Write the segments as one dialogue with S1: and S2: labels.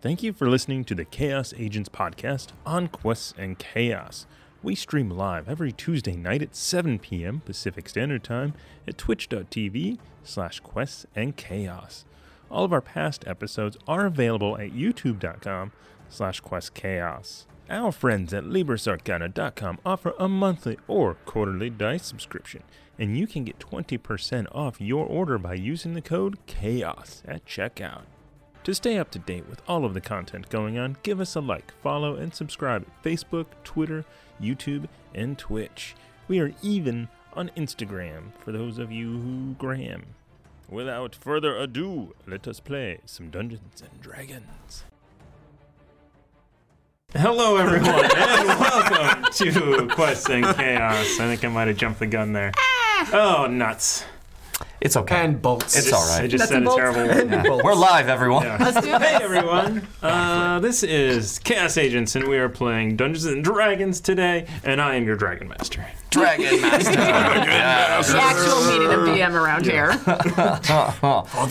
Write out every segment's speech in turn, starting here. S1: Thank you for listening to the Chaos Agents podcast on Quests and Chaos. We stream live every Tuesday night at 7 p.m. Pacific Standard Time at twitch.tv slash quests and chaos. All of our past episodes are available at youtube.com slash quest chaos. Our friends at LibrasArcana.com offer a monthly or quarterly dice subscription, and you can get 20% off your order by using the code CHAOS at checkout. To stay up to date with all of the content going on, give us a like, follow, and subscribe at Facebook, Twitter, YouTube, and Twitch. We are even on Instagram for those of you who gram. Without further ado, let us play some Dungeons and Dragons. Hello, everyone, and welcome to Quests and Chaos. I think I might have jumped the gun there. Oh, nuts.
S2: It's okay.
S3: and bolts.
S2: it's all right.
S1: just
S4: said a terrible
S1: word.
S2: We're live, everyone.
S4: Let's do
S1: Hey
S4: it.
S1: everyone! Uh, this is Chaos Agents, and we are playing Dungeons and Dragons today. And I am your Dragon Master.
S2: Dragon Master.
S4: It's the actual meaning of DM around here.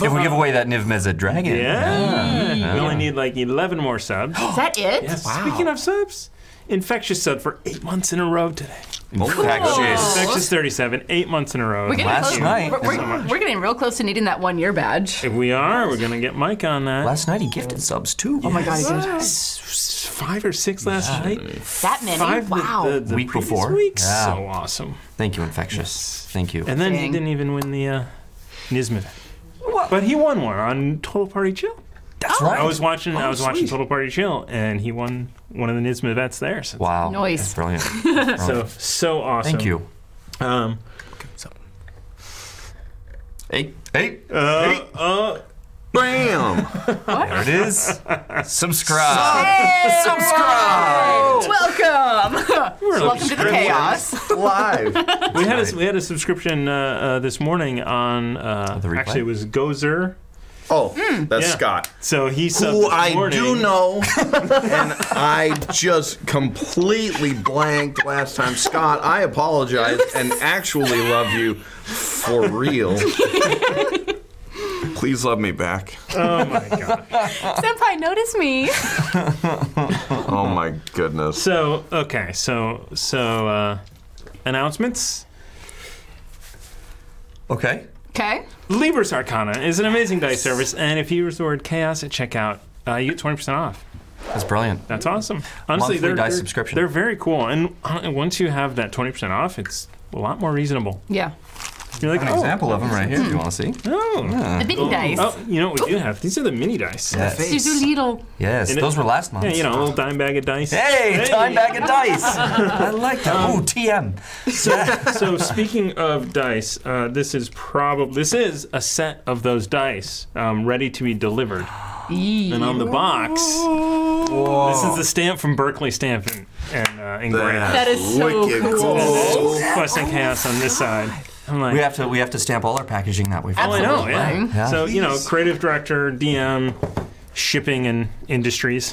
S2: if we give away that Niv Miz a dragon.
S1: Yeah, we only need like eleven more subs.
S4: Is that it?
S1: Speaking of subs, infectious sub for eight months in a row today.
S2: Infectious.
S1: Infectious thirty-seven, eight months in a row.
S4: We're getting
S2: Last
S4: close.
S2: night.
S4: We're, we're- we're getting real close to needing that one year badge.
S1: if we are, we're gonna get Mike on that.
S2: Last night he gifted subs too.
S4: Oh my god, he did.
S1: Yes. Five or six last night.
S4: That many?
S1: Five
S4: wow.
S1: the, the, the
S2: Week
S1: previous
S2: before?
S1: Week.
S2: Yeah.
S1: So awesome.
S2: Thank you, Infectious. Thank you.
S1: And then he
S4: Dang.
S1: didn't even win the uh, Nismet. But he won one on Total Party Chill.
S2: That's
S1: I
S2: right.
S1: Oh,
S3: Oh,
S1: was watching. I was watching
S2: sweet.
S1: Total Party Chill, and he won one of the Nisma events there. So,
S2: wow.
S4: Nice.
S2: That's brilliant.
S1: so so awesome.
S2: Thank you.
S1: Um,
S2: Hey, hey,
S1: uh, uh,
S3: Bam!
S2: there it is. Subscribe.
S3: Subscribe!
S4: Oh, Welcome.
S1: we're
S4: Welcome to the chaos.
S3: Live.
S1: we had a, we had a subscription uh, uh, this morning on uh,
S2: Oh, The replay?
S1: actually it was Gozer.
S3: Oh, that's
S1: Yeah.
S3: Scott.
S1: So he subbed
S3: Who
S1: this
S3: I
S1: morning.
S3: do know, and I just completely blanked last time. Scott, I apologize and actually love you for real. Please love me back.
S1: Oh my god.
S4: Senpai, notice me.
S3: Oh my goodness.
S1: So okay. So so uh, announcements.
S2: Okay.
S4: Okay.
S1: Libris Arcana is an amazing dice service, and if you use the word chaos at checkout, uh, you get twenty percent off.
S2: That's brilliant.
S1: That's awesome. Honestly,
S2: Monthly
S1: they're,
S2: dice
S1: they're-
S2: subscription.
S1: They're very cool, and uh, once you have that twenty percent off, it's a lot more reasonable.
S4: Yeah.
S1: You're like,
S2: An
S1: oh,
S2: example of them right here. Do you want to see?
S4: Hmm.
S1: Oh.
S4: The big dice.
S1: oh, you know what we do have? These are the mini dice.
S2: Yes.
S4: These are little.
S2: Yes.
S1: And it-
S2: Those were last
S1: Yeah,
S2: month.
S1: you know, a little dime bag of dice.
S2: Hey, time back at dice. I like that. Oh, TM.
S1: so speaking of dice, uh, this is probably this is a set of those dice um, ready to be delivered, and on the box, this is the stamp from Berkeley Stamp and, and uh, engraved.
S4: That is so
S3: wicked
S4: cool.
S3: cool.
S1: Quest and chaos on this side. I'm like,
S2: We have to. We have to stamp all our packaging that way.
S1: Oh, I know.
S4: Absolutely.
S1: Yeah.
S2: Yeah.
S1: So you know, creative director, DM, shipping and industries.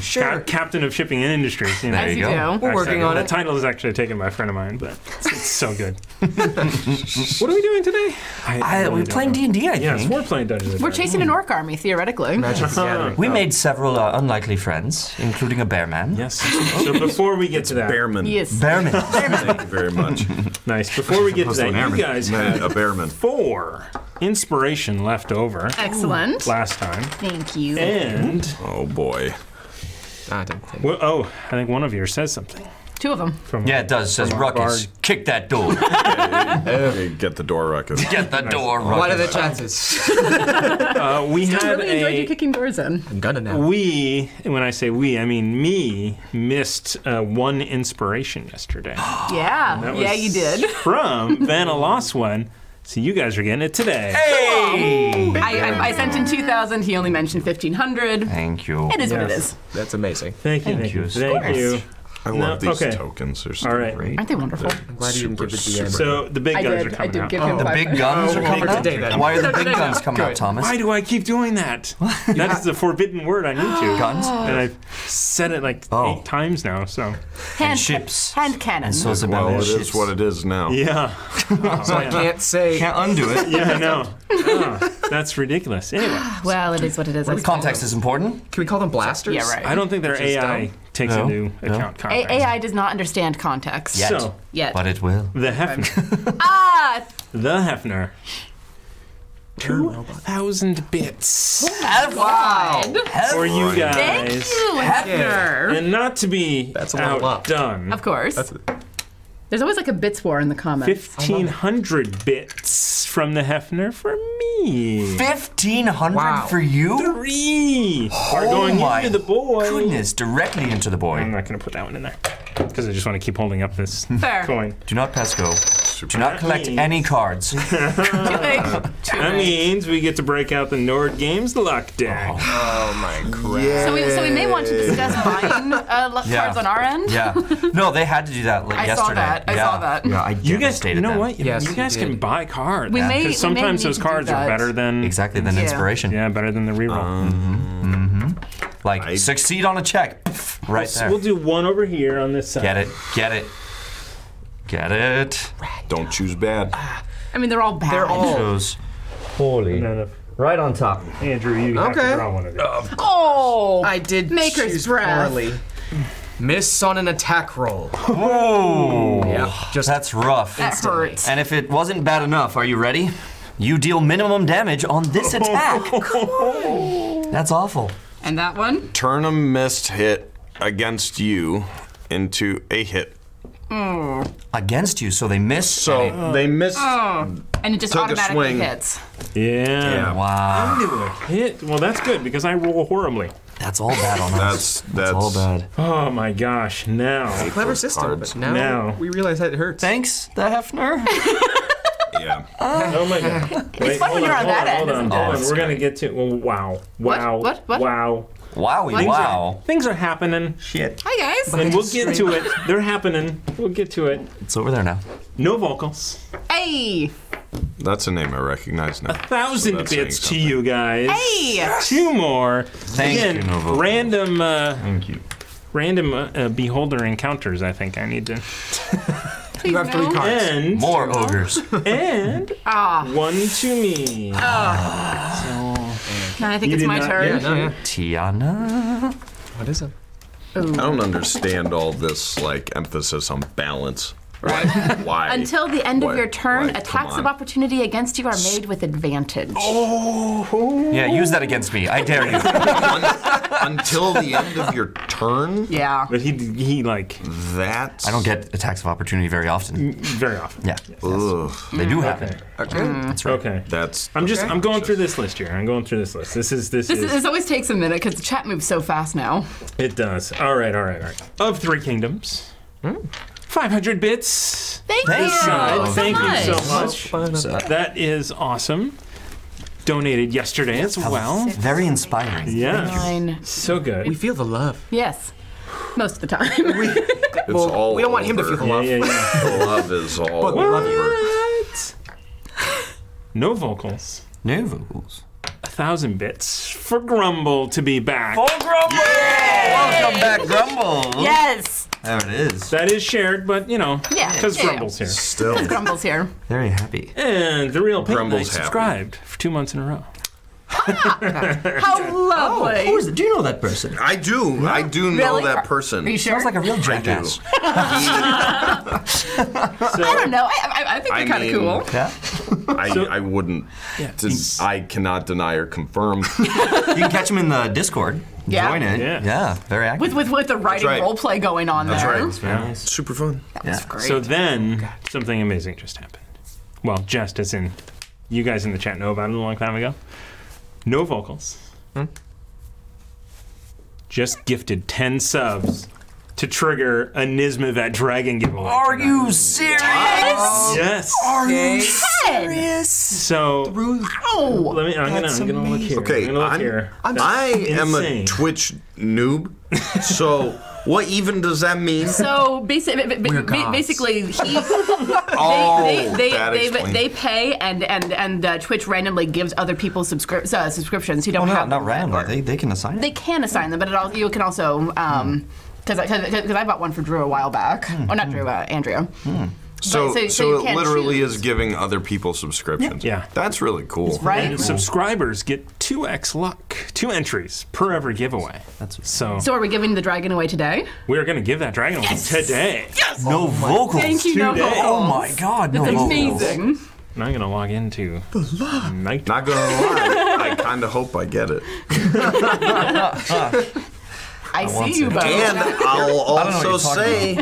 S3: Sure.
S1: Cap- captain of shipping and industries. You know.
S4: As
S2: you
S4: you
S2: go.
S4: do.
S3: We're working
S1: Actually,
S3: on
S1: the
S3: it.
S1: title is actually taken by a friend of mine, but it's, it's so good. what are we doing today? I,
S2: I,
S1: really
S2: we're
S1: don't
S2: playing
S1: know.
S2: D and D. I think.
S1: Yes, we're playing Dungeons. and
S4: We're
S1: Dragons.
S4: chasing an orc army, theoretically.
S1: Gathering.
S2: We made several uh, unlikely friends, including a bear man.
S1: Yes. So before we get to that,
S3: Bearman.
S4: Yes.
S2: Bearman.
S3: Thank you very much.
S1: nice. Before we get to that, you guys had
S3: a bearman.
S1: four inspiration left over
S4: Excellent.
S1: last time,
S4: Thank you.
S1: and
S3: Oh boy.
S1: well, oh, I think one of yours says something
S4: Two of them.
S1: from
S2: yeah, it does. Says
S1: From our
S2: Ruckus. Kick that door.
S3: Hey, get the door record.
S2: Get the door, Ruckus.
S5: What are the chances?
S1: Uh, we
S4: I
S1: had
S4: really enjoyed
S1: a
S4: you kicking doors in.
S5: I'm gonna now.
S1: we. and When I say we, I mean me. Missed uh, one inspiration yesterday.
S4: Yeah.
S1: Oh, That
S4: Yeah,
S1: was
S4: you did.
S1: from Vanna Lost One. See, you guys are getting it today.
S4: I, I, I sent in 2,000. He only mentioned 1,500.
S2: Thank you.
S4: It is what it is.
S6: That's amazing.
S1: Thank you, thank you,
S2: you,
S1: thank you.
S3: I love
S1: No,
S3: these
S1: okay.
S3: tokens. They're so
S1: All right.
S2: Great.
S4: Aren't they wonderful?
S6: Why do you give it the
S1: So the big
S4: I
S1: guns are
S4: did. I
S1: coming
S4: did
S1: out.
S4: give him
S2: Oh. The
S4: five.
S2: big guns are coming
S6: for
S2: out?
S6: today, then.
S2: Why are the
S4: For
S2: big
S4: today,
S2: guns
S4: then.
S2: coming out, Thomas?
S1: Why do I keep doing that? that is the forbidden word on YouTube.
S2: Guns?
S1: And I've said it like
S2: Oh.
S1: eight times now, so.
S4: hand,
S2: ships.
S4: Hand cannon.
S2: And so it's about
S3: Well, it
S2: those
S3: is
S2: ships.
S3: what it is now.
S1: Yeah.
S6: I can't say.
S2: Can't undo it.
S1: Yeah, I know. Ah, that's ridiculous. Anyway,
S4: well, it is what it is. I suppose.
S2: Context is important.
S6: Can we call them blasters?
S4: Yeah, right.
S1: I don't think their AI takes
S2: No,
S1: into
S2: no.
S1: account context.
S4: A- AI does not understand context
S2: Yet.
S1: So,
S4: yet.
S2: But it will.
S1: the Hefner.
S4: ah,
S1: the Hefner. 2,000 bits
S4: wow.
S1: for you guys.
S4: Thank you, Hefner.
S1: And not to be
S6: That's a lot of love.
S1: outdone,
S4: Of course. There's always like a bits war in the comments.
S1: 1,500 bits from the Hefner for me.
S2: Fifteen hundred
S6: Wow.
S2: for you?
S1: Three are going
S2: Oh my
S1: into the boy.
S2: Goodness, directly into the
S1: I'm
S2: boy.
S1: not going to put that one in there because I just want to keep holding up this
S4: Fair.
S1: coin.
S2: Do not pass go. Do not collect
S1: Please.
S2: any cards.
S1: That means we get to break out the Nord Games luck deck.
S6: Oh my crap.
S4: so, we, so we may want to discuss buying uh, luck
S2: Yeah.
S4: cards on our end.
S2: yeah. No, they had to do that like
S4: I
S2: yesterday.
S4: saw that. I
S2: yeah.
S4: saw that.
S2: Yeah, I
S1: You guys, you
S2: devastated
S1: know
S2: them.
S1: what? You-
S6: Yes,
S1: you
S6: we
S1: guys can
S6: did.
S1: buy cards.
S4: We may- we may
S1: Because sometimes
S4: need
S1: those
S4: to
S1: cards
S4: do
S1: are
S4: that.
S1: better than
S2: Exactly, then
S4: Yeah.
S2: inspiration.
S1: Yeah, better than the reroll.
S2: Like, succeed on a check. Right there.
S1: we'll do one over here on this side.
S2: Get it. Get it. Get it.
S3: Don't choose bad.
S4: I mean, they're all bad.
S6: They're all.
S2: Goes.
S1: And
S7: Holy.
S1: then if
S7: Right on top.
S1: Andrew, you have
S6: Okay.
S1: to draw one of these.
S4: Oh,
S6: I did
S4: Maker's
S6: choose
S4: breath.
S6: poorly. Miss on an attack roll.
S2: Whoa.
S6: Yep. Just
S2: Oh, That's rough.
S4: that hurts.
S2: And if it wasn't bad enough, are you ready? You deal minimum damage on this attack. That's awful.
S4: And that one?
S3: Turn a missed hit against you into a hit.
S2: Against you, so they miss.
S3: So they missed.
S6: Oh.
S4: And it just
S3: Took a
S4: automatically
S3: swing.
S4: hits.
S1: Yeah.
S3: Yeah,
S2: Wow.
S1: Hit. Well, that's good because I roll horribly.
S2: That's all bad on us.
S3: That's- that's-
S2: all bad.
S1: Oh my gosh! Now,
S6: clever system, but now
S1: Now.
S6: we realize that it hurts.
S2: Thanks, the Hefner.
S3: yeah.
S1: oh my god! Wait,
S4: fun
S1: hold
S4: when you're on
S1: hold
S4: that
S1: hold
S4: end,
S1: on,
S4: isn't
S1: hold
S2: it?
S1: on. We're gonna get to. Well, wow! Wow!
S4: What? What?
S1: Wow!
S2: Wowie, wow.
S1: Things are happening,
S4: Hi, guys.
S1: and we'll get to it. They're happening. We'll get to it.
S2: It's over there now.
S1: No vocals.
S4: Hey.
S3: That's a name I recognize now.
S6: Uh-huh.
S1: Thousand
S3: that's
S1: bits to
S3: saying something.
S1: you guys.
S4: Hey.
S1: Two more.
S2: Thank
S1: Again,
S2: you, no vocals.
S1: random. Uh,
S2: Thank you.
S1: Random uh, uh, beholder encounters. I think I need to
S4: You have three cards.
S1: and
S2: More ogres.
S1: and
S4: Ah,
S1: one to me.
S4: now I think
S1: You
S4: it's
S1: did
S4: my
S1: not-
S4: turn.
S6: No, yeah.
S2: Tiana.
S6: What is it?
S3: I don't understand all this like emphasis on balance. Right? Why?
S4: Until the end
S3: Why-
S4: of your turn,
S3: why-
S4: attacks
S3: come
S4: of
S3: on. Oh.
S4: opportunity against you are made with advantage.
S2: Yeah, use that against me. I dare you.
S3: Until the end of your turn.
S4: Yeah.
S1: But he he like
S3: That's.
S2: I don't get attacks of opportunity very often.
S1: very often.
S2: Yeah,
S3: Ugh,
S2: they do happen.
S1: That's right. Okay.
S3: that's.
S1: I'm just I'm going through this list here. I'm going through this list. This is this,
S4: This,
S1: is,
S4: this always takes a minute because the chat moves so fast now.
S1: it does. All right, all right, all right. Of Three Kingdoms. 500 bits. Uh,
S4: Thank
S2: Thanks,
S4: you.
S2: guys.
S4: so
S1: Thank
S4: much.
S1: you so much. That is awesome. Donated yesterday as well.
S2: Very inspiring.
S1: Yeah.
S4: Fine.
S1: So
S6: We
S1: good.
S6: feel the love.
S4: Yes. Most of the time.
S3: It's all.
S6: we don't want him to
S3: over.
S6: feel the love.
S1: Yeah, yeah.
S3: The love is all.
S6: we love you.
S3: over.
S1: What? No vocals.
S2: New vocals.
S1: A thousand bits for Grumble to be back.
S2: Grumble! Welcome back, Grumble.
S4: yes.
S2: There it is.
S1: That is shared, but you know,
S4: Yeah,
S1: because
S4: yeah, yeah.
S1: Grumble's here.
S3: Still.
S4: Grumble's here.
S2: Very happy.
S1: And the real Pink Knight
S3: Grumble's happy.
S1: subscribed for two months in a row.
S4: How lovely.
S2: Who is it? Do you know that person?
S3: I do. I do know
S4: Really?
S3: that person.
S4: Are you sure?
S2: Sounds like a real jackass.
S4: I don't know. I, I, I think
S3: Oh. I
S4: they're kind of cool.
S3: mean-
S2: Yeah.
S3: I, I wouldn't. Des- I cannot deny or confirm.
S2: You can catch him in the Discord.
S4: Yeah.
S2: Join it.
S1: Yeah.
S2: Very active.
S4: With, with, with the writing
S3: right.
S4: role play going on there.
S2: Very nice.
S3: Super fun.
S4: That's great.
S1: So then something amazing just happened. Well, just as in, you guys in the chat know about it a long time ago. No Hmm? vocals. Just gifted 10 subs to trigger a Nismavet dragon giveaway.
S2: Are
S1: tonight.
S2: you serious?
S1: Yes. So
S4: Oh.
S1: let me. I'm gonna.
S6: That's
S1: I'm gonna look here.
S3: Okay,
S1: I'm gonna look
S3: I'm-
S1: here.
S3: I'm-
S1: That's
S3: I am a
S1: insane.
S3: Twitch noob. So what even does that mean?
S4: So basically,
S6: We're gods.
S4: basically, he
S3: oh,
S4: they they
S3: that
S4: they, they,
S3: explains-
S4: they pay and and and uh, Twitch randomly gives other people subscri- uh, subscriptions who don't
S3: Oh,
S2: Well,
S4: have
S2: not, not
S4: them.
S2: randomly. They, they can assign it.
S4: They can assign them, but it all you can also um because because I bought one for Drew a while back. Or not Drew, uh, Andrew.
S3: so,
S4: but-
S3: so,
S4: so- so you
S3: it
S4: can't
S3: literally
S4: choose.
S3: is giving other people subscriptions.
S1: Yeah.
S3: That's really cool.
S4: Right.
S1: And subscribers get two X luck, two entries per every giveaway.
S2: That's-
S1: so.
S4: So are we giving the dragon away today?
S1: we are gonna give that dragon away today.
S2: no vocals.
S4: Oh Thank you, no
S1: Today.
S2: Oh
S4: vocals.
S2: my god, no
S4: That's
S2: vocals.
S4: amazing.
S1: And I'm gonna log into the night.
S3: Not gonna lie, I kind of hope I get it.
S4: I,
S2: want
S4: see you
S2: to.
S4: both.
S3: And I'll
S2: don't know what
S3: also
S2: you're
S3: say,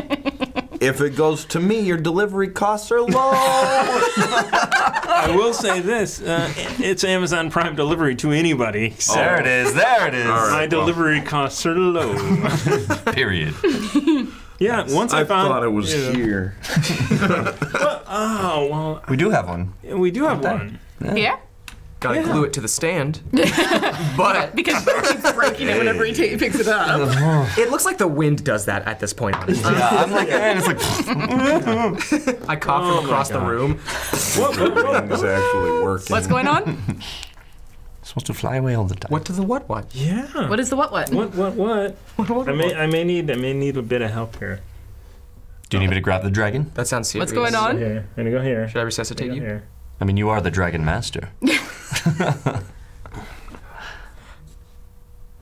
S3: if it goes to me, your delivery costs are low.
S1: I will say this: uh, it's Amazon Prime delivery to anybody. So
S2: There it is. There it is.
S3: All
S1: my
S3: right.
S1: delivery costs are low.
S2: Period.
S1: yeah. Once I,
S3: I
S1: found
S3: thought it was
S1: Yeah.
S3: here.
S1: Oh well,
S2: we do have one.
S1: we do have one.
S4: Yeah.
S6: Gotta glue it to the stand. but
S4: Because Drew keeps breaking it whenever he ta- picks it up.
S6: it looks like the wind does that at this point. honestly.
S2: Yeah, I'm like, and it's like,
S6: I cough
S1: Oh
S6: from across the room.
S3: It's actually working.
S4: What's going on?
S2: supposed to fly away all the time.
S6: What to the what what?
S1: Yeah.
S4: What is the what what?
S1: What? What? What? I may. I may need. I may need a bit of help here.
S2: Do you need me to grab the dragon?
S6: That sounds serious.
S4: What's going on?
S1: Here. I'm gonna go here.
S6: Should I resuscitate you?
S1: Here.
S2: I mean, you are the dragon master.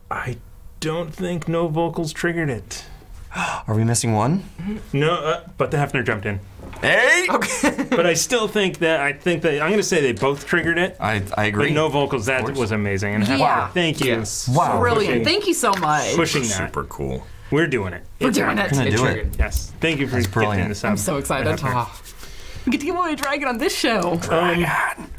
S1: I don't think no vocals triggered it.
S2: Are we missing one?
S1: No, uh, but the Hefner jumped in.
S2: Hey!
S1: But I still think that I think that I'm gonna say they both triggered it.
S2: I, I agree.
S1: But no vocals. That was amazing. And Hefner,
S4: Yeah.
S1: thank you.
S6: Yes.
S2: wow.
S4: Brilliant.
S1: Pushing.
S4: Thank you so much.
S1: Pushing that.
S3: Super cool.
S1: We're doing it.
S4: We're doing it.
S2: Gonna do it.
S6: triggered.
S1: Yes. Thank you for
S2: That's
S1: getting
S2: brilliant.
S1: this out.
S4: I'm so excited.
S6: Ah,
S4: We get to give away a dragon on this show.
S1: Um,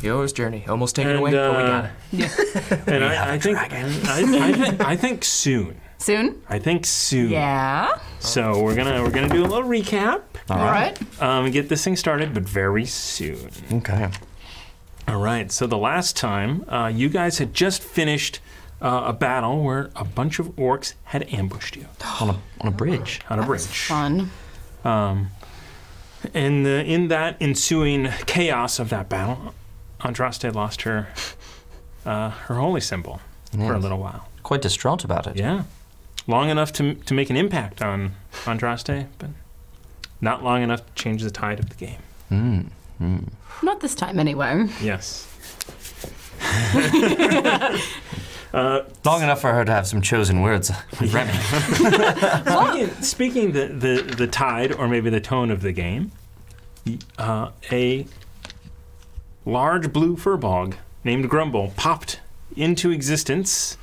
S6: hero's journey. Almost taken
S1: and
S6: away. but we got
S1: uh,
S6: it.
S1: and I, I think I, I, think, I think soon.
S4: Soon?
S1: I think soon.
S4: Yeah.
S1: So we're gonna we're gonna do a little recap.
S2: All
S4: All
S2: right.
S4: right.
S1: Um, get this thing started, but very soon.
S2: Okay.
S1: All right. So the last time, uh, you guys had just finished uh, a battle where a bunch of orcs had ambushed you
S2: On a, on a bridge.
S1: on a bridge.
S4: Fun.
S1: And the, in that ensuing chaos of that battle, Andraste lost her uh, her holy symbol for a
S2: Yes.
S1: little while.
S2: Quite distraught about it.
S1: Yeah, long enough to to make an impact on Andraste, but not long enough to change the tide of the game.
S4: Not this time, anyway.
S1: Yes.
S2: Long enough for her to have some chosen words. Remy.
S1: Speaking, speaking the, the, the tide, or maybe the tone of the game, uh, a large blue furbog named Grumble popped into existence.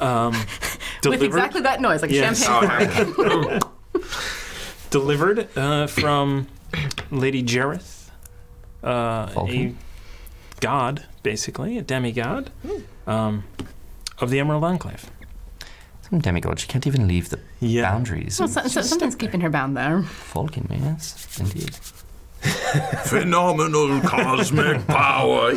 S1: Um,
S4: With
S1: delivered
S4: exactly that noise, like a
S1: Yes.
S4: champagne.
S1: delivered uh, from Lady Jareth, uh, a
S2: Falcon?
S1: god, basically, a demigod
S4: Hmm.
S1: um, of the Emerald Enclave.
S2: Some demigod. She can't even leave the
S1: Yeah.
S2: boundaries.
S4: Well, so, so, something's keeping her bound there.
S2: Falcon, yes. Indeed.
S3: Phenomenal cosmic power.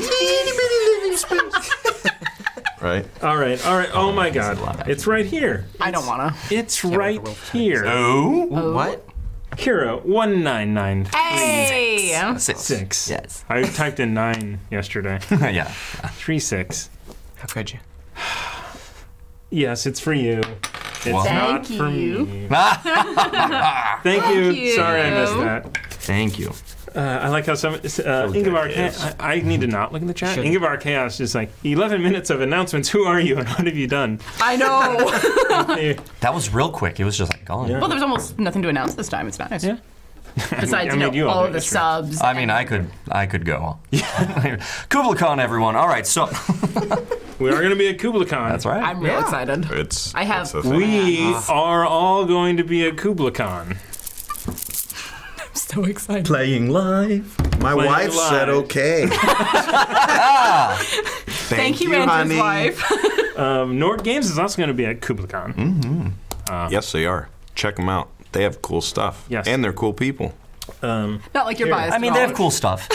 S3: right?
S1: All right, all right. Oh my
S2: a lot
S1: god.
S2: of-
S1: It's right here.
S4: I don't wanna.
S1: It's right here.
S2: Oh?
S6: What?
S1: Hero 1996.
S4: Hey!
S2: Six. Yes.
S1: I typed in 9 yesterday.
S2: yeah.
S1: 36.
S6: How could you?
S1: Yes, it's for you. It's
S2: Wow.
S1: not
S4: Thank
S1: for
S4: you.
S1: me. Thank, you.
S4: you.
S1: Sorry I missed that.
S2: Thank you.
S1: Uh, I like how some uh, Ingvar. Chaos. I, I need to not look in the chat. Ingvar Chaos is like eleven minutes of announcements. Who are you and what have you done?
S4: I know.
S1: They-
S2: That was real quick. It was just like gone.
S1: Yeah.
S4: well, there's almost nothing to announce this time. It's nice.
S1: Yeah.
S4: Besides,
S1: I
S4: you know,
S1: made you all
S4: all
S1: do
S4: of the
S1: this, right?
S4: subs.
S2: I mean, I could, I could go. Kublai Khan, everyone. All right, so
S1: we are going to be at KublaCon.
S2: that's right.
S4: I'm real excited.
S3: It's.
S4: I have-
S3: it's a thing.
S1: We are all going to be at KublaCon.
S4: So excited.
S3: Playing live. My
S1: Playing
S3: wife said
S1: live.
S3: okay. Thank,
S4: Thank you, Andrew's
S3: honey.
S4: wife.
S1: Um, Nord Games is also going to be at KublaCon.
S3: Uh, Yes, they are. Check them out. They have cool stuff.
S1: Yes.
S3: And they're cool people.
S4: Not like you're biased.
S2: I mean,
S4: at
S2: they have
S4: all.
S2: cool stuff.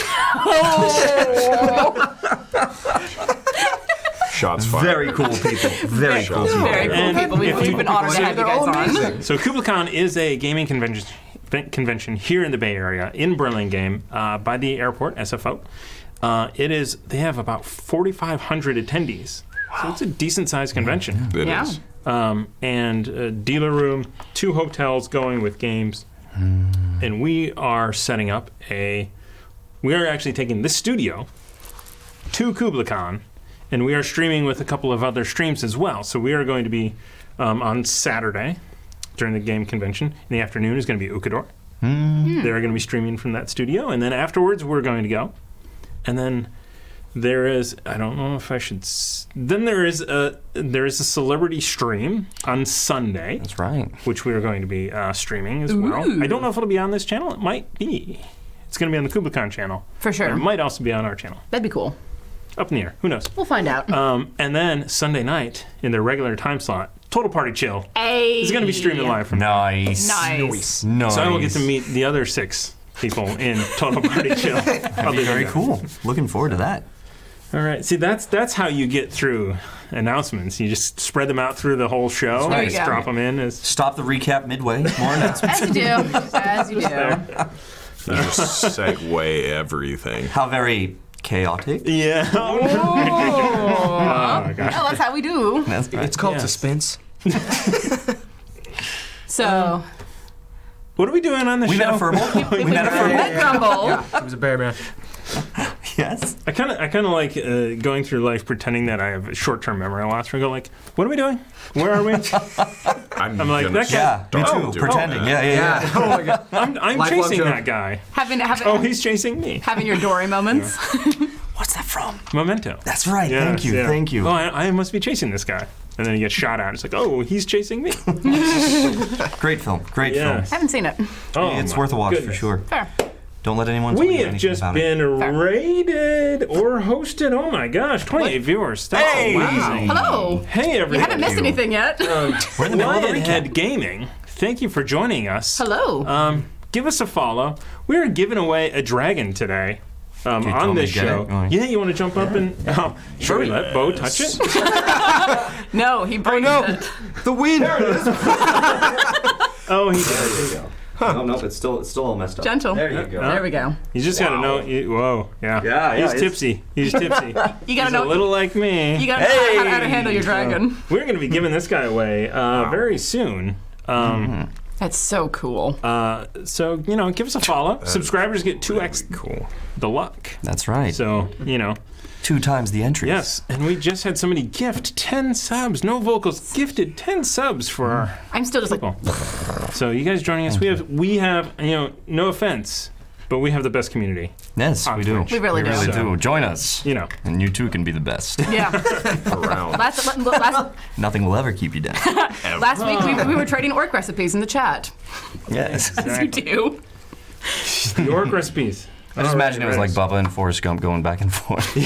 S3: Shots fired.
S2: Very cool people. Very cool people.
S4: Very cool
S1: And
S4: people. We've,
S1: if
S4: we've
S1: you-
S4: been honored to
S1: Yeah,
S4: have you guys on.
S1: So KubaCon is a gaming convention convention here in the Bay Area in Burlingame uh, by the airport SFO. Uh, it is they have about 4,500 attendees, so it's a decent sized convention.
S3: It
S4: Yeah.
S3: is.
S1: Um, and a dealer room, two hotels going with games, and we are setting up a. We are actually taking this studio to KublaCon, and we are streaming with a couple of other streams as well. So we are going to be um, on Saturday during the game convention in the afternoon is going to be Ukador. They're going to be streaming from that studio, and then afterwards we're going to go, and then there is I don't know if I should. S- then there is a there is a celebrity stream on Sunday,
S2: That's right.
S1: which we are going to be uh, streaming as well. I don't know if it'll be on this channel. It might be. It's going to be on the KublaCon channel
S4: For sure.
S1: It might also be on our channel.
S4: That'd be cool.
S1: Up in the air. Who knows?
S4: We'll find out.
S1: Um, and then Sunday night in their regular time slot, Total Party Chill
S4: hey.
S1: is going to be streaming live from.
S2: Nice.
S4: Nice.
S2: Nice.
S1: So I will get to meet the other six people in Total Party Chill. That'd
S2: Be very cool. Looking forward to that.
S1: All right. See, that's that's how you get through announcements. You just spread them out through the whole show.
S2: right.
S1: and just
S4: Yeah.
S1: drop them in as
S2: Stop the recap midway. More announcements.
S4: As you do. As you do.
S3: You just segue everything.
S2: How very chaotic.
S1: yeah. oh my gosh.
S4: Oh, that's how we do.
S2: That's right.
S6: It's called
S1: Yes.
S6: suspense.
S4: So,
S1: What are we doing on the
S2: We
S1: show?
S2: met a furball. we met a
S4: for
S2: furball.
S4: Met Grumble,
S6: It was a bear man.
S2: Yes.
S1: I kind of I kind of like uh, going through life pretending that I have short term memory loss. Where I go like, what are we doing? Where are we?
S3: I'm,
S1: like,
S3: gonna
S1: that guy-
S2: Yeah. Me
S3: stop
S2: too.
S3: doing
S2: Pretending.
S3: that.
S2: Oh, Yeah, yeah, yeah.
S6: Yeah. Oh my god.
S1: I'm, I'm
S6: Lifelong
S1: chasing
S6: joke.
S1: that guy.
S4: having having
S1: Oh, he's chasing me.
S4: having your Dory moments.
S2: What's that from?
S1: Memento.
S2: That's right.
S1: Yes,
S2: thank you.
S1: yeah.
S2: Thank you.
S1: Oh, I, I must be chasing this guy. And then he gets shot at. It's like, oh, he's chasing me.
S2: Great film. Great
S1: Yeah.
S4: I haven't seen it.
S1: Oh,
S2: film. It's
S1: my
S2: worth a watch for
S1: goodness.
S2: sure.
S4: Fair.
S2: Don't let anyone tell
S1: We
S2: you
S1: have
S2: anything
S1: just
S2: about it.
S1: been rated or hosted. Oh my gosh, 28 viewers. That's
S2: Hey!
S1: amazing.
S4: Hello.
S1: Mm. Hey, Uh,
S4: You
S1: everybody.
S4: haven't missed anything yet.
S2: We're in the middle of the recap.
S1: Lionhead Gaming, thank you for joining us.
S4: Hello.
S1: Um, give us a follow. We are giving away a dragon today. Um,
S2: tell
S1: on
S2: me
S1: this
S2: to get
S1: show,
S2: it? Really?
S1: yeah, you want to jump up and oh, sure, we let Bo touch it.
S4: no, he brings it.
S6: The wind.
S1: Oh, he did.
S2: Oh no, it's still it's still all messed up.
S4: Gentle. There,
S2: you go.
S4: we go.
S1: You just gotta know. You, whoa, yeah,
S2: Yeah, yeah,
S1: He's
S2: it's-
S1: tipsy. He's tipsy.
S4: You gotta
S1: He's a
S4: know.
S1: little like me.
S4: you gotta know how to, how to handle your dragon.
S1: We're gonna be giving this guy away uh, very soon. Um,
S4: That's so cool.
S1: Uh, so you know, give us a follow. Subscribers get two x
S3: Cool.
S1: the luck.
S2: That's right.
S1: So you know,
S2: Two times the entries.
S1: yes. And we just had somebody gift ten subs, no vocals, gifted ten subs for our
S4: I'm still just like,
S1: people. So you guys joining us? We have we have you know, no offense, but we have the best community.
S2: Yes, we do.
S1: We
S4: really
S2: we
S4: do.
S2: really
S1: So-
S2: do. Join us.
S1: You know,
S2: And you too can be the best.
S4: yeah.
S3: Around.
S4: Last la- la- last,
S2: Nothing will ever keep you down.
S4: last week we, we were trading orc recipes in the chat.
S2: yes. I
S4: As you do.
S1: York recipes. I
S2: just imagine it was like Bubba and Forrest Gump going back and forth.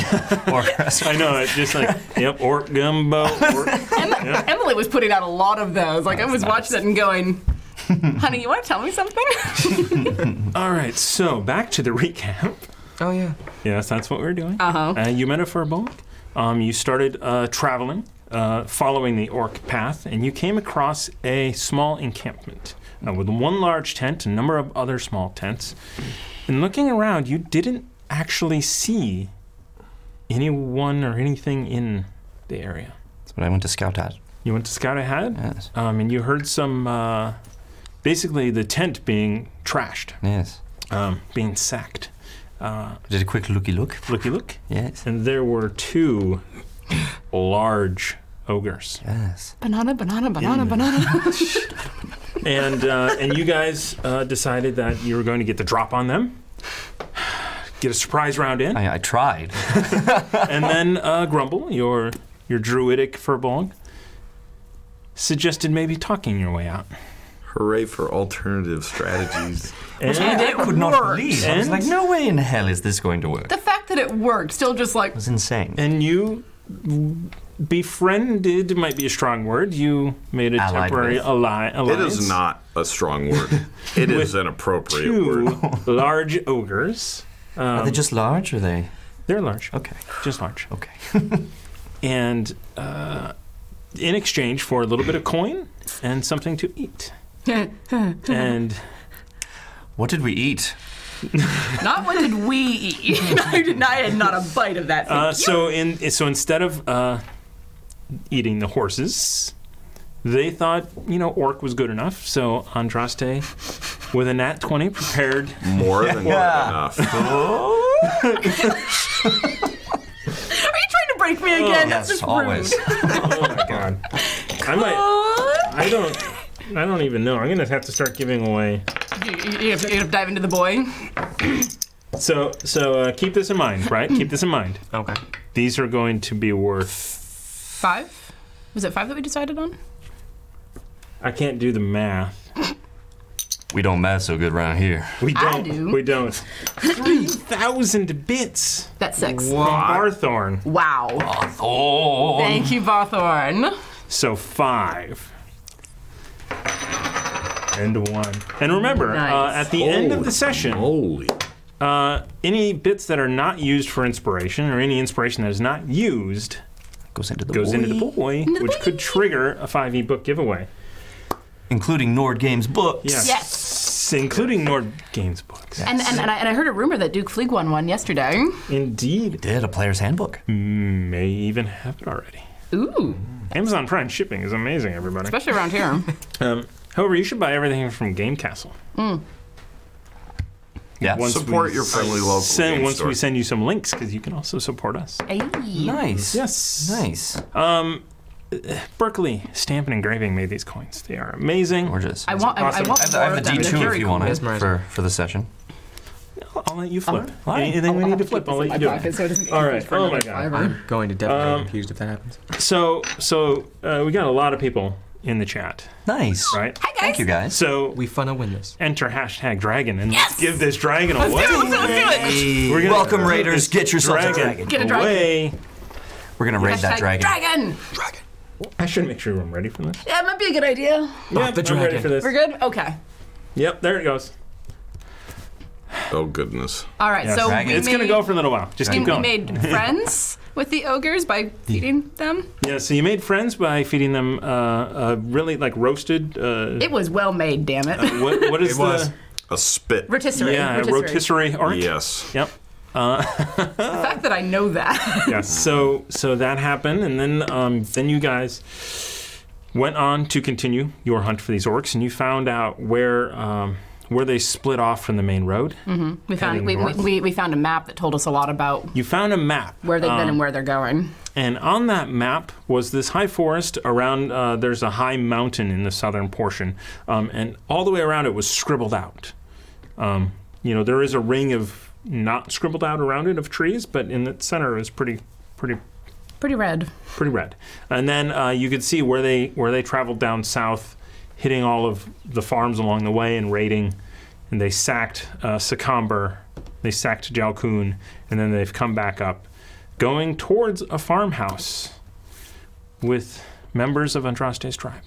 S2: or
S1: I know it's just like yep, orc gumbo. Orc.
S4: Em- Emily was putting out a lot of those. Like I was watching it and going, "Honey, you want to tell me something?"
S1: All right, so back to the recap.
S6: Oh yeah.
S1: Yes, that's what we're doing.
S4: Uh-huh.
S1: Uh, you met a furball. Um, you started uh, traveling, uh, following the orc path, and you came across a small encampment uh, with one large tent, a number of other small tents. And looking around, you didn't actually see anyone or anything in the area.
S2: That's what I went to scout at.
S1: You went to scout ahead,
S2: Yes.
S1: um, and you heard some, uh, basically the tent being trashed,
S2: Yes.
S1: um, being sacked. Uh,
S2: I did a quick looky look.
S1: looky look.
S2: Yes.
S1: and there were two large ogres.
S2: Yes.
S4: banana, banana, banana, banana.
S1: And uh, and you guys uh, decided that you were going to get the drop on them, get a surprise round in,
S2: I, I tried.
S1: and then uh, Grumble, your your druidic furbolg, suggested maybe talking your way out.
S3: Hooray for alternative strategies.
S1: And,
S2: I could not
S4: worked.
S2: believe. I was
S1: And-
S2: like, no way in hell is this going to work. It
S4: the fact that it worked, still just like
S2: was insane.
S1: and you befriended might be a strong word. You made a
S2: Allied
S1: temporary
S2: with.
S1: ally-
S3: It
S1: alliance.
S3: is not a strong word. It is an appropriate word.
S1: two large ogres.
S2: Are
S1: Um,
S2: they just large? Or are they?
S1: They're large.
S2: Okay.
S1: Just large.
S2: Okay.
S1: And uh, in exchange for a little bit of coin and something to eat. and
S2: What did we eat?
S4: Not what did we eat? I, did not, I had not a bite of that.
S1: uh, so in so instead of uh, eating the horses, they thought you know orc was good enough. So Andraste, with a nat twenty, prepared
S3: More than good enough.
S4: Are you trying to break me again? That's just
S2: oh, always.
S4: rude.
S1: Oh I might. I don't. I don't even know. I'm gonna have to start giving away.
S4: You, you, you have to- you have to dive into the boy.
S1: So so uh, keep this in mind, right? keep this in mind.
S6: Okay.
S1: These are going to be worth.
S4: Five? Was it five that we decided on?
S1: I can't do the math.
S2: We don't math so good around here.
S1: We don't.
S4: I do.
S1: We don't. Three thousand bits
S4: That's six.
S1: from Barthorn.
S4: Wow.
S2: Oh.
S4: Thank you, Bothorn.
S1: So five. And one. And remember,
S4: Nice.
S1: uh, at the end of
S3: Holy
S1: the session,
S3: Holy.
S1: uh, any bits that are not used for inspiration or any inspiration that is not used
S2: Goes into the
S1: goes into the
S2: boy.
S1: boy, which could trigger a 5e book giveaway.
S2: including Nord Games books.
S1: Yes.
S4: Yes.
S1: Including Nord Games books.
S4: And, and, and, I, and I heard a rumor that Duke Fleeg won one yesterday.
S1: Indeed.
S2: Did a player's handbook.
S1: Mm, May even have it already.
S4: Ooh.
S1: Amazon Prime shipping is amazing, everybody.
S4: Especially around here.
S1: Um, however, you should buy everything from Game Castle.
S2: Yeah.
S1: Once
S3: Support
S1: we
S3: your friendly local
S1: Send,
S3: game
S1: once
S3: store.
S1: we send you some links, because you can also support us.
S4: Hey.
S2: nice.
S1: Yes.
S2: Nice.
S1: Berkeley Stamp and Engraving made these coins. They are amazing.
S2: Gorgeous.
S4: I want, I, I
S1: Awesome.
S4: want
S2: I have,
S4: more
S2: I have
S4: of
S2: the
S4: them.
S2: D2 if
S6: very
S2: you want
S6: cool.
S2: it
S6: Mesmerizing.
S2: for, for the session.
S1: I'll let you flip.
S2: Alright.
S1: Anything we need to flip, I'll let you do
S4: Pocket,
S1: it.
S4: so it doesn't get
S1: All
S4: confused
S1: right.
S4: for
S1: Oh my
S4: another
S1: God.
S4: fiver.
S6: I'm going to definitely get confused if that happens.
S1: So, so uh, we got a lot of people in the chat,
S2: Nice.
S1: right?
S4: Hi, guys.
S2: Thank you guys.
S1: So
S6: We fun to win this.
S1: enter hashtag dragon and let's
S4: Yes!
S1: give this dragon away.
S4: Let's do it. Let's do it.
S1: We're gonna
S2: Welcome
S1: give
S2: Raiders.
S1: this
S2: Get yourself a dragon.
S4: Get a dragon.
S1: Away.
S2: We're gonna raid that
S4: Hashtag
S2: dragon.
S4: Dragon.
S1: I should make sure I'm ready for this.
S4: That might be a good idea.
S1: Yeah,
S6: the
S1: I'm ready
S6: dragon.
S1: for this.
S4: We're good? Okay.
S1: Yep, there it goes.
S3: Oh, goodness.
S4: All right. So
S2: dragon.
S4: we
S1: It's
S4: made,
S1: gonna go for a little while. Just
S4: we
S1: keep going.
S4: made friends with the ogres by feeding them.
S1: yeah, so you made friends by feeding them uh, a really like roasted. Uh,
S4: It was well made, damn it.
S1: what, what is
S6: It
S1: the
S6: was.
S3: A spit.
S4: Rotisserie.
S1: Uh, yeah
S4: rotisserie.
S1: rotisserie arc?
S3: Yes.
S1: Yep.
S4: The fact that I know that.
S1: yeah. So so that happened, and then um, then you guys went on to continue your hunt for these orcs, and you found out where um, where they split off from the main road.
S4: we found we, we,
S1: north.
S4: we, we found a map that told us a lot about
S1: You found a map, Um,
S4: where they've been and where they're going.
S1: and on that map was this high forest around. Uh, there's a high mountain in the southern portion, um, and all the way around it was scribbled out. Um, you know, there is a ring of not scribbled out around it of trees, but in the center is pretty pretty
S4: Pretty red.
S1: pretty red. And then uh, you could see where they where they traveled down south, hitting all of the farms along the way and raiding. And they sacked uh, Sakamber, they sacked Jalkun, and then they've come back up, going towards a farmhouse with members of Andraste's tribe.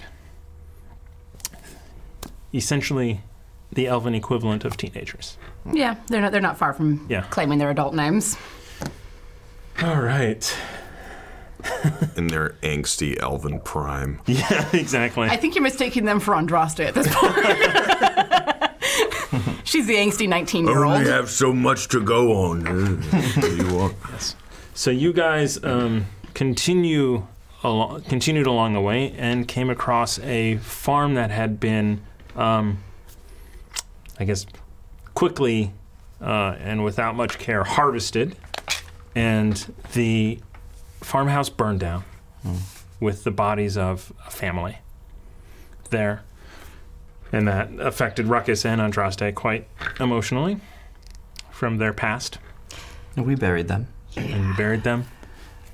S1: Essentially, the elven equivalent of teenagers.
S4: Yeah, they're not they're not far from
S1: Yeah.
S4: claiming their adult names.
S1: All right.
S3: In their angsty elven prime.
S1: Yeah, exactly.
S4: I think you're mistaking them for Andraste at this point. She's the angsty 19 year old.
S3: Oh, have so much to go on. you are.
S1: So you guys um, continue along, continued along the way and came across a farm that had been, um, I guess, quickly uh, and without much care harvested, and the farmhouse burned down with the bodies of a family there. And that affected Ruckus and Andraste quite emotionally from their past.
S2: And we buried them
S1: And you buried them,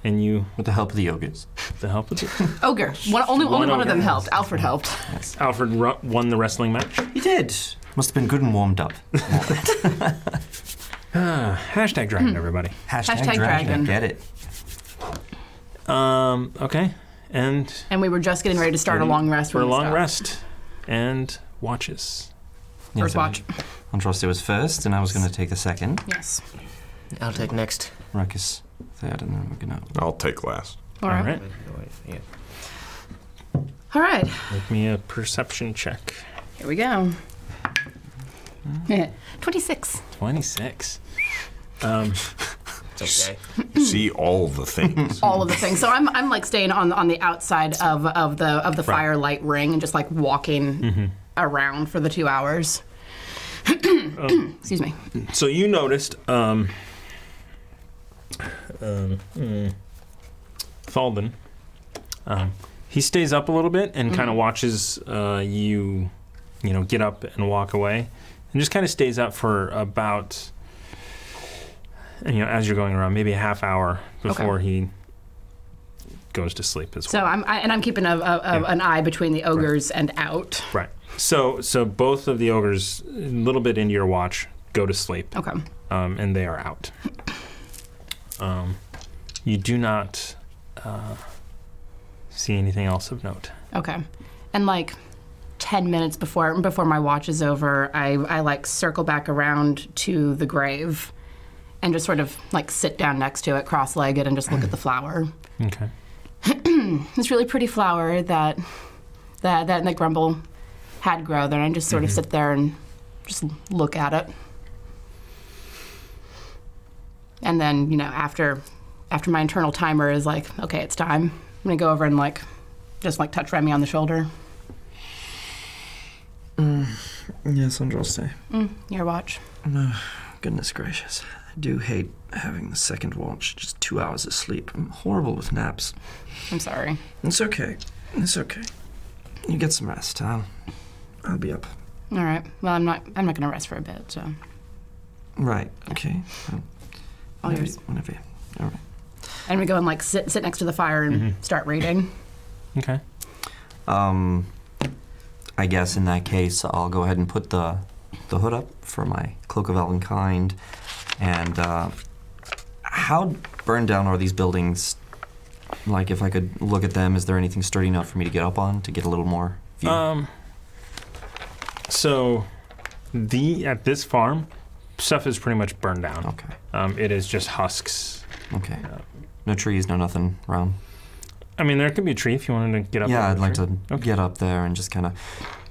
S1: and you
S2: with the help of the yogis.
S1: the help of the-
S4: Ogre. One, only only
S1: One
S4: one, of them
S1: ogre.
S4: helped. Alfred helped.
S1: Alfred ru- won the wrestling match.
S2: You did. Must have been good and warmed up.
S1: Ah, Hashtag dragon, everybody.
S2: Hashtag,
S4: Hashtag dragon.
S2: Get it.
S1: Um, okay. And
S4: And we were just getting ready to start a long rest.
S1: for
S4: when
S1: a
S4: we
S1: long
S4: stopped.
S1: rest and watches.
S2: Yeah,
S4: First
S2: so
S4: watch.
S2: Andraste was first, and I was going to take the second.
S4: Yes.
S6: I'll take next.
S2: Ruckus third, and then we're going to.
S3: I'll take last.
S4: All right.
S1: All right.
S4: All right.
S1: Make me a perception check.
S4: Here we go. Hmm. 26.
S1: 26. Um,
S6: It's okay.
S3: See all the things.
S4: All of the things. So I'm, I'm like staying on on the outside of, of the of the firelight ring and just like walking around for the two hours. Excuse me.
S1: So you noticed, um, um, mm, Thalden. Um, he stays up a little bit and kind of watches uh, you, you know, get up and walk away, and just kind of stays up for about, and, you know, as you're going around, maybe a half hour before he goes to sleep as well.
S4: So I'm I, and I'm keeping a, a, a, an eye between the ogres and out.
S1: right. So, so both of the ogres, a little bit into your watch, go to sleep.
S4: Okay.
S1: um, and they are out. Um, you do not uh, see anything else of note.
S4: Okay. And like 10 minutes before before my watch is over, I, I like circle back around to the grave and just sort of like sit down next to it cross-legged and just look at the flower.
S1: Okay.
S4: This really pretty flower that that that, that Grumble had grow there and I just sort of sit there and just look at it. And then, you know, after after my internal timer is like, okay, it's time. I'm gonna go over and like just like touch Remy on the shoulder.
S8: Yes, Andraste.
S4: Your watch.
S8: Goodness gracious. I do hate having the second watch, just two hours of sleep. I'm horrible with naps.
S4: I'm sorry.
S8: It's okay. It's okay.
S2: You get some rest. I'll,
S8: I'll be up.
S4: All right. Well, I'm not. I'm not going to rest for a bit. So
S2: right.
S8: Okay.
S2: Oh,
S4: all
S8: Whenever
S4: yours.
S8: you- Whenever you.
S4: And we go and like sit sit next to the fire and start reading.
S1: Okay.
S2: Um, I guess in that case, I'll go ahead and put the the hood up for my cloak of Elvenkind. And uh, how burned down are these buildings? Like, if I could look at them, is there anything sturdy enough for me to get up on to get a little more view?
S1: Um, so the at this farm, stuff is pretty much burned down.
S2: okay.
S1: Um, it is just husks.
S2: Okay. No trees, no nothing around.
S1: I mean, there could be a tree if you wanted to get up.
S2: Yeah,
S1: on
S2: I'd
S1: the
S2: like
S1: tree.
S2: to get up there and just kind of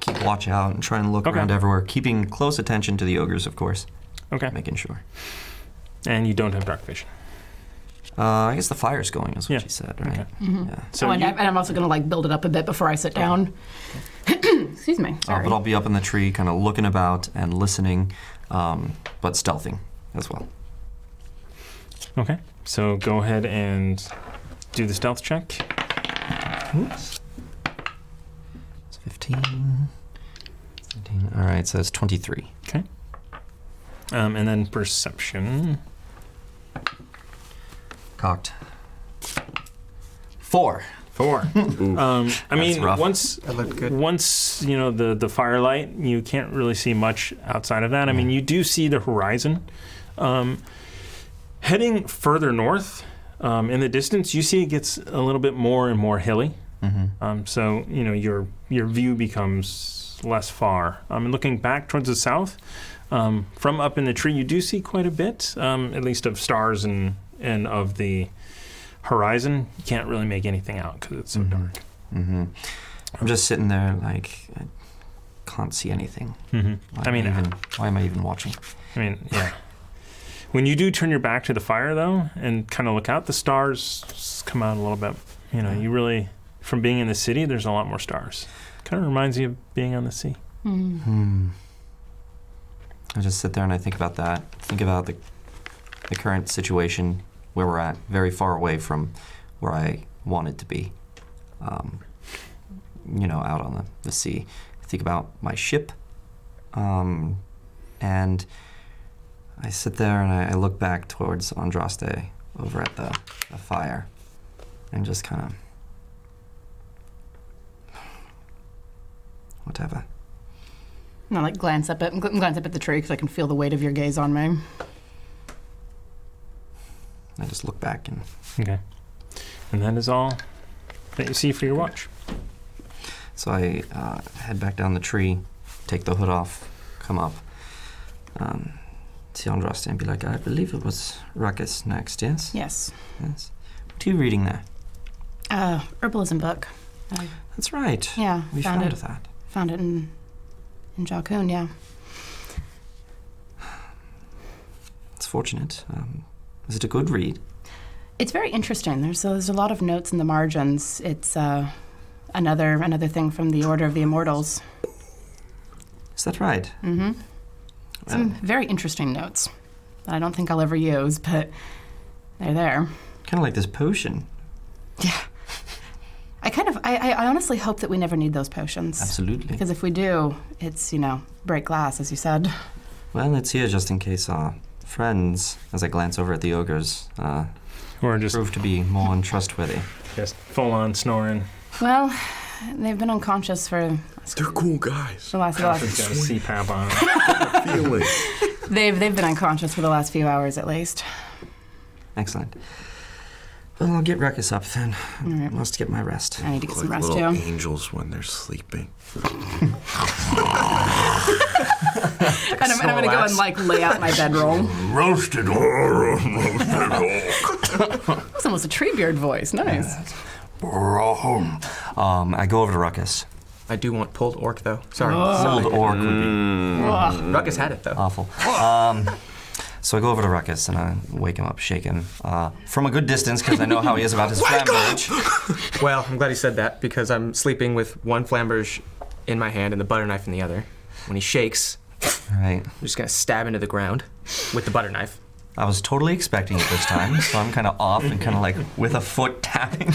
S2: keep watch out and try and look
S1: Okay.
S2: around everywhere, keeping close attention to the ogres, of course,
S1: Okay.
S2: making sure.
S1: And you don't have dark vision.
S2: Uh, I guess the fire's going, is what
S1: Yeah.
S2: she said, right? Yeah.
S1: So
S4: oh, and,
S1: you-
S4: I, and I'm also going to like build it up a bit before I sit down. Excuse me.
S2: Uh,
S4: Sorry.
S2: but I'll be up in the tree, kind of looking about and listening, um, but stealthing as well.
S1: Okay. So go ahead and do the stealth check.
S2: It's 15, 17. All right, so it's 23.
S1: Um, and then perception.
S2: Cocked. Four.
S1: Four. um, I mean,
S2: rough.
S1: once once you know the the firelight, you can't really see much outside of that. I mean, you do see the horizon. Um, heading further north, um, in the distance, you see it gets a little bit more and more hilly.
S2: Mm-hmm.
S1: Um, so you know your your view becomes less far. Um, and looking back towards the south, um, from up in the tree, you do see quite a bit, um, at least of stars and and of the horizon. You can't really make anything out because it's so dark.
S2: hmm I'm just sitting there like, I can't see anything.
S1: hmm
S2: Why
S1: I
S2: am
S1: mean,
S2: even, why am I even watching?
S1: I mean, yeah. When you do turn your back to the fire, though, and kind of look out, the stars s- come out a little bit. You know, you really, from being in the city, there's a lot more stars. Kind of reminds you of being on the sea.
S4: Mm.
S2: Hmm. I just sit there and I think about that. Think about the the current situation where we're at, very far away from where I wanted to be. Um, you know, out on the, the sea. Think about my ship. Um, and I sit there and I, I look back towards Andraste over at the, the fire and just kind of. Whatever.
S4: And I like glance up at gl- glance up at the tree because I can feel the weight of your gaze on me.
S2: I just look back and
S1: Okay. And that is all that you see for your watch.
S2: So I uh, head back down the tree, take the hood off, come up. Um, see Andraste and be like, I believe it was Ruckus next, yes?
S4: Yes.
S2: Yes. What are you reading there?
S4: Uh, herbalism book. I,
S2: That's right.
S4: yeah,
S2: We
S4: found,
S2: found
S4: it.
S2: that.
S4: Found it in in Jalcoon, yeah.
S2: It's fortunate. Um, is it a good read?
S4: It's very interesting. There's there's a lot of notes in the margins. It's uh, another another thing from the Order of the Immortals.
S2: Is that right?
S4: hmm Some
S2: Well,
S4: very interesting notes that I don't think I'll ever use, but they're there.
S2: kind of like this potion.
S4: I kind of I, I I honestly hope that we never need those potions.
S2: Absolutely.
S4: Because if we do, it's you know break glass, as you said.
S2: Well, it's here just in case our friends, as I glance over at the ogres, uh,
S1: Or just
S2: prove to be more untrustworthy.
S1: just full on snoring.
S4: Well, they've been unconscious for
S3: They're cool guys.
S4: the last. The
S1: He's got
S4: last
S1: a CPAP on.
S3: Feel it.
S4: they've they've been unconscious for the last few hours at least.
S2: Excellent. Well, I'll get Ruckus up then.
S4: All right.
S2: Must get my rest.
S4: I need to get some
S3: Like
S4: rest
S3: little
S4: too.
S3: angels when they're sleeping.
S4: And I'm, and I'm gonna go and like lay out my bedroll.
S3: Roasted horror, roasted
S4: It's almost a tree beard voice. Nice.
S2: Um, I go over to Ruckus.
S6: I do want pulled orc though. Sorry.
S2: Old orc would be
S3: Mm.
S4: Ugh.
S6: Ruckus had it though.
S2: awful. Um, so I go over to Ruckus and I wake him up, shake him uh, from a good distance because I know how he is about his flamberge.
S6: Well, I'm glad you said that because I'm sleeping with one flamberge in my hand and the butter knife in the other. When he shakes,
S2: All right.
S6: I'm just gonna stab into the ground with the butter knife.
S2: I was totally expecting it this time, so I'm kind of off and kind of like with a foot tapping.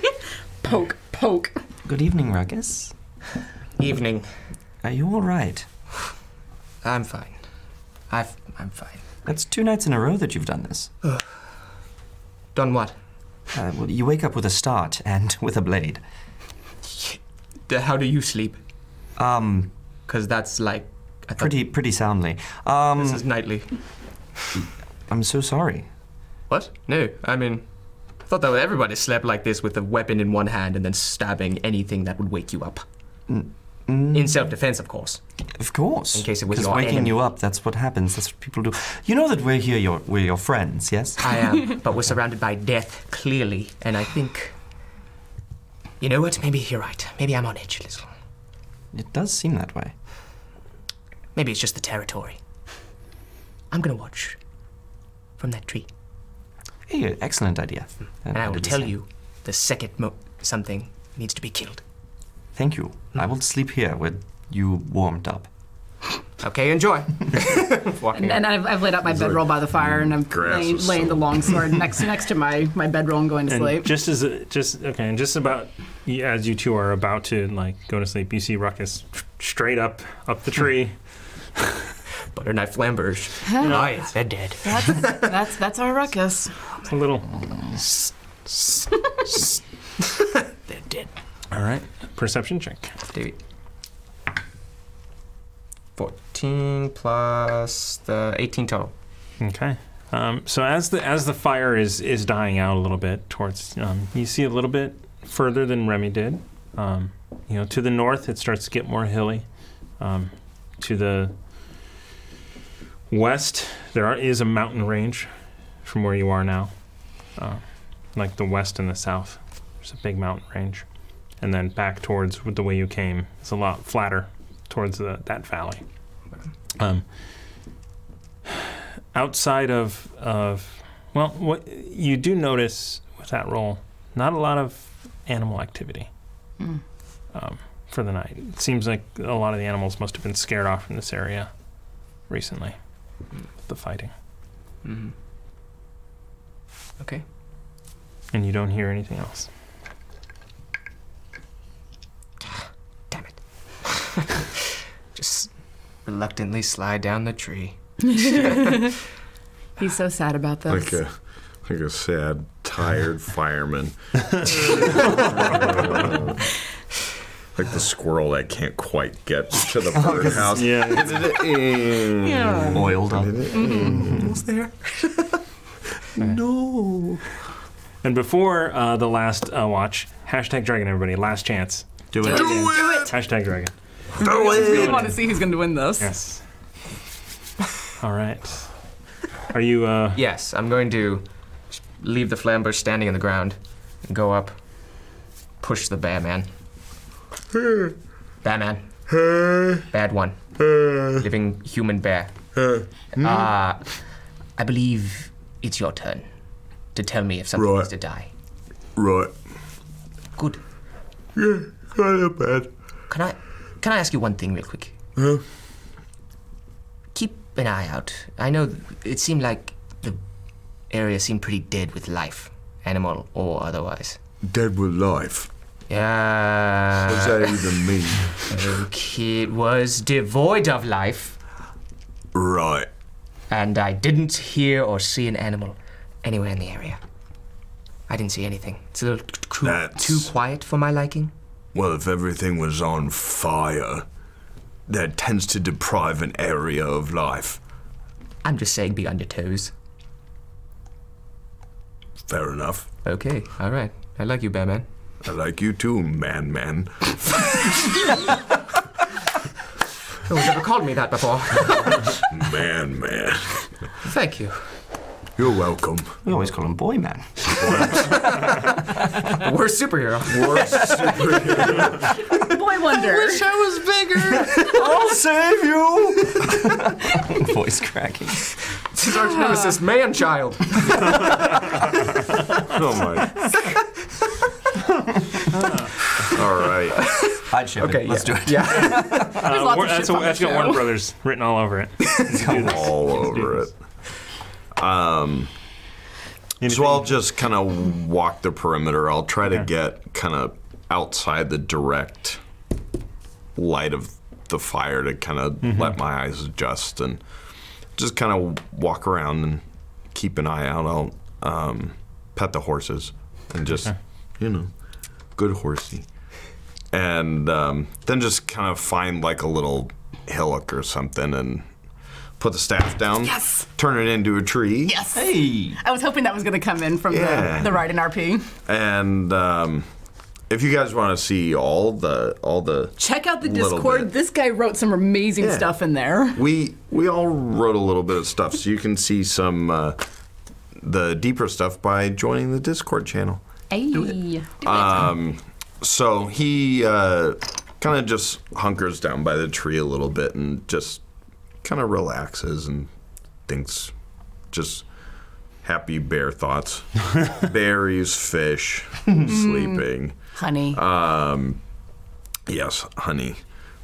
S4: Poke, poke.
S2: good evening, Ruckus.
S6: Evening.
S2: Are you all right?
S6: I'm fine. I've, I'm fine.
S2: That's two nights in a row that you've done this.
S6: Done what?
S2: Uh, well, you wake up with a start and with a blade.
S6: D- How do you sleep?
S2: Um,
S6: Because that's like I thought
S2: pretty pretty soundly. Um,
S6: This is nightly.
S2: I'm so sorry.
S6: What? No, I mean, I thought that everybody slept like this with a weapon in one hand and then stabbing anything that would wake you up. In self-defense, of course.
S2: Of course.
S6: In case it was
S2: 'Cause
S6: your
S2: waking
S6: enemy.
S2: you up, that's what happens. That's what people do. You know that we're here, your, we're your friends, yes?
S6: I am, but we're surrounded by death, clearly, and I think. You know what? Maybe you're right. Maybe I'm on edge a little.
S2: It does seem that way.
S6: Maybe it's just the territory. I'm gonna watch from that tree,
S2: Hey, excellent idea.
S6: Hmm. and I will
S2: did the
S6: tell
S2: same.
S6: you the second mo- something needs to be killed.
S2: Thank you. I will sleep here with you warmed up.
S6: Okay, enjoy.
S4: And,
S6: Walking
S4: and I've, I've laid out my bedroll by the fire, and I'm
S3: grass
S4: laying,
S3: is
S4: laying
S3: so-
S4: the long sword next next to my, my bedroll and going to
S1: And
S4: sleep.
S1: just as just okay, and just about yeah, as you two are about to like go to sleep, you see Ruckus straight up up the tree.
S6: butter knife flamberge. Nice. They're dead.
S4: that's, that's that's our ruckus.
S1: It's a little.
S6: They're dead.
S1: All right, perception check.
S6: Davey. 14 plus the 18 total.
S1: Okay. Um, so as the as the fire is is dying out a little bit towards, um, you see a little bit further than Remy did. Um, you know, to the north it starts to get more hilly. Um, to the west there are, is a mountain range from where you are now, uh, like the west and the south. There's a big mountain range, and then back towards with the way you came, it's a lot flatter towards the, that valley. Um, outside of of well, what you do notice with that roll, not a lot of animal activity
S4: Mm.
S1: um, for the night. It seems like a lot of the animals must have been scared off from this area recently. The fighting,
S6: Mm-hmm. Okay.
S1: and you don't hear anything else.
S6: Damn it. Just reluctantly slide down the tree.
S4: He's so sad about this.
S3: Like a like a sad, tired fireman. like the squirrel that can't quite get to the birdhouse.
S1: Yeah,
S3: yeah.
S2: Oiled up.
S3: Almost there. no.
S1: And before uh, the last uh, watch, hashtag dragon, everybody. Last chance.
S2: Do it.
S1: Hashtag dragon.
S9: We want to see who's going to win this.
S1: Yes. All right. Are you? Uh,
S6: Yes, I'm going to leave the flamber standing on the ground and go up, push the bear man. Bear man. Bad one. Living human bear. Uh, I believe it's your turn to tell me if something
S3: Right.
S6: needs to die.
S3: Right.
S6: Good.
S3: Yeah, kind of bad.
S6: Can I can I ask you one thing real quick? Keep an eye out. I know it seemed like the area seemed pretty dead with life, animal or otherwise.
S3: Dead with life. What does
S6: Yeah.
S3: that even mean?
S6: Okay, it was devoid of life,
S3: Right.
S6: and I didn't hear or see an animal anywhere in the area. I didn't see anything. It's a little too,
S3: That's-
S6: too quiet for my liking.
S3: Well, if everything was on fire, that tends to deprive an area of life.
S6: I'm just saying be on your toes.
S3: Fair enough.
S6: Okay, all right. I like you, Batman.
S3: I like you too, man, man.
S6: No one's ever called me that before.
S3: Man, man.
S6: Thank you.
S3: You're welcome.
S2: We always call him Boy Man.
S6: We're superhero.
S9: Boy Wonder.
S6: I was bigger.
S10: I'll save you!
S2: Voice cracking.
S6: this is our nemesis, man child.
S3: Oh my. All right.
S2: I'd ship
S6: Okay,
S2: it. Let's
S6: yeah.
S2: do it.
S6: Yeah.
S1: uh,
S9: lots
S1: War-
S9: of shit
S1: that's
S9: on
S1: that's
S9: the
S1: got
S9: show.
S1: Warner Brothers written all over it. Let's do this.
S3: All over
S1: this.
S3: it. Um, so I'll just kind of walk the perimeter. I'll try to get kind of outside the direct light of the fire to kind of let my eyes adjust and just kind of walk around and keep an eye out. I'll um, pet the horses and just, you know, good horsey. And um, then just kind of find like a little hillock or something and put the staff down.
S9: Yes.
S3: Turn it into a tree.
S9: Yes. I was hoping that was going to come in from
S3: Yeah.
S9: the, the ride in RP.
S3: And um, if you guys want to see all the all the
S9: Check out the
S3: Little
S9: Discord.
S3: bit.
S9: This guy wrote some amazing
S3: Yeah.
S9: stuff in there.
S3: we we all wrote a little bit of stuff, so you can see some uh, the deeper stuff by joining the Discord channel.
S4: Hey.
S3: So he uh, kind of just hunkers down by the tree a little bit and just kind of relaxes and thinks just happy bear thoughts, berries, fish, sleeping.
S4: Honey.
S3: Yes, honey,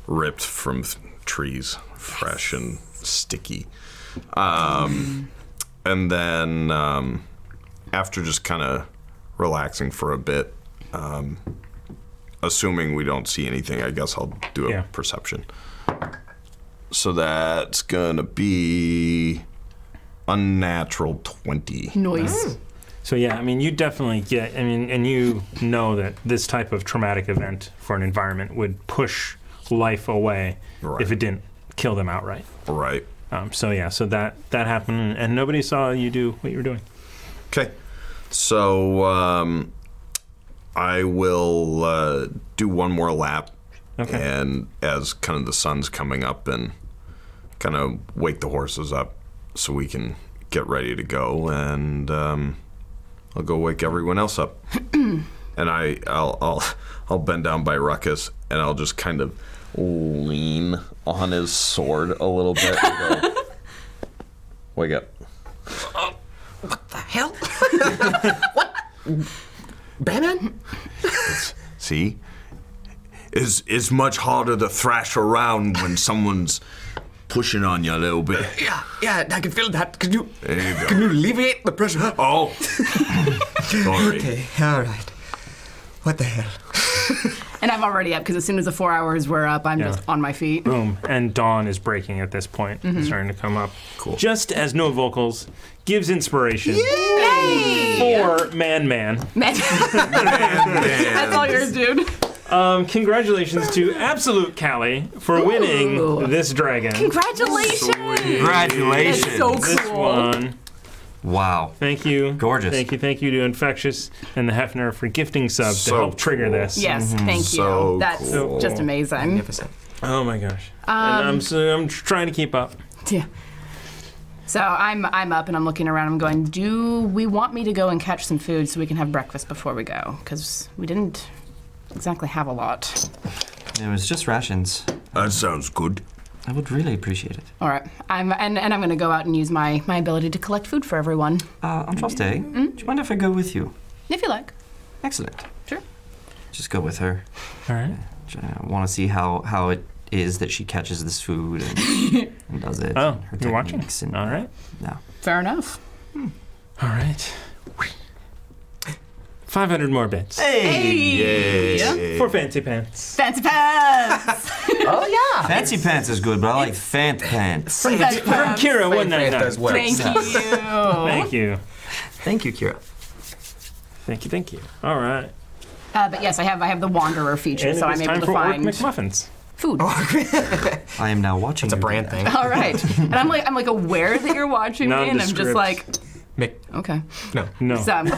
S3: ripped from th- trees, fresh and sticky. Um, and then um, after just kind of relaxing for a bit, um, assuming we don't see anything, I guess I'll do a
S1: Yeah.
S3: perception. So that's gonna be unnatural twenty.
S9: Noise.
S1: So yeah, I mean, you definitely get. I mean, and you know that this type of traumatic event for an environment would push life away
S3: Right.
S1: if it didn't kill them outright.
S3: Right.
S1: Um, so yeah, so that that happened, and nobody saw you do what you were doing.
S3: Okay. So um, I will uh, do one more lap,
S1: Okay.
S3: and as kind of the sun's coming up, and kind of wake the horses up so we can get ready to go, and um, I'll go wake everyone else up. and I, I'll, I'll, I'll bend down by Ruckus, and I'll just kind of lean on his sword a little bit. And go, wake up.
S6: Hell? what? Batman?
S3: See? It's, it's much harder to thrash around when someone's pushing on you a little bit.
S6: Yeah, yeah, I can feel that. Can you,
S3: There you go.
S6: can you alleviate the pressure?
S3: Oh! Sorry.
S6: all right. What the hell?
S9: And I'm already up because as soon as the four hours were up, I'm
S1: Yeah. Oh.
S9: just on my feet.
S1: Boom, and dawn is breaking at this point,
S9: Mm-hmm.
S1: it's starting to come up. Cool. Just as no vocals gives inspiration for Man Man.
S9: Man, that's all yours, dude.
S1: Um, congratulations to Absolute Cali for winning this dragon.
S9: Congratulations.
S2: Congratulations.
S9: It's so
S1: This
S9: cool.
S1: one
S2: Wow.
S1: Thank you.
S2: Gorgeous.
S1: Thank you, thank you to Infectious and the Hefner for gifting subs
S3: So
S1: to help trigger
S3: cool.
S1: this.
S4: Yes, thank you.
S3: So
S4: That's
S3: cool.
S4: just amazing.
S6: Magnificent.
S1: Oh my gosh.
S4: Um,
S1: and I'm so, I'm trying to keep up.
S4: Yeah. So I'm I'm up and I'm looking around. I'm going. Do we want me to go and catch some food so we can have breakfast before we go? Because we didn't exactly have a lot.
S2: It was just rations.
S3: That sounds good.
S2: I would really appreciate it.
S4: All right. I'm and, and I'm going to go out and use my my ability to collect food for everyone,
S2: Uh, Andraste, do you mind if I go with you?
S4: if you like.
S2: Excellent.
S4: Sure.
S2: Just go with her.
S1: All right.
S2: I want to see how, how it is that she catches this food and, and does it.
S1: Oh,
S2: and her
S1: you're watching?
S2: techniques And,
S1: All right.
S2: No.
S4: Fair enough.
S1: All right. 500 more bits
S3: Yay.
S1: for Fancy Pants.
S4: Fancy pants.
S6: Oh yeah.
S2: Fancy pants is good, but I like fant pants.
S4: Fancy
S1: From
S4: pants.
S1: Kira, one nine
S6: does
S1: nine.
S6: work.
S4: Thank
S1: Thank
S4: you.
S1: you.
S2: Thank you, Kira.
S1: Thank you. Thank you. All right.
S4: Uh, but yes, I have I have the wanderer feature,
S1: And
S4: so
S1: it
S4: I'm
S1: is
S4: able
S1: time
S4: to
S1: for Orc
S4: find
S1: McMuffins.
S4: food.
S2: I am now watching.
S6: It's a
S2: you do
S6: brand
S2: that.
S6: thing.
S4: All right. And I'm like I'm like aware that you're watching me, and I'm just
S1: Nondescript.
S4: like
S6: Mick,
S4: okay.
S6: no.
S1: No.
S4: So I'm-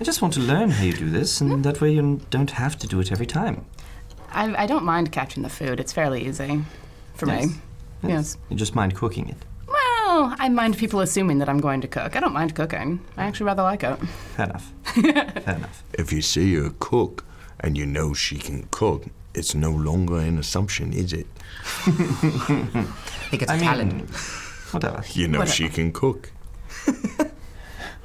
S2: I just want to learn how you do this, and that way you don't have to do it every time.
S4: I, I don't mind catching the food. It's fairly easy for me. Yes.
S2: You just mind cooking it.
S4: Well, I mind people assuming that I'm going to cook. I don't mind cooking. I actually rather like it.
S2: Fair enough. Fair enough.
S3: If you see her cook and you know she can cook, it's no longer an assumption, is it?
S6: I think it's
S2: I mean,
S6: talent.
S2: whatever.
S3: You know she can cook.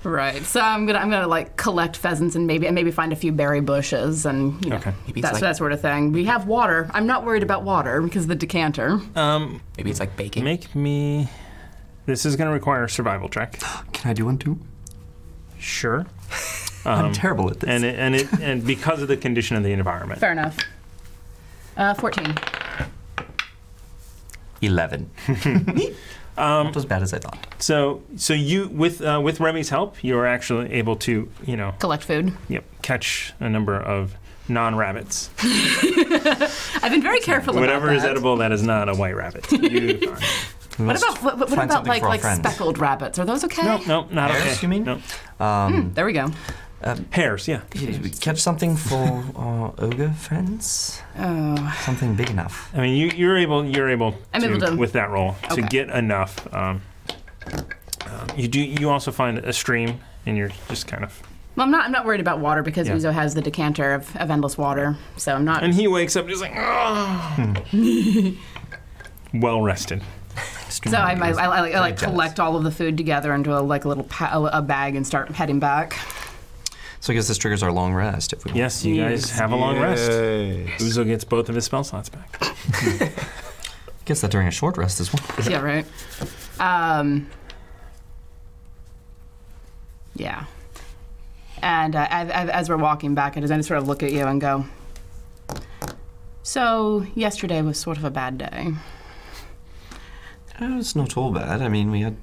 S4: Right. So I'm gonna I'm gonna like collect pheasants and maybe and maybe find a few berry bushes and you know
S1: Okay.
S6: Maybe it's
S4: that,
S6: like-
S4: that sort of thing. We have water. I'm not worried about water because of the decanter.
S1: Um,
S6: Maybe it's like baking.
S1: make me. This is going to require a survival check.
S2: Can I do one too?
S1: Sure.
S2: I'm terrible at this.
S1: Um, And it, and it and because of the condition of the environment.
S4: Fair enough. Uh, 14.
S2: 11.
S1: Um,
S2: Not as bad as I thought.
S1: So so you with uh, with Remy's help, you are actually able to you know
S4: Collect food.
S1: yep, catch a number of non rabbits.
S4: I've been very careful
S1: Whatever
S4: about
S1: is
S4: that.
S1: edible, that is not a white rabbit. You,
S4: What about what, what
S2: Find
S4: about
S2: something
S4: like
S2: for our
S4: like
S2: friends.
S4: speckled rabbits? Are those okay?
S1: no, no, not
S2: Hares,
S1: okay.
S2: you mean?
S1: No.
S2: Um,
S4: There we go.
S1: Hares, yeah.
S2: did we catch something for our ogre friends?
S4: Oh,
S2: Something big enough.
S1: I mean, you, you're able. You're able.
S4: I'm
S1: to,
S4: able to-
S1: with that roll to
S4: Okay.
S1: get enough. Um, um, you do. You also find a stream, and you're just kind of.
S4: well, I'm not. I'm not worried about water because
S1: Yeah.
S4: Uzo has the decanter of, of endless water, so I'm not.
S1: And he wakes up just like, "Ah." well rested.
S4: So I, I, I, I, like collect all of the food together into a like a little pa- a bag and start heading back.
S2: So I guess this triggers our long rest if we want.
S1: Yes, you guys have a long rest. Uzo gets both of his spell slots back.
S2: I guess that during a short rest as well.
S4: yeah, right. Um, yeah. And uh, I, I, as we're walking back, I just, I just sort of look at you and go. So yesterday was sort of a bad day.
S2: Oh, it's not all bad. I mean, we had.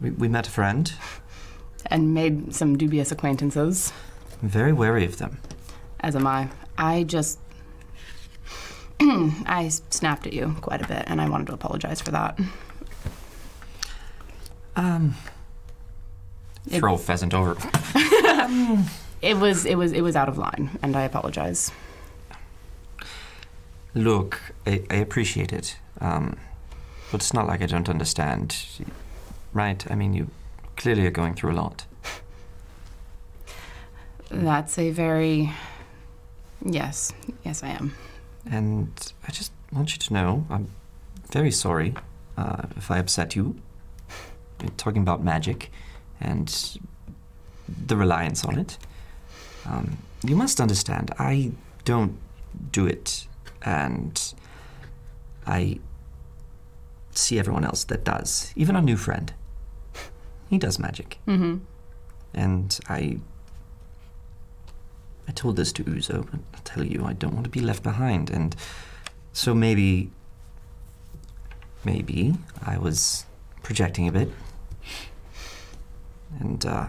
S2: We, we met a friend.
S4: and made some dubious acquaintances,
S2: I'm very wary of them.
S4: as am I. I just. I snapped at you quite a bit, and I wanted to apologize for that.
S2: Um.
S4: It-
S2: Throw pheasant over.
S4: It was it was it was out of line, and I apologize.
S2: Look, I, I appreciate it. Um, but it's not like I don't understand. Right? I mean, you clearly are going through a lot.
S4: That's a very yes, yes, I am.
S2: And I just want you to know I'm very sorry uh, if I upset you. We're talking about magic and the reliance on it. Um, you must understand, I don't do it, and I see everyone else that does, even our new friend. He does magic. Mm-hmm. And I I told this to Uzo, but I tell you, I don't want to be left behind. And so maybe, maybe I was projecting a bit. And uh,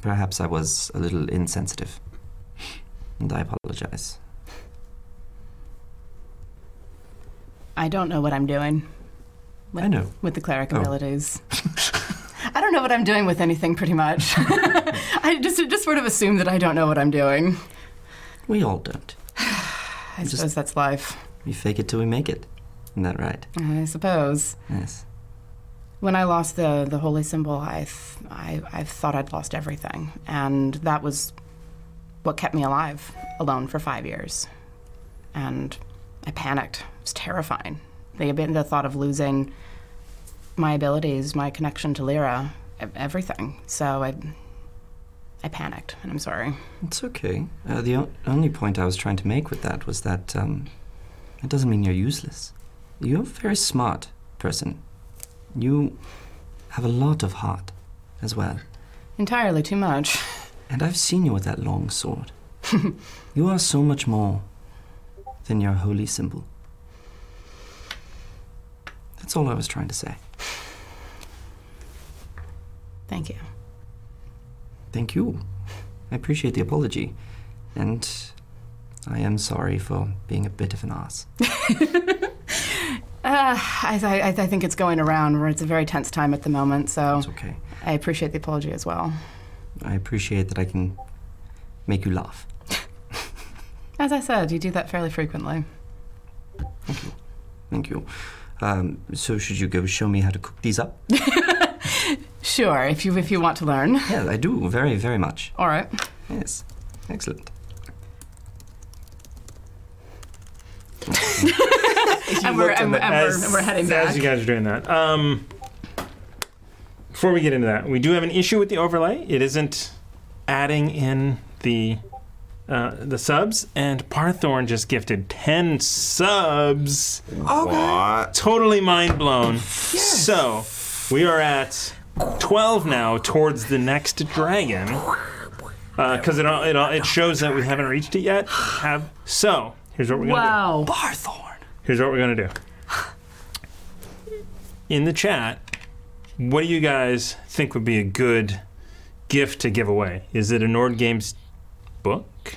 S2: perhaps I was a little insensitive. And I apologize.
S4: I don't know what I'm doing
S2: I know.
S4: with the cleric
S2: Oh.
S4: abilities. I don't know what I'm doing with anything, pretty much. I just just sort of assume that I don't know what I'm doing.
S2: We all don't.
S4: I suppose that's life.
S2: We fake it till we make it. Isn't that right?
S4: I suppose.
S2: Yes.
S4: When I lost the the holy symbol, I, th- I I thought I'd lost everything, and that was what kept me alive alone for five years. And I panicked. It was terrifying. The ab- the thought of losing my abilities, my connection to Lyra, e- everything. So I I panicked, and I'm sorry.
S2: It's okay. Uh, the o- only point I was trying to make with that was that um, it doesn't mean you're useless. You're a very smart person. You have a lot of heart as well.
S4: Entirely too much.
S2: And I've seen you with that long sword. you are so much more than your holy symbol. That's all I was trying to say.
S4: Thank you.
S2: Thank you. I appreciate the apology. And I am sorry for being a bit of an ass.
S4: Uh, I, I, I think it's going around where it's a very tense time at the moment, so
S2: It's okay.
S4: I appreciate the apology as well.
S2: I appreciate that I can make you laugh.
S4: As I said, you do that fairly frequently.
S2: Thank you. Um, so, should you go show me how to cook these up?
S4: Sure, if you if you want to learn.
S2: yeah, I do. Very, very much.
S4: All right.
S2: Yes. Excellent.
S4: And we're,
S6: looked
S4: and,
S6: in the-
S4: and we're,
S1: As-
S4: and we're heading
S1: As
S4: back.
S1: you guys are doing that, um, before we get into that, we do have an issue with the overlay. It isn't adding in the uh, the subs, and Parthorn just gifted ten subs.
S3: What?
S1: Totally mind blown. So we are at twelve now, towards the next dragon, because it all, it all, it shows that we haven't reached it yet. Have so. Here's what we're gonna do.
S4: Wow.
S2: Barthorn!
S1: Here's what we're gonna do. In the chat, what do you guys think would be a good gift to give away? Is it a Nord Games book,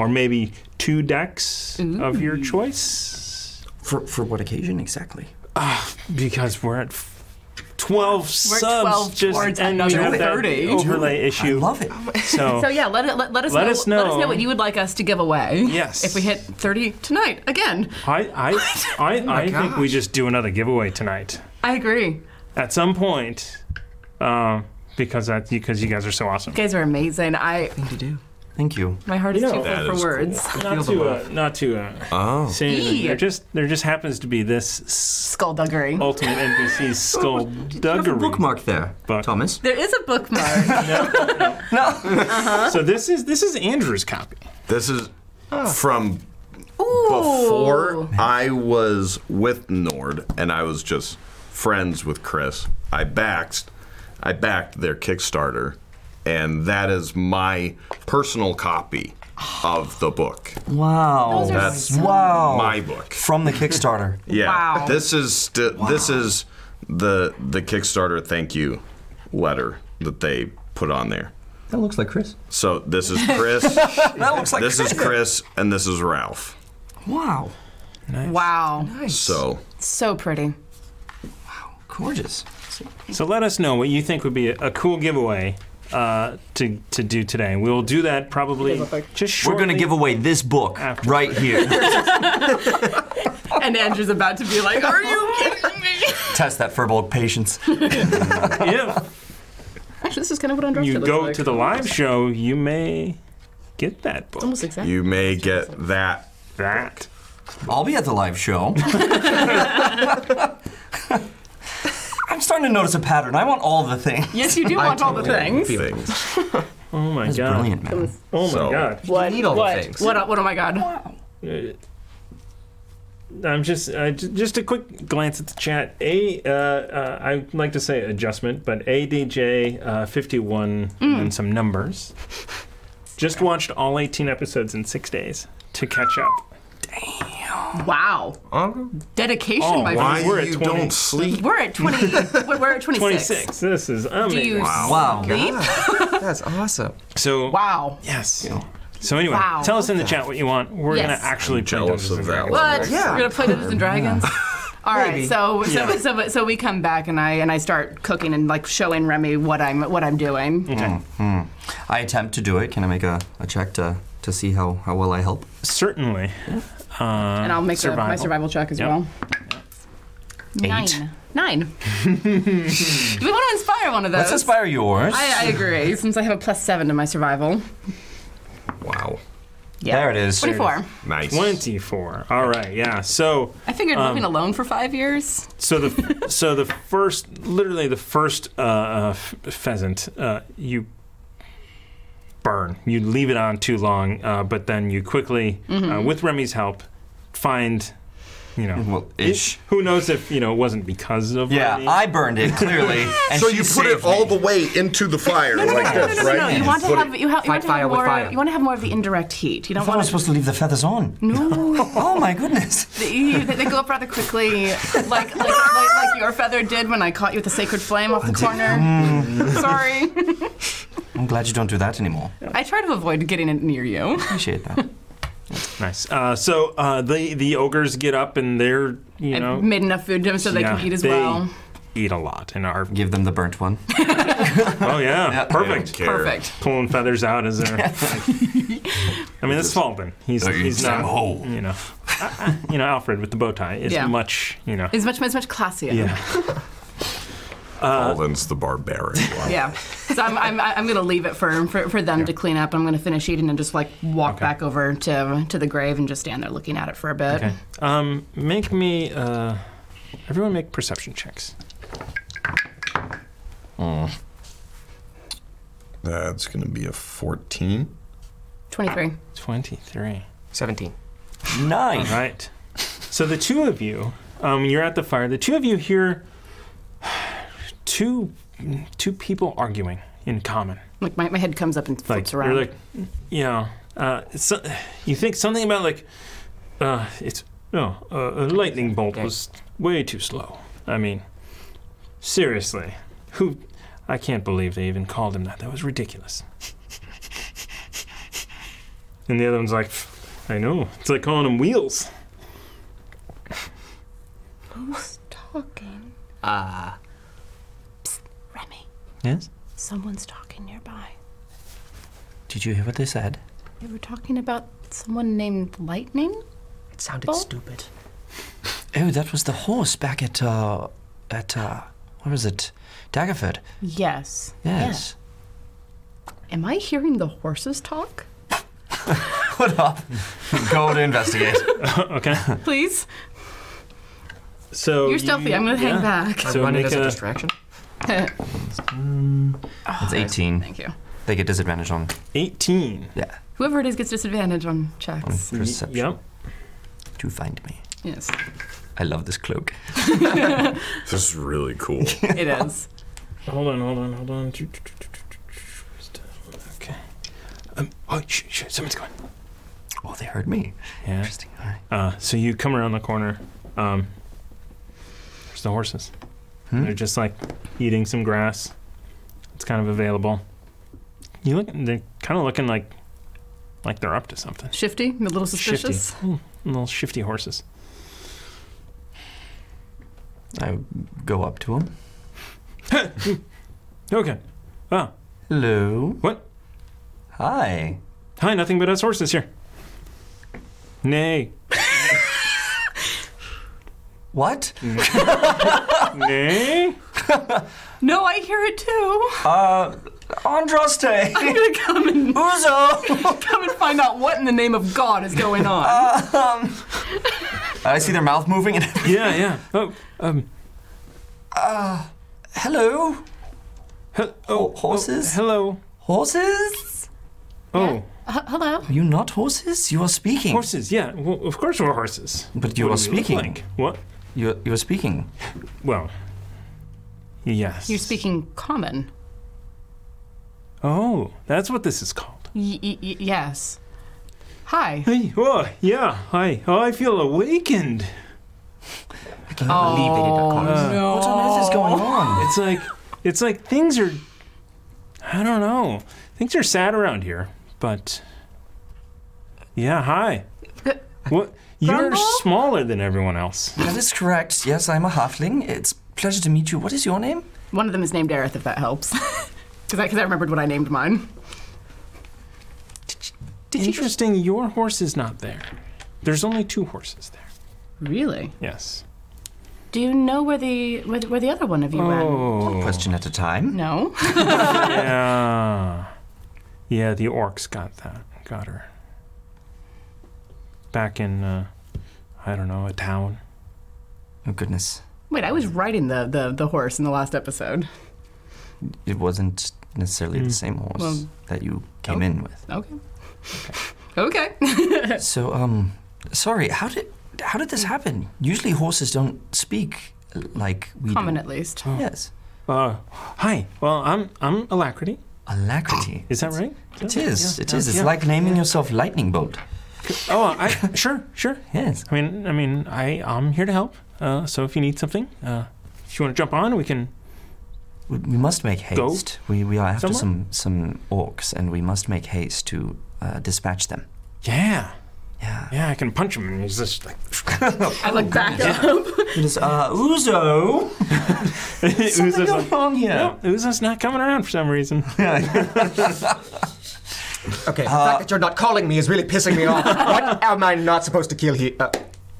S1: or maybe two decks of your choice?
S2: For, for what occasion exactly?
S1: Because we're at f- 12 subs,
S4: 12
S1: just
S4: towards
S1: and you
S4: another
S1: have that
S4: 30.
S1: overlay
S2: I
S1: issue.
S2: love it.
S1: So,
S4: So yeah, let, it- let, let us
S1: Let
S4: know,
S1: us
S4: let us
S1: know.
S4: know what you would like us to give away.
S1: Yes.
S4: If we hit 30 tonight again,
S1: I I I,
S2: Oh
S1: I think we just do another giveaway tonight.
S4: I agree. You
S1: at some point um, because that because you guys are so awesome.
S4: guys are amazing. I
S2: Thank you.
S4: my heart is
S1: You know-
S4: too
S3: That
S4: full
S3: is
S4: for words.
S3: cool.
S1: Not to uh, not to uh,
S3: Oh.
S1: say anything.
S4: Eee.
S1: There just there just happens to be this s-
S4: Skullduggery.
S1: ultimate NPC
S2: You have a
S1: skullduggery.
S2: bookmark there,
S1: But-
S2: Thomas.
S4: There is a bookmark.
S1: So this is this is Andrew's copy.
S3: This is from before I was with Nord and I was just friends with Chris. I backed I backed their Kickstarter and that is my personal copy of the book.
S2: Wow.
S3: That's
S2: wow.
S3: my book.
S2: From the Kickstarter.
S3: Yeah.
S4: Wow.
S3: This is sti- this is the the Kickstarter thank you letter that they put on there.
S2: that looks like Chris.
S3: So this is Chris.
S2: That looks like
S3: this is Chris and this is Ralph.
S2: Wow.
S4: wow.
S3: So
S4: So pretty.
S2: Gorgeous.
S1: So let us know what you think would be a, a cool giveaway uh, to to do today. We will do that probably just
S2: We're
S1: shortly.
S2: going to give away this book
S1: After.
S2: right here.
S4: And Andrew's about to be like, "Are you kidding me?"
S2: Test that furball patience.
S1: if
S4: Actually, this is kind of what undrafted
S1: you
S4: looks
S1: go
S4: like.
S1: to the live show, you may get that book.
S4: Almost exactly.
S3: you may get that.
S1: That
S2: I'll be at the live show. I'm starting to notice a pattern. I want all the things.
S4: Yes, you do want all the things.
S3: Thing.
S1: oh my
S2: That's
S1: god!
S2: brilliant, man.
S1: Oh my
S3: So-
S1: god!
S4: What?
S6: need all the
S4: what,
S6: things.
S4: What? What? Oh my God!
S1: I'm just I ju- just a quick glance at the chat. A uh, uh, I'd like to say adjustment, but ADJ uh, 51 and some numbers. Just watched all 18 episodes in six days to catch up.
S4: Wow. Dedication,
S1: Oh,
S4: my
S1: wow.
S4: friend.
S3: Why
S1: We're at
S3: you
S1: 20.
S3: don't sleep?
S4: We're at twenty. we're we're at 26.
S1: 26. This is
S4: Do
S1: amazing.
S4: you
S2: Wow.
S4: sleep?
S6: That's awesome.
S1: So
S4: Wow.
S1: yes. So anyway,
S4: Wow.
S1: tell us in the chat what you want. We're
S4: Yes.
S1: gonna actually play
S3: Jealous
S1: Dungeons
S3: of
S1: and
S3: that
S1: Dragons.
S3: one.
S4: What?
S6: Yeah.
S4: We're gonna play Dungeons and Dragons. All right,
S6: Maybe.
S4: so so, so so we come back and I and I start cooking and like showing Remy what I'm what I'm doing.
S1: Mm-hmm.
S2: I attempt to do it. Can I make a, a check to, to see how, how well I help?
S1: Certainly.
S4: and I'll make a, my
S1: survival.
S4: survival check as
S1: Yep.
S4: well. Nine. Nine. Do we want to inspire one of those?
S2: Let's inspire yours.
S4: I, I agree. Since I have a plus seven to my survival.
S3: Wow.
S4: Yeah.
S2: There it is.
S4: Twenty-four.
S3: Nice.
S1: 24. All right, yeah. So
S4: I figured living alone for five years.
S1: so the so the first literally the first uh, uh, f- pheasant uh, you burn. You leave it on too long, uh, but then you quickly uh,
S4: Mm-hmm.
S1: with Remy's help find you know
S2: Well, ish.
S1: Who knows if you know it wasn't because of
S2: Yeah,
S1: Remy.
S2: I burned it clearly. and
S3: So
S2: she
S3: you put
S2: saved
S3: it all
S2: me.
S3: the way into the fire like
S4: No, no,
S3: this,
S4: no, no,
S3: right?
S4: no. You want to
S3: Put
S4: have you, ha- you want
S6: Fight
S4: to
S6: fire
S4: have
S6: with
S4: more.
S6: fire.
S4: You want to have more of the indirect heat. You
S2: I
S4: don't
S2: thought I
S4: want
S2: was supposed to leave the feathers on.
S4: No,
S2: Oh my goodness.
S4: they, they go up rather quickly, like like, like like your feather did when I caught you with the sacred flame off the corner.
S1: Mm.
S4: Sorry,
S2: I'm glad you don't do that anymore.
S4: I try to avoid getting it near you.
S2: Appreciate that.
S1: Nice. Uh, so uh, the the ogres get up and they're you know
S4: I've made enough food to them so they
S1: yeah,
S4: can eat as
S1: they
S4: well.
S1: Eat a lot and are
S2: Give them the burnt one.
S1: oh yeah,
S3: I
S1: perfect.
S3: don't care.
S4: Perfect.
S1: pulling feathers out as they're. I mean, that's Falben. He's
S3: They
S1: he's
S3: eat
S1: not
S3: them whole.
S1: you know, I- I- you know Alfred with the bow tie is
S4: Yeah.
S1: much you know.
S4: It's much it's much classier.
S1: yeah.
S3: Alden's the barbaric one.
S4: Yeah. So I'm, I'm, I'm going to leave it for, for, for them to clean up. I'm going to finish eating and just like walk back over to to the grave and just stand there looking at it for a bit.
S1: Okay. Um, make me uh, everyone make perception checks.
S3: That's gonna be a fourteen.
S4: 23.
S1: Twenty three.
S6: 17.
S2: Nine.
S1: Right. So the two of you, um, you're at the fire. The two of you hear two two people arguing in common.
S4: Like my, my head comes up and flips
S1: like
S4: around.
S1: you're like you know uh, so, you think something about like uh, it's no uh, a lightning bolt was way too slow i mean seriously who i can't believe they even called him that that was ridiculous and the other one's like i know it's like calling him wheels
S4: Who's talking?
S6: Ah.
S4: Remy.
S2: Yes?
S4: Someone's talking nearby.
S2: Did you hear what they said?
S4: They were talking about someone named Lightning?
S6: it sounded
S4: Bolt?
S6: stupid.
S2: Oh, that was the horse back at, uh, at, uh, where was it? Daggerford.
S4: Yes.
S2: Yes.
S4: Yeah. Am I hearing the horses talk?
S2: Put up. Go to investigate.
S1: okay
S4: Please?
S1: so
S4: You're stealthy. I'm going to hang back.
S1: So
S6: So running
S1: make
S6: as a,
S1: a-
S6: distraction.
S2: It's 18.
S4: Thank you.
S2: They get disadvantage on
S1: 18
S2: yeah,
S4: Whoever it is gets disadvantage on checks.
S2: perception
S1: yep
S2: to find me.
S4: Yes.
S2: I love this cloak.
S3: This is really cool.
S4: It is.
S1: Hold on, hold on, hold on. Okay. Um, oh, shh, shh, someone's going.
S2: Oh, they heard me.
S1: Yeah.
S2: Interesting. All right.
S1: Uh, so you come around the corner. Um, there's the horses.
S2: Hmm?
S1: They're just like eating some grass. It's kind of available. You look. They're kind of looking like, like they're up to something.
S4: Shifty, a little suspicious.
S1: Shifty. Hmm, little shifty horses.
S2: I go up to him.
S1: Okay. Oh,
S2: Hello.
S1: What?
S2: Hi.
S1: hi. Nothing but us horses here. Nay,
S2: What?
S1: nay.
S4: No, I hear it too.
S2: Uh, Andraste.
S4: I'm gonna come and
S2: Uzo.
S4: come and find out what in the name of God is going on.
S2: I see their mouth moving. And
S1: Yeah, yeah. Oh, um.
S2: Hello.
S1: He- oh,
S2: Ho- horses?
S1: oh, hello.
S2: Horses?
S1: Oh.
S4: H- hello.
S2: Are you not horses? You are speaking.
S1: Horses, yeah. Well, of course we're horses.
S2: But you
S1: What
S2: are
S1: do we look
S2: speaking.
S1: like? What?
S2: You you are speaking.
S1: Well, yes.
S4: You're speaking common.
S1: Oh, that's what this is called.
S4: Y- y- y- yes. Hi.
S1: Hey, oh, yeah. Hi. Oh, I feel awakened.
S6: Leave it in the
S2: Oh,
S6: cars.
S2: What on earth is going on?
S1: It's like, it's like things are. I don't know. Things are sad around here, but. Yeah. Hi.
S6: I
S1: What? You're
S4: Grumble?
S1: smaller than everyone else.
S10: That is correct. Yes, I'm a halfling. It's pleasure to meet you. What is your name?
S4: One of them is named Aerith, if that helps. Because I, 'cause I remembered what I named mine.
S1: Interesting, your horse is not there. There's only two horses there.
S4: Really?
S1: Yes.
S4: Do you know where the where the, where the other one of you went?
S1: Oh,
S2: Question at a time.
S4: No.
S1: yeah. Yeah, the orcs got that. Got her. Back in, uh, I don't know, a town.
S2: Oh goodness,
S4: Wait, I was riding the, the the horse in the last episode.
S2: it wasn't necessarily
S1: Mm.
S2: the same horse
S4: Well,
S2: that you came
S4: oh.
S2: in with.
S4: Okay. Okay.
S2: So um, sorry. How did how did
S4: Mm.
S2: this happen? Usually horses don't speak uh, like we
S4: Common
S2: do.
S4: at least.
S1: Oh.
S2: Yes.
S1: Uh, hi. Well, I'm I'm Alacrity.
S2: Alacrity.
S1: Is that right?
S2: It is. It
S1: yeah,
S2: is. It's
S1: yeah.
S2: like naming yourself Lightning Bolt.
S1: Oh, I sure, sure.
S2: Yes.
S1: I mean, I mean, I I'm here to help. Uh, so if you need something, uh, if you want to jump on, we can.
S2: We, we must make
S1: Go
S2: haste. We, we are after
S1: somewhere?
S2: some, some orcs, and we must make haste to uh, dispatch them.
S1: Yeah,
S2: Yeah.
S1: yeah, I can punch him, and he's just like
S4: I look back up.
S2: It is, uh, Uzo! Something
S1: Uzo's
S2: going
S1: like,
S2: wrong here.
S1: "No, Uzo's not coming around for some reason.
S6: Okay,
S3: Uh,
S6: the fact that you're not calling me is really pissing me off. what am I not supposed to kill here? Uh,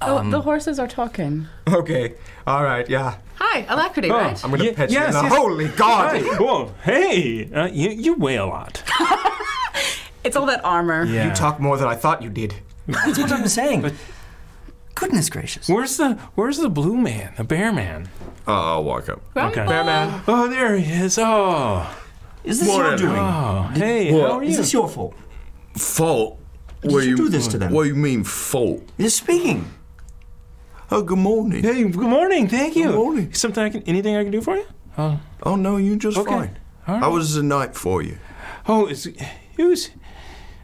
S4: Oh, the horses are talking. Oh.
S6: okay, all right, yeah.
S4: Hi, Alacrity, right?
S6: I'm gonna
S1: Ye-
S6: pet
S1: yes,
S6: you. now.
S1: yes.
S6: Holy God!
S1: Hey, whoa, hey, uh, you you weigh a lot.
S4: It's all that armor.
S1: Yeah.
S6: You talk more than I thought you did.
S2: That's what I'm saying. Goodness gracious.
S1: Where's the Where's the blue man, the bear man?
S3: Uh, I'll walk up.
S1: Okay.
S6: Bear man.
S1: Oh, there he is. Oh,
S2: Is this
S3: More
S2: your
S3: enemy.
S2: doing?
S1: oh, hey, how are you?
S2: Is this your fault?
S3: Fault. Did
S2: you do this to them?
S3: What do you mean fault?
S2: You're speaking.
S3: Oh, good morning.
S1: Hey, good morning. Thank you.
S3: Good morning.
S1: Something I can, anything I can do for you? Oh,
S3: Oh no, you're just
S1: Okay.
S3: fine.
S1: All right.
S3: How was the night for you?
S1: oh, it's, it was.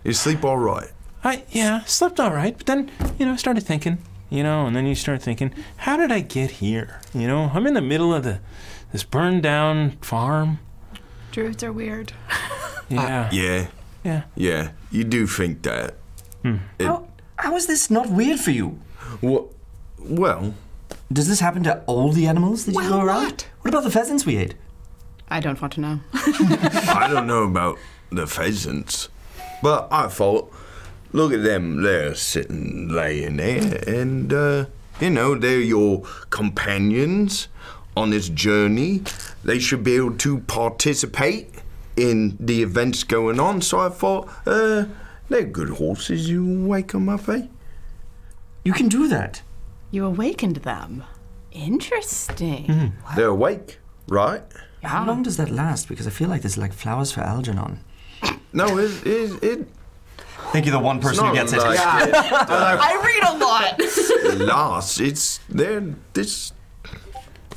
S3: You sleep all right?
S1: I yeah, slept all right, but then you know, I started thinking, you know, and then you start thinking, how did I get here? You know, I'm in the middle of the this burned down farm.
S9: Druids are weird.
S1: Yeah,
S3: Yeah,
S1: yeah.
S3: yeah. You do think that.
S2: How, how is this not weird for you?
S3: What? Well,
S2: Does this happen to all the animals that you go around? What? about the pheasants we ate?
S4: I don't want to know.
S3: I don't know about the pheasants, but I thought, look at them, they're sitting laying there, and uh, you know, they're your companions on this journey. They should be able to participate in the events going on, so I thought, uh, they're good horses, you wake 'em up, eh?
S2: You can do that.
S4: You awakened them. Interesting.
S3: They're awake, right?
S2: How long does that last? Because I feel like this is like flowers for Algernon.
S3: No, it, it, it,
S2: Thank you, the one
S3: it's
S2: person
S3: not
S2: who gets it.
S3: like it.
S4: I read a lot.
S3: lasts. It's they're this.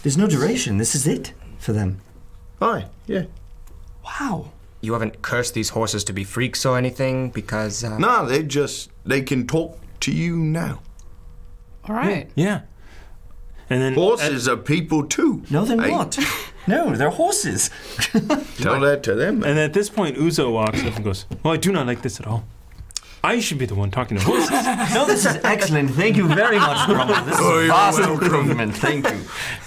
S2: There's no duration. This is it for them.
S3: Hi, yeah.
S2: Wow.
S6: You haven't cursed these horses to be freaks or anything because. Uh,
S3: No, they just they can talk to you now.
S4: all right.
S1: Yeah. And then
S3: Horses are people too.
S2: No, they're
S3: Hey,
S2: not. No, they're horses.
S3: Tell that to them.
S1: and at this point, Uzo walks up and goes, "Well, I do not like this at all. I should be the one talking to horses."
S2: No, this is excellent. Thank you very much, Grumble. This is
S3: Oh,
S2: a
S3: you're
S2: vast
S3: welcome.
S2: improvement. Thank you.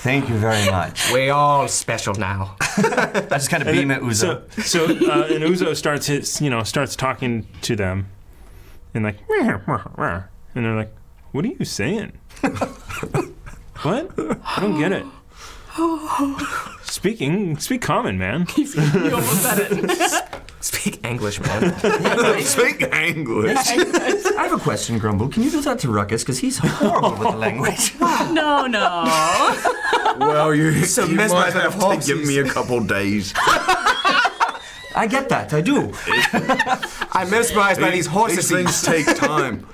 S2: Thank you very much.
S6: we all special now.
S2: I just kind
S3: uh,
S2: of beam at Uzo.
S1: so so uh, and Uzo starts his you know starts talking to them, and like, "Meow, meow, meow." and they're like, "What are you saying? what? I don't get it." Speaking, speak common, man.
S6: Speak English, man.
S3: Speak English.
S2: I have a question, Grumble. Can you do that to Ruckus? Because he's horrible with the language.
S4: No, no.
S3: Well, you, you
S6: mess
S3: might
S6: with
S3: have to
S6: horses.
S3: give me a couple days.
S2: I get that. I do.
S6: I'm mesmerized by these horses.
S3: These things take time.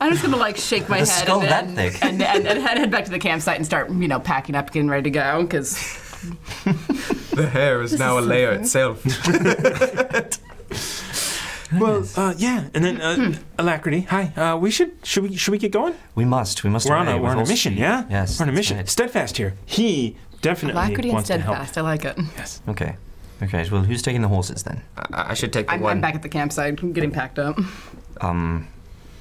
S4: I'm just gonna like shake my
S2: The
S4: head
S2: skull
S4: and,
S2: that
S4: and,
S2: thick.
S4: and, and, and head, head back to the campsite and start you know packing up, getting ready to go because
S6: The hair is now a layer itself.
S1: Well, uh, yeah, and then uh, alacrity. Hi, uh, we should should we should we get going?
S2: We must. We must.
S1: We're on
S2: away
S1: a we're
S2: with
S1: on a
S2: all
S1: mission,
S2: speed.
S1: yeah.
S2: Yes.
S1: we're on a
S2: that's
S1: mission.
S2: right.
S1: Steadfast here. He definitely
S4: alacrity and
S1: wants to help.
S4: steadfast. I like it.
S2: Okay. Okay. Well, who's taking the horses then?
S6: I, I should take the
S4: I'm,
S6: one.
S4: I'm back at the campsite, I'm getting packed up.
S2: Um,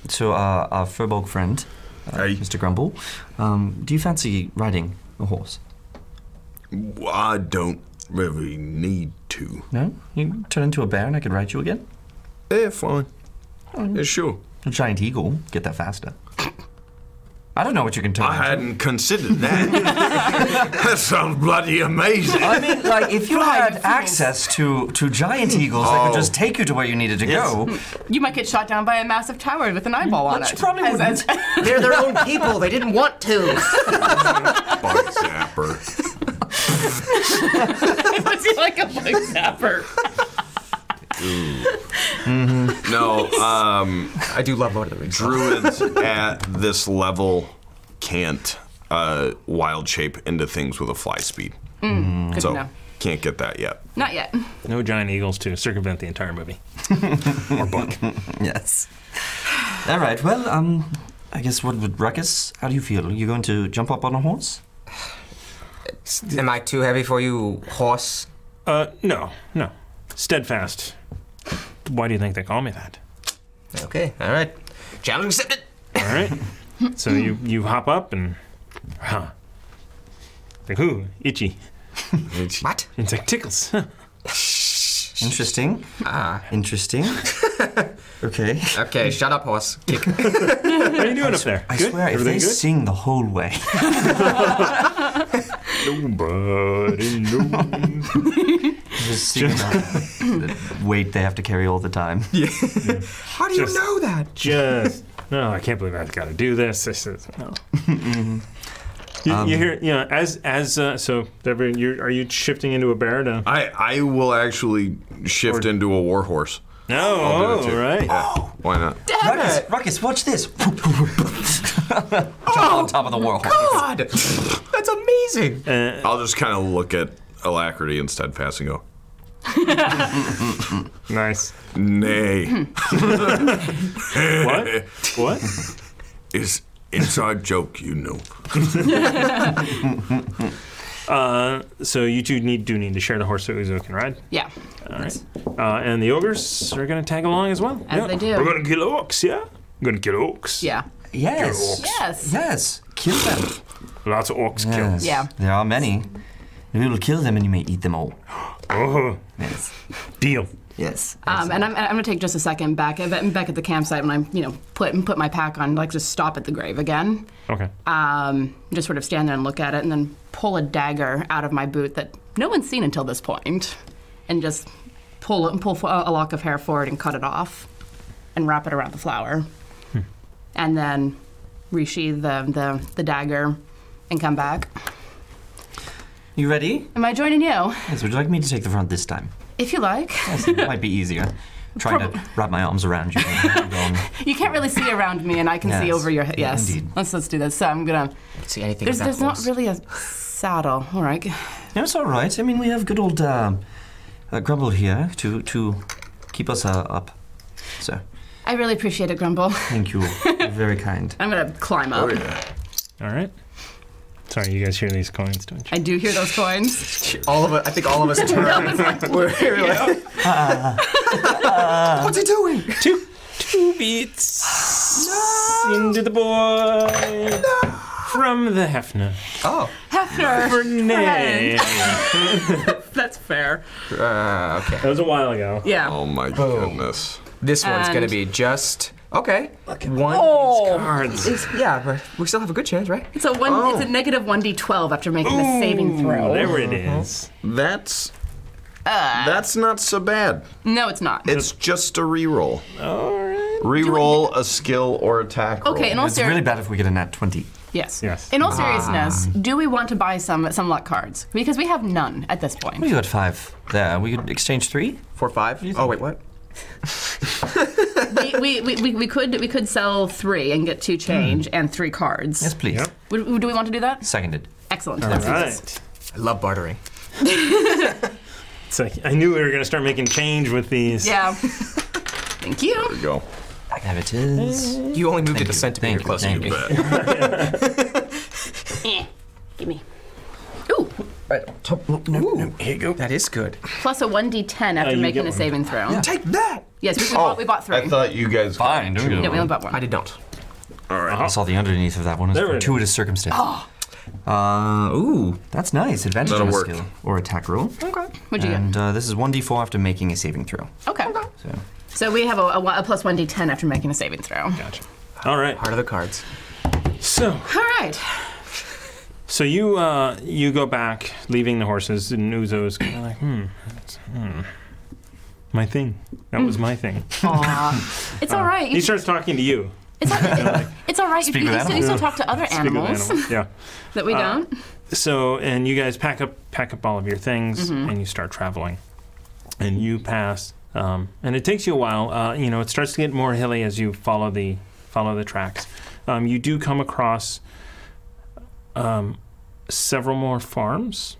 S2: So, uh, our Furbolg friend, uh,
S3: Hey.
S2: Mr. Grumble, um, do you fancy riding a horse?
S3: I don't really need to.
S2: No? You turn into a bear and I could ride you again?
S3: Eh, fine. Yeah, sure.
S2: A giant eagle, get that faster. I don't know what you can turn
S3: I
S2: into.
S3: hadn't considered that. that sounds bloody amazing.
S2: I mean, like, if you had access to, to giant eagles that could
S3: Oh.
S2: just take you to where you needed to go,
S4: You might get shot down by a massive tower with an eyeball on
S2: Which
S4: it.
S2: probably
S4: As- as-
S6: They're their own people. They didn't want to.
S3: Bug zapper.
S4: it's like a bug zapper.
S3: No, um,
S6: I do love Lord of the Rings.
S3: druids at this level can't uh, wild shape into things with a fly speed.
S4: Good
S3: so
S4: to know.
S3: can't get that yet.
S4: Not yet.
S1: No giant eagles to circumvent the entire movie.
S2: Yes. All right. Well, um, I guess what would Ruckus? How do you feel? Are you going to jump up on a horse?
S6: Am I too heavy for you, horse?
S1: Uh, no, no. Steadfast. Why do you think they call me that?
S6: Okay, all right. Challenge accepted.
S1: All right. so you you hop up and, huh? Like ooh, itchy.
S6: What?
S1: It's like tickles.
S2: Interesting. Ah. Interesting. okay.
S6: Okay, shut up, horse. Kick.
S1: How are you doing up there?
S2: I
S1: good.
S2: swear, if they
S1: Everything good?
S2: sing the whole way,
S11: Nobody knows.
S2: just sing about the weight they have to carry all the time.
S6: How do you
S1: Just-
S6: know that?
S1: Just no, I can't believe I've got to do this. This is no. You,
S2: Um,
S1: you hear, you know, as as uh, so, Devin, you're, are you shifting into a bear now?
S3: I, I will actually shift into a warhorse.
S1: No,
S3: I'll do it
S1: oh,
S3: too.
S1: right.
S3: Yeah, Why not?
S2: Ruckus, Ruckus, watch this. Jump on top of the wall.
S6: God, that's amazing.
S3: I'll just kind of look at alacrity and steadfast and go,
S1: Nice.
S2: Hmm.
S3: nay.
S1: What? what?
S3: It's inside joke, you know.
S1: Uh, so you two need do need to share the horse so Uzo can ride.
S4: Yeah.
S1: All right. Uh, and the ogres are going to tag along as well.
S4: As they do.
S11: We're gonna kill orcs, yeah? We're gonna kill orcs.
S4: Yeah.
S2: Yes.
S4: Yes.
S2: Yes. Kill them.
S11: Lots of orcs
S2: Yes.
S11: killed.
S4: Yeah.
S2: There are many. We will kill them, and you may eat them all.
S11: Oh,
S2: Yes.
S11: deal.
S2: Yes.
S4: Um, and I'm, and I'm gonna take just a second back at back at the campsite when I'm you know put put my pack on like just stop at the grave again.
S1: Okay.
S4: Um, just sort of stand there and look at it, and then pull a dagger out of my boot that no one's seen until this point, and just pull it pull fo- a lock of hair forward and cut it off, and wrap it around the flower,
S2: Hmm.
S4: and then resheathe the, the the dagger, and come back.
S2: You ready?
S4: Am I joining you?
S2: Yes. Would you like me to take the front this time?
S4: If you like.
S2: Yes, it might be easier. Trying to wrap my arms around you. and going,
S4: You can't really see around me, and I can see
S2: Yes.
S4: over your head.
S2: Yeah,
S4: Yes.
S2: indeed.
S4: Let's let's do this. So I'm gonna.
S6: See anything
S4: There's,
S6: about
S4: there's not
S6: horse?
S4: really a saddle. All right.
S2: no, it's all right. I mean, we have good old um, uh, Grumble here to to keep us uh, up. So,
S4: I really appreciate it, Grumble.
S2: thank you. You're very kind.
S4: I'm gonna climb up.
S1: All right. Sorry, you guys hear these coins, don't you?
S4: I do hear those coins.
S6: All of us, I think all of us turned. We're- we're like,
S4: Uh,
S6: What's he doing?
S1: Two, two beats into the boy from the Hefner.
S6: Oh,
S4: Hefner.
S1: Renee.
S4: That's fair.
S6: uh, okay.
S1: That was a while ago.
S4: Yeah.
S3: Oh my goodness.
S6: This one's gonna
S4: And- Oh.
S6: be just okay. One.
S1: Cards.
S6: It's, yeah, but we still have a good chance, right?
S4: It's a one. It's a negative one d12 after making the saving throw.
S1: There it is.
S3: That's. that's not so bad.
S4: No, it's not.
S3: It's just a reroll. Reroll a skill or attack roll.
S4: okay. In all
S2: It's really
S4: seriousness.
S2: bad if we get a nat 20.
S4: Yes.
S1: Yes.
S4: In all seriousness, do we want to buy some some luck cards? Because we have none at this point.
S2: We got five there. We could exchange three?
S6: Four, five. Oh wait, what?
S4: we, we, we, we could we could sell three and get two change and three cards.
S2: Yes, please.
S1: Yep.
S4: Would- do we want to do that?
S2: Seconded.
S4: Excellent.
S1: All
S4: That's-
S1: right.
S6: I love bartering.
S1: It's like I knew we were gonna start making change with these.
S4: Yeah. Thank you.
S3: Go.
S2: There it is.
S6: You only moved it a
S2: you,
S6: centimeter
S2: thank you,
S6: closer to
S2: thank
S6: me.
S2: you.
S4: Eh, Give me. Ooh.
S10: Right on top. No, no, no. Here you go.
S6: That is good.
S4: Plus a 1d10 after
S1: you
S4: making
S1: get
S4: a
S1: one.
S4: saving throw.
S12: Take that!
S4: Yes, we, we bought, we bought three.
S3: I thought you guys.
S2: Fine, don't
S4: yeah, we only bought
S6: I
S4: one.
S6: did not.
S2: I saw the underneath of that one. It's
S1: There it
S2: fortuitous circumstance. Uh, ooh, that's nice. Adventure
S3: That'll work.
S2: skill or attack roll.
S4: What'd you
S2: And uh, this is 1d4 after making a saving throw.
S4: get? Okay.
S2: So,
S4: So we have a, a, one- a plus 1d10 after making a saving throw.
S1: All right.
S6: Heart of the cards.
S1: So,
S4: All right.
S1: so you uh, you go back, leaving the horses, and Uzo's kind of like, hmm, that's, hmm, my thing. That was my thing.
S4: Aw. It's all right.
S1: He
S4: You,
S1: starts talking to you.
S4: it's, all, it's, it's all right. You,
S2: Speak
S4: you,
S2: with
S4: still, you still talk to other
S1: Speak of
S4: animals
S1: animals. Yeah.
S4: that we don't.
S1: so and you guys pack up pack up all of your things and you start traveling and you pass um, and it takes you a while uh, you know it starts to get more hilly as you follow the follow the tracks um, you do come across um, several more farms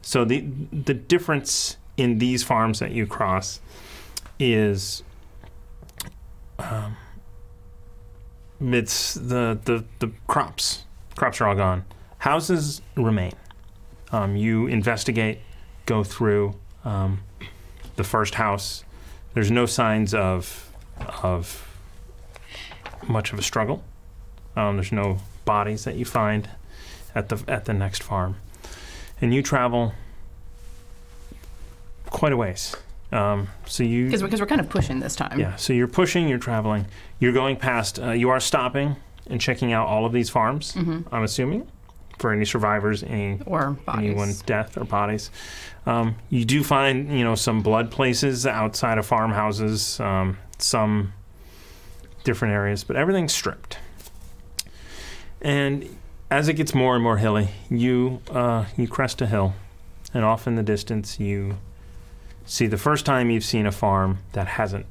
S1: so the the difference in these farms that you cross is um, it's the, the the crops crops are all gone houses remain. Um, you investigate, go through um, the first house. There's no signs of of much of a struggle. Um, there's no bodies that you find at the at the next farm, and you travel quite a ways. Um, so you
S4: Because we're, 'cause we're kind of pushing this time.
S1: yeah, so you're pushing, you're traveling, you're going past, uh, you are stopping and checking out all of these farms, I'm assuming, for any survivors, any
S4: Or bodies.
S1: anyone's death or bodies. Um, you do find, you know, some blood places outside of farmhouses, um, some different areas, but everything's stripped. And as it gets more and more hilly, you uh, you crest a hill, and off in the distance you see the first time you've seen a farm that hasn't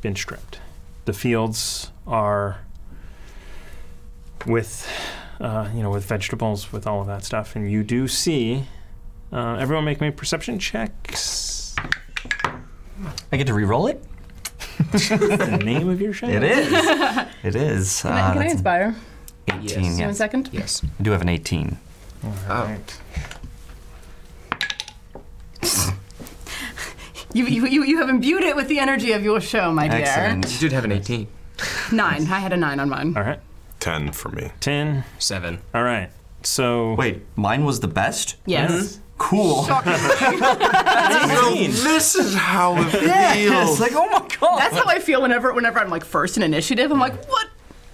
S1: been stripped. The fields are with uh, you know with vegetables with all of that stuff, and you do see. Uh, everyone make me perception checks.
S2: I get to re-roll it.
S1: the name of your show.
S2: It is. it is.
S4: Can, I,
S2: Uh,
S4: can I
S2: that's an
S4: inspire?
S2: 18.
S6: Yes.
S4: One
S2: Yes.
S4: second.
S6: Yes.
S2: I do have an 18.
S1: All right.
S4: You, you, you, you have imbued it with the energy of your show, my dear.
S6: You
S2: Excellent.
S6: did have an 18.
S4: Nine. I had a nine on mine.
S1: All right.
S3: Ten for me.
S1: Ten.
S6: Seven.
S1: All right. So
S2: Wait, mine was the best.
S4: Yes.
S1: Mm-hmm.
S2: Cool.
S3: This is how it
S2: It's
S3: feels.
S2: like, oh my god.
S4: That's how I feel whenever whenever I'm like first in initiative. I'm like, what?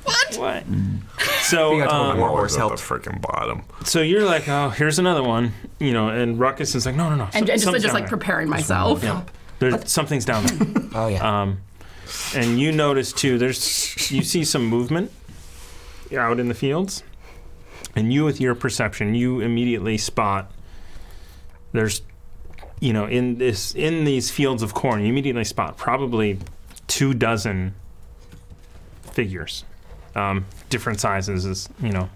S4: What?
S1: what?
S2: Mm.
S1: So
S6: I told
S1: um,
S6: my
S3: I'm
S6: More
S3: always
S6: horse
S3: at the
S6: Uh, helped.
S3: freaking bottom.
S1: so you're like, oh, here's another one, you know, and Ruckus is like, no, no, no.
S4: And, and just,
S1: something's
S4: just
S1: down
S4: like
S1: there.
S4: preparing myself.
S1: Yeah. There's something's down there.
S6: Oh, yeah.
S1: and you notice too there's you see some movement out in the fields and you with your perception you immediately spot there's you know in this in these fields of corn you immediately spot probably two dozen figures um, different sizes is you know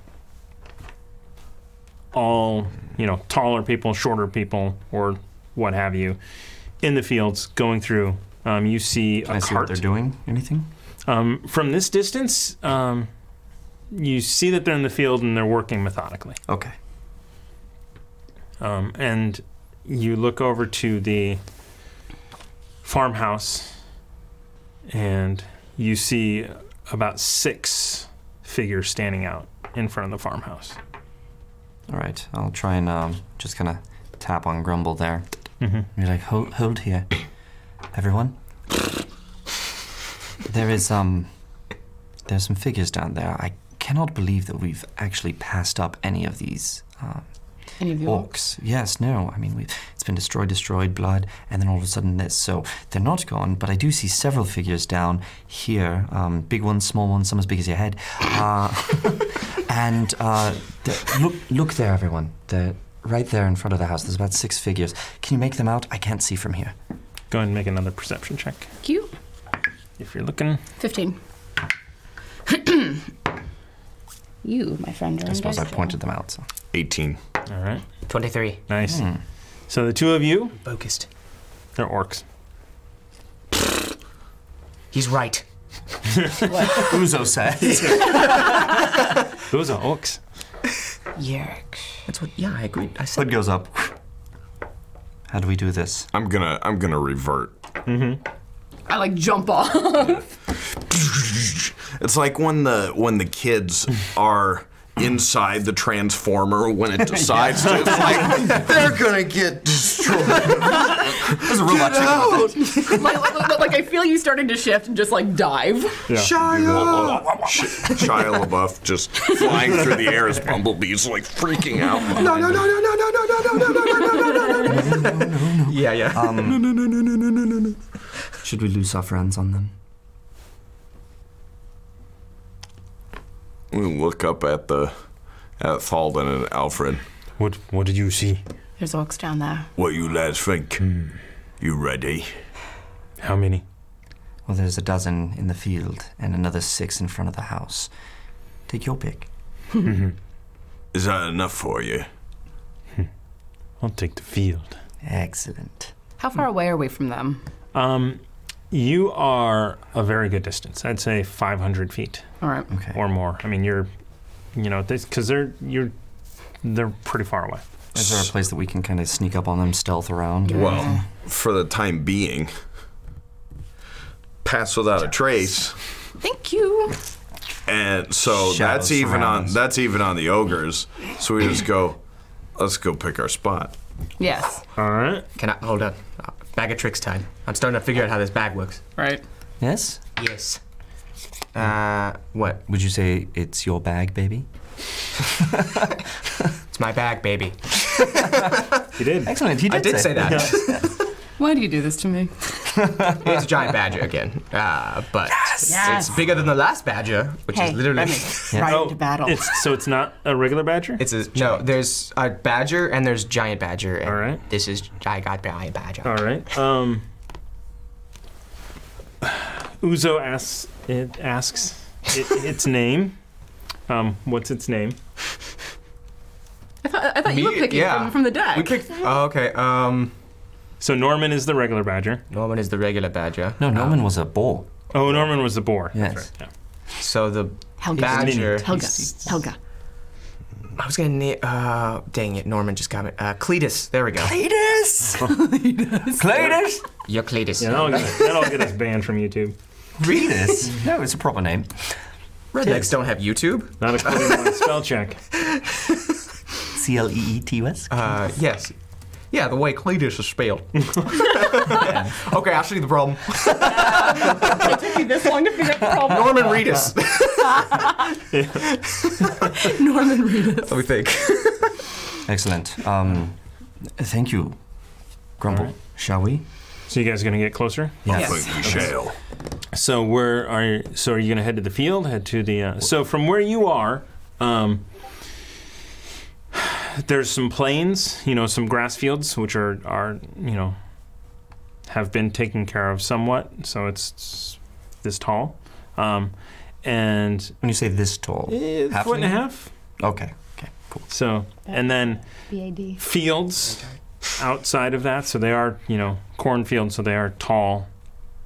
S1: all you know taller people shorter people or what have you in the fields going through um, you see a
S2: Can I see what
S1: cart
S2: they're doing? Anything?
S1: um, from this distance, um, you see that they're in the field and they're working methodically.
S2: Okay.
S1: Um, and you look over to the farmhouse and you see about six figures standing out in front of the farmhouse.
S2: All right. I'll try and um, just kind of tap on Grumble there. You're like, hold, hold here, everyone. There is um, there's some figures down there. I cannot believe that we've actually passed up any of these uh,
S4: Any of you?
S2: orcs. Yes, no. I mean, we it's been destroyed, destroyed, blood, and then all of a sudden this. So they're not gone, but I do see several figures down here. Um, big ones, small ones, some as big as your head. Uh, and uh, the- look, look there, everyone. They're right there in front of the house. There's about six figures. Can you make them out? I can't see from here.
S1: Go ahead and make another perception check
S4: Cute.
S1: if you're looking.
S4: 15. you, my friend, are
S2: I suppose I pointed them out. So.
S3: Eighteen.
S1: All right,
S6: 23.
S1: nice. So the two of you,
S6: Focused.
S1: they're orcs.
S6: He's right.
S2: Uzo says.
S1: Those are orcs.
S6: That's what. Yeah, I agree. I said.
S2: Hood goes up. How do we do this?
S3: I'm gonna I'm gonna revert.
S4: I like jump off.
S3: It's like when the when the kids are inside the transformer when it decides to. It's like they're gonna get destroyed.
S2: There's a robot chicken.
S4: like, like- like I feel you starting to shift and just like dive.
S3: Shia, Sh- Shia LaBeouf just flying through the air as bumblebees, like freaking out. No, no, no, no, no, no, no, no, no, no, no, no, no, no.
S6: Yeah, yeah.
S2: Should we lose our friends on them?
S3: We look up at the at Thalden and Alfred.
S11: What What did you see?
S4: There's orcs down there.
S3: What you lads think?
S2: Hmm.
S3: You ready?
S11: How many?
S2: Well, there's a dozen in the field and another six in front of the house. Take your pick.
S3: Is that enough for you?
S11: I'll take the field.
S2: Excellent.
S4: How far away are we from them?
S1: Um, you are a very good distance. I'd say 500 feet
S4: All right.
S2: Okay.
S1: or more. I mean, you're, you know, because they're you're they're pretty far away.
S2: Is there a place that we can kind of sneak up on them, stealth around?
S3: Well, for the time being, pass without a trace.
S4: Thank you.
S3: And so
S2: Shadow
S3: that's even on
S2: surrounds.
S3: that's even on the ogres. So we just go, let's go pick our spot.
S4: Yes.
S1: All right.
S6: Can I hold on? Uh, Bag of tricks time. I'm starting to figure out how this bag works.
S4: Right.
S2: Yes.
S6: Yes. Uh, what?
S2: Would you say it's your bag, baby?
S6: It's my bag, baby.
S1: You did.
S2: Excellent. He did,
S6: I did say that.
S4: Why do you do this to me?
S6: It's a giant badger again. Uh, but
S4: Yes.
S6: it's bigger than the last badger, which
S4: Hey,
S6: is literally.
S4: let me right
S6: Oh.
S4: into battle.
S1: It's so it's not a regular badger.
S6: It's a no. There's a badger and there's giant badger. And
S1: All right.
S6: This is I got giant badger.
S1: All right. Um, Uzo asks it asks it, its name. Um, what's its name?
S4: I thought, I thought you were
S6: Me-
S4: picking
S6: yeah.
S4: from, from the deck.
S6: We picked. Oh, okay. Um,
S1: So Norman is the regular badger.
S6: Norman is the regular badger.
S2: No, Norman was a bull.
S1: Oh, Norman was the boar.
S2: Yes.
S1: That's right.
S6: So the
S4: Helga.
S6: badger.
S4: Helga. Helga.
S6: I was gonna name. Uh, dang it, Norman just got me. Uh, Cletus. There we go.
S2: Cletus!
S6: You're Cletus.
S1: Yeah, that'll, get, that'll get us banned from YouTube.
S2: Cletus? No, it's a proper name.
S6: Rednecks don't have YouTube.
S1: Not according to my spell check.
S2: C L E E T U S?
S6: Uh, yes. Yeah, the way Cletus is spelled. okay, I'll show you the problem.
S4: it took you this long to figure out the problem.
S6: Norman Reedus.
S4: Norman Reedus.
S6: Let me think.
S2: Excellent. Um, thank you, Grumble. Shall we?
S1: So you guys are gonna get closer.
S2: Yes.
S3: Think we shall.
S1: So where are you, so are you going to head to the field? Head to the uh, so from where you are, um, there's some plains, you know, some grass fields which are are you know have been taken care of somewhat. So it's, it's this tall, um, and
S2: When you say this tall,
S1: eh,
S2: Half
S1: foot and a half.
S2: length? okay. Okay, cool.
S1: So and then
S9: BAD.
S1: fields outside of that. So they are, you know, cornfields. So they are tall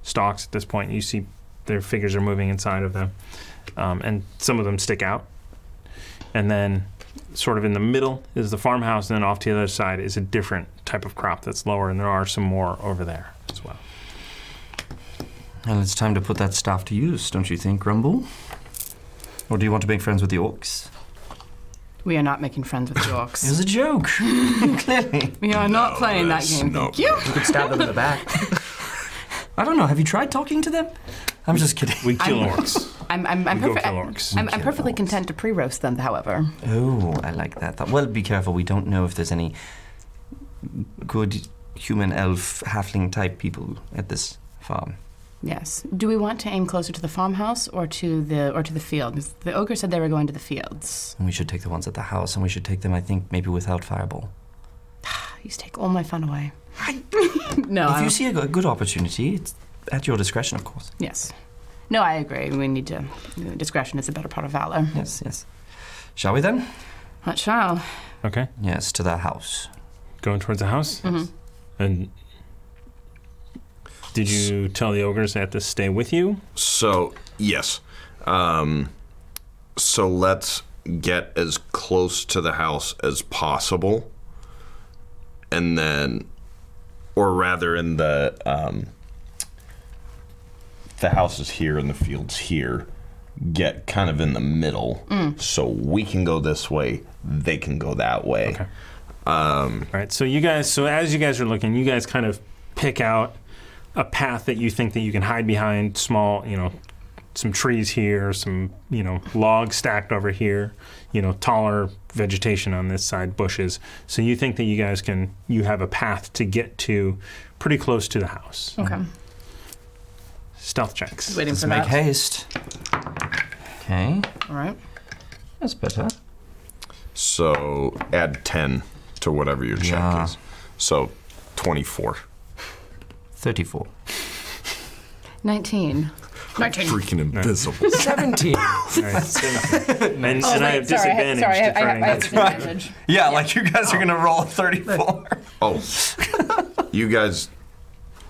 S1: stalks at this point. You see their figures are moving inside of them, um, and some of them stick out. And then, sort of in the middle is the farmhouse, and then off to the other side is a different type of crop that's lower, and there are some more over there as well.
S2: Well, it's time to put that staff to use, don't you think, Grumble? Or do you want to make friends with the orcs?
S4: We are not making friends with the
S2: It
S4: orcs.
S2: was a joke. Clearly.
S4: We are not playing that
S3: that's
S4: game.
S3: not-
S4: Thank you.
S6: You could stab them in the back.
S2: I don't know. Have you tried talking to them? I'm just kidding.
S1: We kill
S4: I'm-
S1: orcs.
S4: I'm, I'm, I'm,
S1: We go
S4: perfect-
S1: kill orcs.
S4: I'm,
S2: Kill
S4: I'm perfectly
S2: orcs.
S4: content to pre-roast them, however.
S2: Oh, I like that. thought. Well, be careful. We don't know if there's any good human elf halfling type people at this farm.
S4: Yes. Do we want to aim closer to the farmhouse or to the or to the field? 'Cause The ogre said they were going to the fields.
S2: And we should take the ones at the house, and we should take them, I think, maybe without fireball.
S4: You take all my fun away. no.
S2: if
S4: I
S2: you see a go- good opportunity, it's at your discretion, of course.
S4: yes. No, I agree. We need to. Discretion is a better part of valor.
S2: Yes, yes. Shall we then?
S4: What shall?
S11: Okay,
S2: Yes, to the house.
S11: going towards the house.
S4: Mm-hmm.
S11: And
S1: Did you tell the ogres they have to stay with you?
S3: So yes, um, so let's get as close to the house as possible, and then or rather in the um, the houses here and the fields here get kind of in the middle so we can go this way they can go that way
S1: Okay. All right. So you guys, so as you guys are looking, you guys kind of pick out a path that you think that you can hide behind small, you know, some trees here, some, you know, logs stacked over here, you know, taller vegetation on this side, bushes. So you think that you guys can you have a path to get to pretty close to the house.
S4: Okay.
S1: Stealth checks.
S4: Waiting
S2: Let's
S4: for
S2: make
S4: that.
S2: haste. Okay,
S4: All right.
S2: that's better.
S3: so add 10 to whatever your check
S2: Yeah.
S3: is so 24
S2: Thirty-four.
S4: 19. 19.
S3: freaking invisible
S13: 17.
S1: All right, so- and and
S4: Oh,
S1: I have
S4: wait, sorry, I-
S1: disadvantage
S4: Sorry,
S1: to try
S4: I, I,
S1: and
S4: I
S1: get-
S4: have disadvantage.
S2: Yeah, like you guys are gonna roll a thirty-four.
S3: oh you guys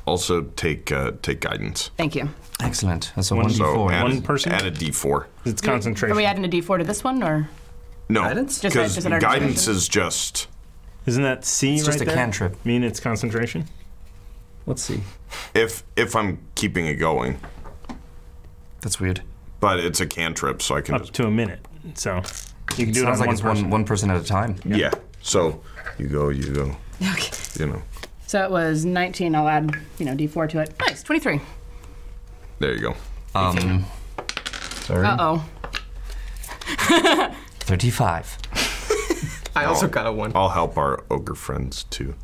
S3: also take uh, take guidance
S4: Thank you.
S2: Excellent. That's a
S1: One-
S2: one
S3: so
S2: d4.
S3: add,
S1: One person?
S3: add a d4
S1: It's
S4: Are we
S1: concentration.
S4: adding a D4 to this one, or
S3: no
S2: Guidance?
S4: Just-
S3: because
S4: just an
S3: guidance
S4: organization?
S3: is just
S1: Isn't that C
S2: It's
S1: right
S2: just a
S1: there?
S2: cantrip.
S1: Mean it's concentration.
S2: Let's see.
S3: if if i'm keeping it going
S2: That's weird.
S3: but it's a cantrip so i can
S1: Up
S3: just
S1: to a minute. So you can do it on
S2: Sounds like
S1: one
S2: it's
S1: person.
S2: one one person at a time.
S3: yeah. so you go you go
S4: okay.
S3: you know
S4: So it was 19. I'll add, you know, D4 to it. Nice, 23.
S3: there you go
S2: Um,
S4: Uh oh.
S2: thirty-five.
S6: I also got a one.
S3: I'll help our ogre friends too.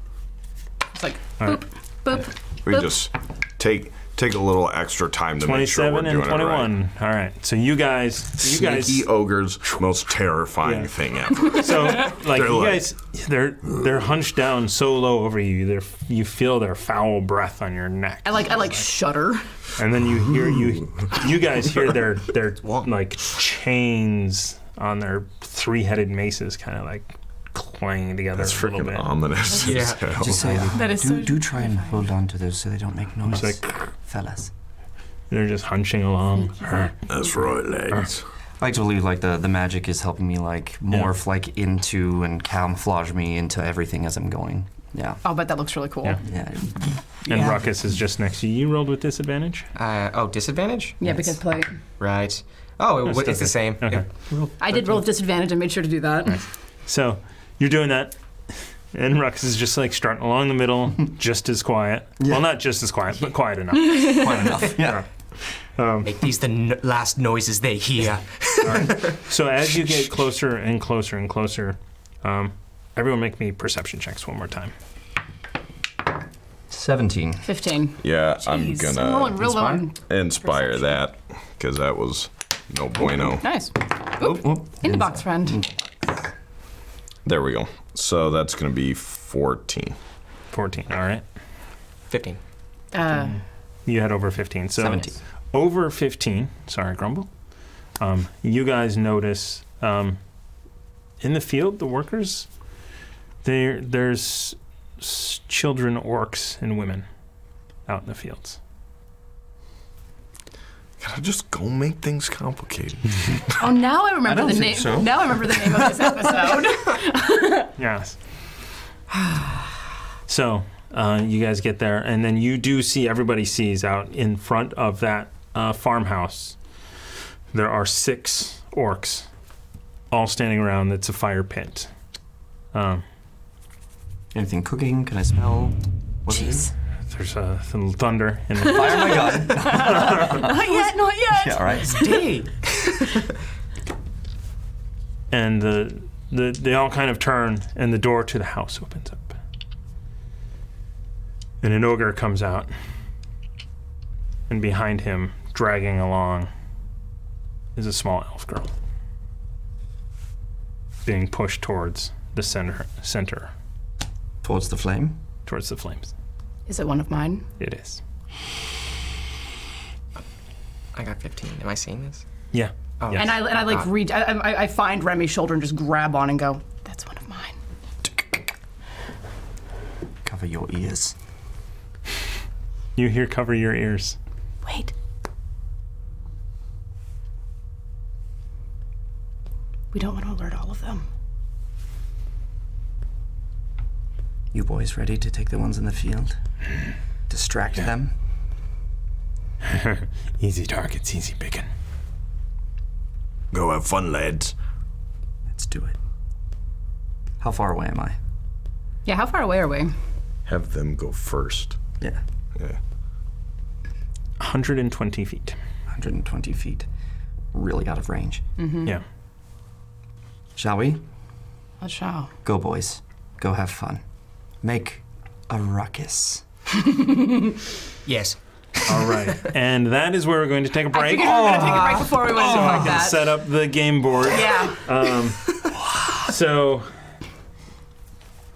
S4: It's like
S1: All right.
S4: boop.
S3: We just take take a little extra time to make sure we're
S1: 27
S3: doing
S1: and
S3: it right.
S1: 21. All right. So you guys, you guys,
S3: Sneaky ogres, most terrifying
S1: Yeah.
S3: thing ever.
S1: so like
S3: They're
S1: you
S3: like-
S1: guys, they're they're hunched down so low over you, they're you feel their foul breath on your neck,
S4: I like I like shudder.
S1: and then you hear you you guys hear their their like chains on their three headed maces kind of like clanging together
S3: That's
S1: a little
S3: freaking
S1: bit.
S3: ominous. as
S6: Yeah.
S3: hell.
S2: Just
S1: Oh,
S2: say, uh,
S4: That is
S2: do,
S4: so
S2: do try and hold on to those so they don't make noise,
S1: It's like
S2: fellas.
S1: they're just hunching along.
S3: That's right, lads.
S2: I like to believe like the, the magic is helping me like morph like into and camouflage me into everything as I'm going. Yeah.
S4: I'll bet Oh, that looks really cool.
S1: Yeah.
S4: Yeah,
S2: Yeah.
S1: And Ruckus is just next to you. You rolled with disadvantage.
S6: Uh, oh, disadvantage?
S4: because play.
S6: Right. Oh, it, it's the same.
S1: Okay.
S4: I did roll with disadvantage. I made sure to do that.
S1: So you're doing that, and Rux is just like strutting along the middle, just as quiet. Well, not just as quiet, but quiet enough.
S2: Quite enough. Yeah.
S6: Make these the n- last noises they hear.
S1: So as you get closer and closer and closer, um, everyone make me perception checks one more time.
S2: Seventeen.
S4: 15.
S3: Yeah, I'm
S4: Jeez, I'm rolling
S3: gonna
S4: real low. on-
S3: inspire that because that was no bueno.
S4: Nice.
S2: Oop, oop.
S4: In the box, friend.
S3: There we go. So that's gonna be 14.
S1: 14. All right.
S6: 15.
S4: Uh,
S1: You had over 15. So
S2: 17.
S1: over 15. Sorry, Grumble. Um, you guys notice um, in the field, the workers, there there's s- children, orcs, and women out in the fields.
S3: Gotta just go make things complicated.
S4: oh, now I remember
S1: don't
S4: the
S1: think
S4: name.
S1: so.
S4: Now I remember the name of this episode.
S1: Yes. so uh, you guys get there, and then you do see everybody sees out in front of that uh, farmhouse. There are six orcs, all standing around. It's a fire pit. Um,
S2: Anything cooking? Can I smell? What it is?
S4: Jeez.
S1: there's uh, some thunder and the
S10: Oh
S2: Fire my gun.
S4: Not yet, not yet.
S2: yeah. All right.
S6: D.
S1: and the, the they all kind of turn and the door to the house opens up and an ogre comes out and behind him dragging along is a small elf girl being pushed towards the center center
S2: Towards the flame.
S1: towards the flames
S4: Is it one of mine?
S1: it is
S6: I got 15. Am I seeing this?
S1: yeah
S6: Oh,
S1: Yeah.
S4: And I, and I like
S6: God.
S4: reach. I, I, I find Remy's shoulder and just grab on and go. That's one of mine.
S2: Cover your ears.
S1: you hear cover your ears
S4: Wait. We don't want to alert all of them.
S10: You boys ready to take the ones in the field? Distract them?
S11: Easy targets, easy picking.
S3: Go have fun, lads.
S10: Let's do it. How far away am I?
S4: Yeah, how far away are we?
S3: Have them go first.
S10: Yeah,
S3: Yeah.
S1: 120 feet.
S10: 120 feet. Really out of range.
S4: Mm-hmm.
S1: Yeah.
S10: Shall we?
S4: Let's show.
S10: Go, boys. Go have fun. Make a ruckus.
S6: Yes.
S1: All right. and that is where we're going to take a break.
S4: We're gonna take a break before we went to
S1: I
S4: talk
S1: can
S4: that.
S1: oh. set up the game board.
S4: yeah.
S1: So,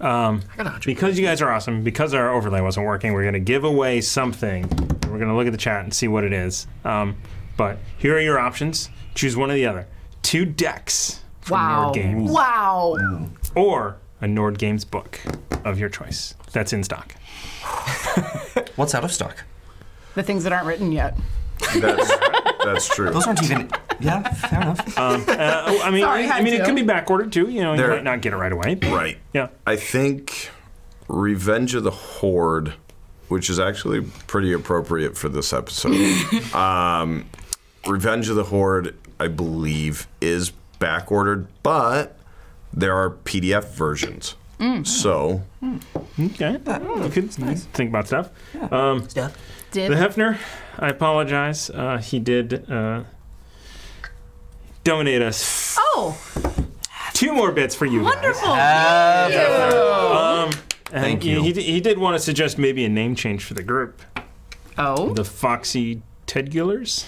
S1: um,
S6: I got 100.
S11: Because
S1: because you guys are awesome, because our overlay wasn't working, we're going to give away something. We're going to look at the chat and see what it is. Um, but here are your options. Choose one or the other. Two decks from
S4: Wow.
S1: Nord Games Mm.
S4: Wow.
S1: or a Nord Games book of your choice that's in stock.
S2: What's out of stock?
S4: The things that aren't written yet.
S3: That's, that's true.
S2: Those aren't even. Yeah, fair enough.
S1: Uh, oh, I mean,
S4: Sorry,
S1: I, I
S4: had
S1: mean, it
S4: to.
S1: could be back ordered too. You know, you
S3: There-
S1: might not get it right away. but-
S3: Right.
S1: Yeah.
S3: I think Revenge of the Horde, which is actually pretty appropriate for this episode. um, Revenge of the Horde, I believe, is back ordered, but there are PDF versions.
S1: Mm.
S3: So,
S1: Okay. you could think about stuff.
S4: Did
S1: The Hefner, I apologize. Uh, he did uh, donate us
S4: oh
S1: two more bits for you. guys.
S4: wonderful.
S1: Um, and
S2: Thank
S1: he-
S2: you.
S1: He, d- he did want to suggest maybe a name change for the group.
S4: oh.
S1: The Foxy Tedgulars?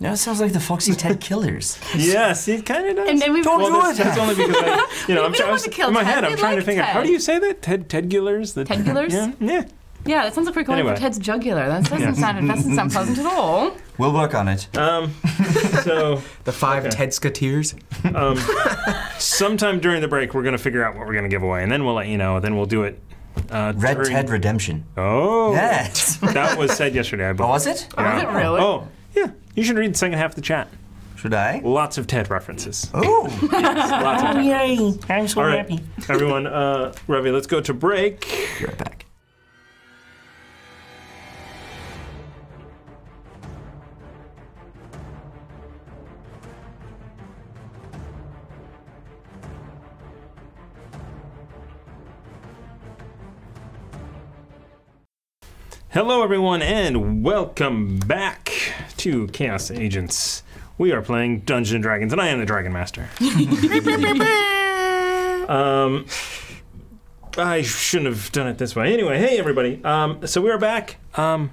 S2: That sounds like the Foxy Ted Killers.
S1: Yes, it kind of does.
S4: And then we've- Don't
S1: well,
S4: do
S1: that's,
S4: it.
S1: That's only because I, you know, I'm
S4: We
S1: trying.
S4: don't
S1: I
S4: want
S1: was-
S4: to kill
S1: in my
S4: Ted.
S1: head, I'm
S4: We
S1: trying to
S4: like
S1: think of how
S4: Ted.
S1: do you say that? Ted Tedgulars? The
S4: Tedgulars?
S1: Yeah, yeah.
S4: Yeah, that sounds like we're going
S1: Anyway.
S4: for Ted's jugular. That doesn't sound that doesn't sound pleasant at all.
S2: We'll work on it.
S1: So
S6: The five Ted Sketeers.
S1: sometime during the break, we're gonna figure out what we're gonna give away, and then we'll let you know. Then we'll do it. Uh,
S2: Red
S1: during-
S2: Ted Redemption.
S1: Oh,
S2: Yes.
S1: that was said yesterday. I believe.
S2: was it?
S4: Was it really?
S1: Oh, yeah. You should read the second half of the chat.
S2: Should I?
S1: Lots of Ted references.
S2: Oh,
S1: Lots of Ted.
S2: yay! I'm so
S1: All right, everyone. Uh, Ravi, let's go to break.
S2: Be right back.
S1: Hello, everyone, and welcome back to Chaos Agents. We are playing Dungeons and Dragons, and I am the Dragon Master. um, I shouldn't have done it this way. Anyway, hey everybody. Um, so we are back. Um,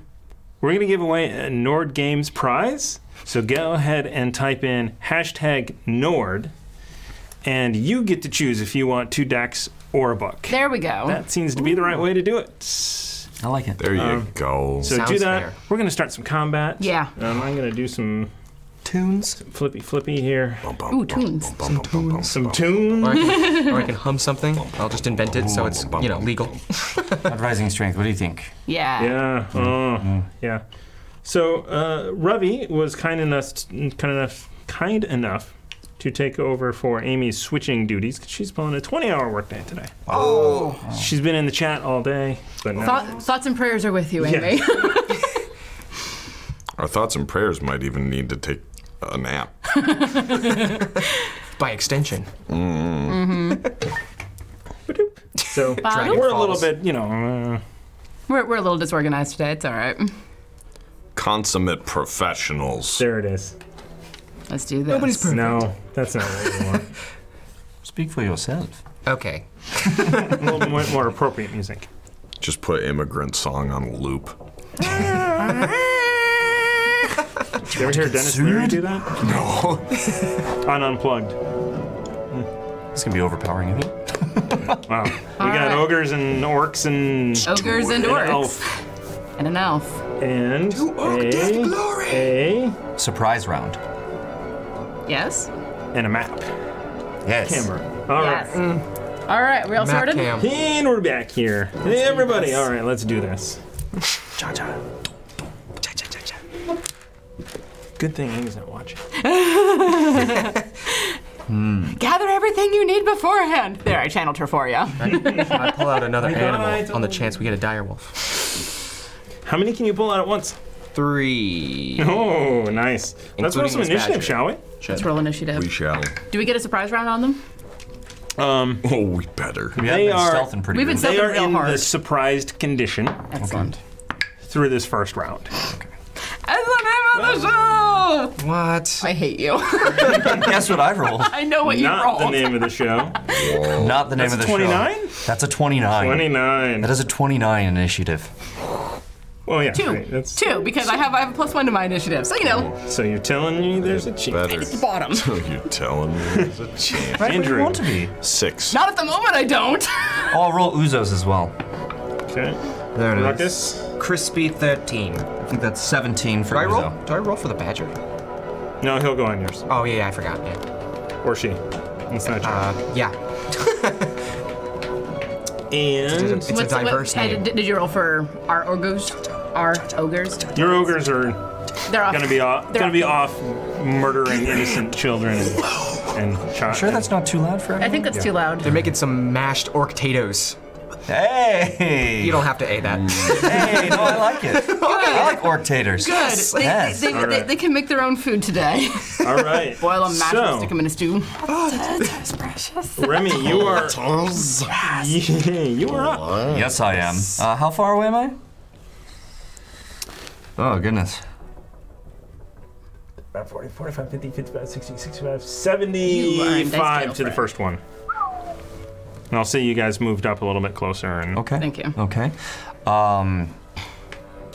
S1: we're gonna give away a Nord Games prize. So go ahead and type in hashtag Nord, and you get to choose if you want two decks or a book.
S4: There we go.
S1: That seems to be the right way to do it.
S2: I like it.
S3: there you go.
S1: Um, So
S6: Sounds
S1: do that.
S6: fair.
S1: We're gonna start some combat.
S4: Yeah.
S1: Um, I'm gonna do some
S2: Tunes.
S1: flippy flippy here.
S4: Ooh, tunes.
S6: Oh.
S1: Some tunes.
S6: Or I, can, or I can hum something. I'll just invent it so it's, you know, legal.
S2: Advising strength. What do you think?
S4: Yeah.
S1: Yeah.
S6: Mm.
S1: Oh, yeah. So uh, Ravi was kind enough, kind enough, kind enough to take over for Amy's switching duties because she's pulling a 20-hour workday today. Oh. She's been in the chat all day, but now
S4: Thought, thoughts and prayers are with you, Amy.
S3: Our thoughts and prayers might even need to take a nap.
S6: By extension.
S1: so
S6: Dragon
S1: we're a little
S6: Falls.
S1: bit, you know. Uh,
S4: We're, we're a little disorganized today. It's all right.
S3: Consummate professionals.
S1: there it is.
S4: Let's do this.
S1: No, that's not what we want.
S2: Speak for yourself.
S6: Okay.
S1: a little bit more, more appropriate music.
S3: Just put immigrant song on loop.
S1: You ever hear Dennis Leary do that?
S3: No.
S1: On Unplugged.
S2: It's gonna be overpowering, isn't it?
S1: Wow. We got
S4: right.
S1: ogres and orcs and
S4: Ogres and
S1: an
S4: orcs.
S1: elf
S4: And an elf.
S1: and a, a
S2: Surprise round.
S4: Yes.
S1: and a map.
S2: Yes.
S1: Camera. All right.
S4: yes. All right. We all
S6: Mm. Map
S4: sorted.
S6: cam.
S1: And we're back here. Hey everybody. All right, let's do this.
S2: Cha cha.
S1: Good thing Amy's not watching.
S4: Gather everything you need beforehand. There, I channeled her for you.
S6: I pull out another
S1: guys.
S6: animal on the chance we get a dire wolf.
S1: How many can you pull out at once?
S6: Three.
S1: Oh, nice. Let's roll
S6: Including
S1: some
S6: his
S1: initiative,
S6: badger.
S1: shall we?
S4: Let's roll initiative.
S3: We shall.
S4: Do we get a surprise round on them?
S3: Oh, we better.
S1: They are
S2: stealthing pretty
S4: We've been
S2: good.
S1: they
S4: stealthing
S1: are
S4: real
S1: in
S4: hard.
S1: the surprised condition
S4: Excellent.
S1: through this first round.
S4: That's the name of the show.
S6: What?
S4: I hate you.
S2: Guess what I rolled?
S4: I know what you
S1: Not
S4: rolled.
S1: the name of the show.
S2: Not the name of the show.
S1: 29?
S2: That's a 29.
S1: 29.
S2: That is a 29 initiative.
S1: Well, yeah.
S4: Two.
S1: right, that's-
S4: Two, because I have I have a plus one to my initiative. So you
S6: Oh,
S4: know,
S1: So you're telling me there's a chance.
S3: Better.
S4: it's the bottom.
S3: So you're telling me there's a chance.
S1: Andrew.
S2: to be?
S3: Six.
S4: Not at the moment I don't.
S2: Oh, I'll roll Uzos as well.
S1: Okay.
S2: There it is.
S1: Ruckus.
S6: Crispy 13. Do
S2: I think that's 17 for
S6: I roll?
S2: Uzo.
S6: Do I roll for the badger?
S1: No, he'll go on yours.
S6: Oh, yeah, yeah, I forgot. Yeah.
S1: Or she. It's not your.
S6: Uh, yeah.
S1: and
S6: It's a
S4: What's- what-
S6: diverse
S4: uh,
S6: name.
S4: Did, did you roll for our ogres? Our ogres?
S1: your ogres are
S4: They're off.
S1: gonna be off.
S4: They're
S1: Gonna be
S4: off.
S1: off murdering innocent children and, and child.
S2: Sure, that's not too loud for
S4: I
S2: everyone.
S4: think that's too loud.
S6: They're making some mashed orctatoes.
S2: Hey!
S6: You don't have to A that.
S2: Hey, no, I like it. I like orctators.
S4: Good. They, they,
S2: Yes.
S4: they, they,
S1: right.
S4: they can make their own food today.
S1: all right.
S4: Boil them, mash them,
S1: so,
S4: stick them in a stew.
S1: Remy, you are you are up.
S2: Yes, I am. Uh, how far away am I? Oh, goodness.
S1: 40, 45, 50, 55, 60, 65,
S4: You are in
S1: 75
S4: dice
S1: to the
S4: jail,
S1: first one. And I'll see you guys moved up a little bit closer. And
S2: Okay.
S4: Thank you.
S2: Okay. Um,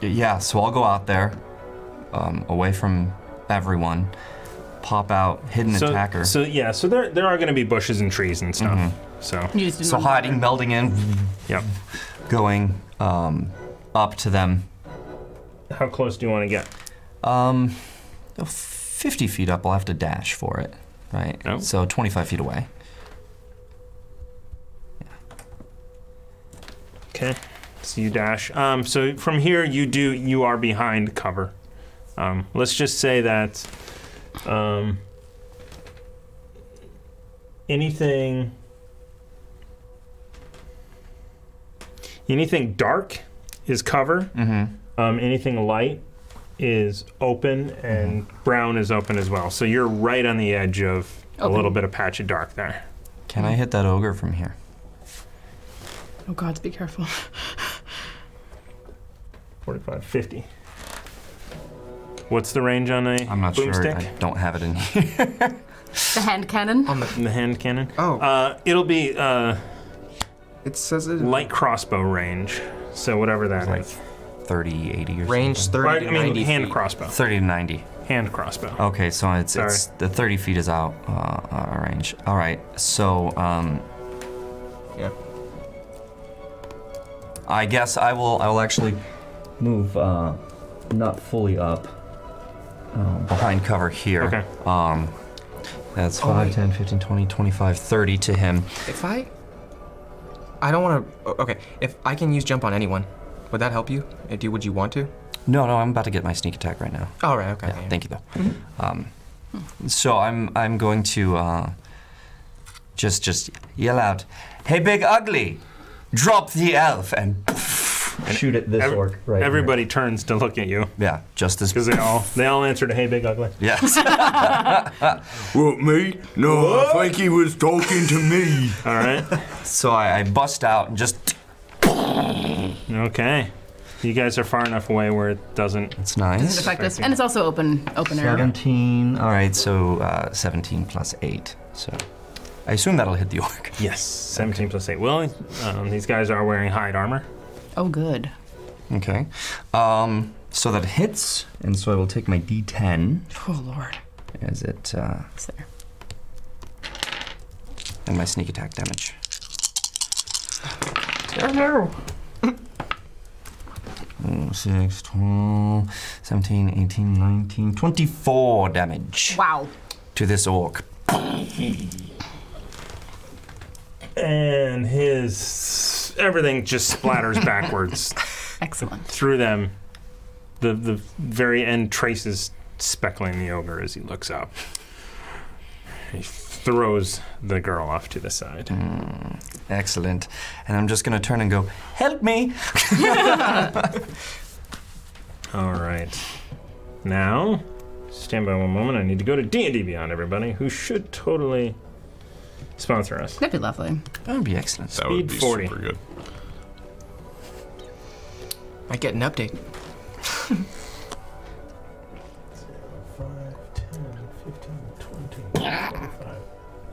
S2: y- yeah, so I'll go out there, um, away from everyone, pop out, hidden
S1: so,
S2: attacker.
S1: so yeah, so there there are going to be bushes and trees and stuff. So
S4: You just didn't
S2: So
S4: want to
S2: hiding, melding in,
S1: yeah,
S2: going um, up to them.
S1: how close do you want to get?
S2: Um, 50 feet up, I'll have to dash for it, right?
S1: Oh.
S2: So 25 feet away.
S1: Okay. So you dash. Um, so from here, you do. You are behind cover. Um, let's just say that. Um, anything. Anything dark is cover. Um, anything light is open, and brown is open as well. So you're right on the edge of a
S4: Open.
S1: little bit of patch of dark there.
S2: Can I
S1: Hmm.
S2: hit that ogre from here?
S4: Oh God, be careful.
S1: 45, 50. What's the range on a
S2: I'm not
S1: boomstick?
S2: sure. I don't have it in here.
S4: The hand cannon.
S1: The hand cannon.
S6: Oh.
S1: Uh, it'll be uh,
S6: It says it.
S1: light crossbow range. So whatever that is.
S2: Like 30, 80 or
S6: Range
S2: something.
S1: Or,
S6: 30
S1: I
S6: to
S1: mean,
S6: 90
S1: hand
S6: feet.
S1: crossbow.
S2: 30 to 90.
S1: Hand crossbow.
S2: Okay, so it's it's the 30 feet is out uh, uh, range. All right, so um,
S6: Yeah.
S2: I guess I will I will actually move uh, not fully up uh, behind cover here.
S1: Okay.
S2: Um, that's 5, 10, 15, 20, 25, 30 to him.
S6: If I. I don't want to. Okay. If I can use jump on anyone, would that help you? Uh, Do Would you want to?
S2: No, no, I'm about to get my sneak attack right now.
S6: All right. Okay.
S2: Yeah, thank you though. Um, so I'm I'm going to uh, just just yell out, "Hey, big ugly, drop the elf!" and, shoot at this
S1: Ev- everybody turns to look at you
S2: Yeah, just this.
S1: because they all they all answer to "Hey, big ugly."
S2: Yes.
S3: What, me? No, I think he was talking to me.
S1: All right.
S2: so I, I bust out and just.
S1: okay. You guys are far enough away where it doesn't.
S2: It's nice.
S4: Affect us. And it's also open open air.
S2: Seventeen. All right, so uh, seventeen plus eight. So I assume that'll hit the orc.
S1: Yes. 17 plus 8. Well, um, these guys are wearing hide armor.
S4: Oh good.
S2: Okay. Um, so that hits, and so I will take my D10
S4: Oh Lord.
S2: as it. Uh,
S4: It's there.
S2: and my sneak attack damage. Oh, 6, 12, 17, 18, 19, 24 damage
S4: Wow.
S2: to this orc.
S1: And his everything just splatters backwards
S4: Excellent.
S1: through them, the the very end traces speckling the ogre as he looks up. He throws the girl off to the side.
S2: Mm. Excellent. And I'm just going to turn and go, help me.
S1: All right. Now, stand by one moment. I need to go to D&D Beyond, everybody, who should totally sponsor us.
S4: That'd be lovely.
S2: That would be excellent.
S3: That would
S1: Speed
S3: be
S1: 40.
S3: super good.
S6: I get an update.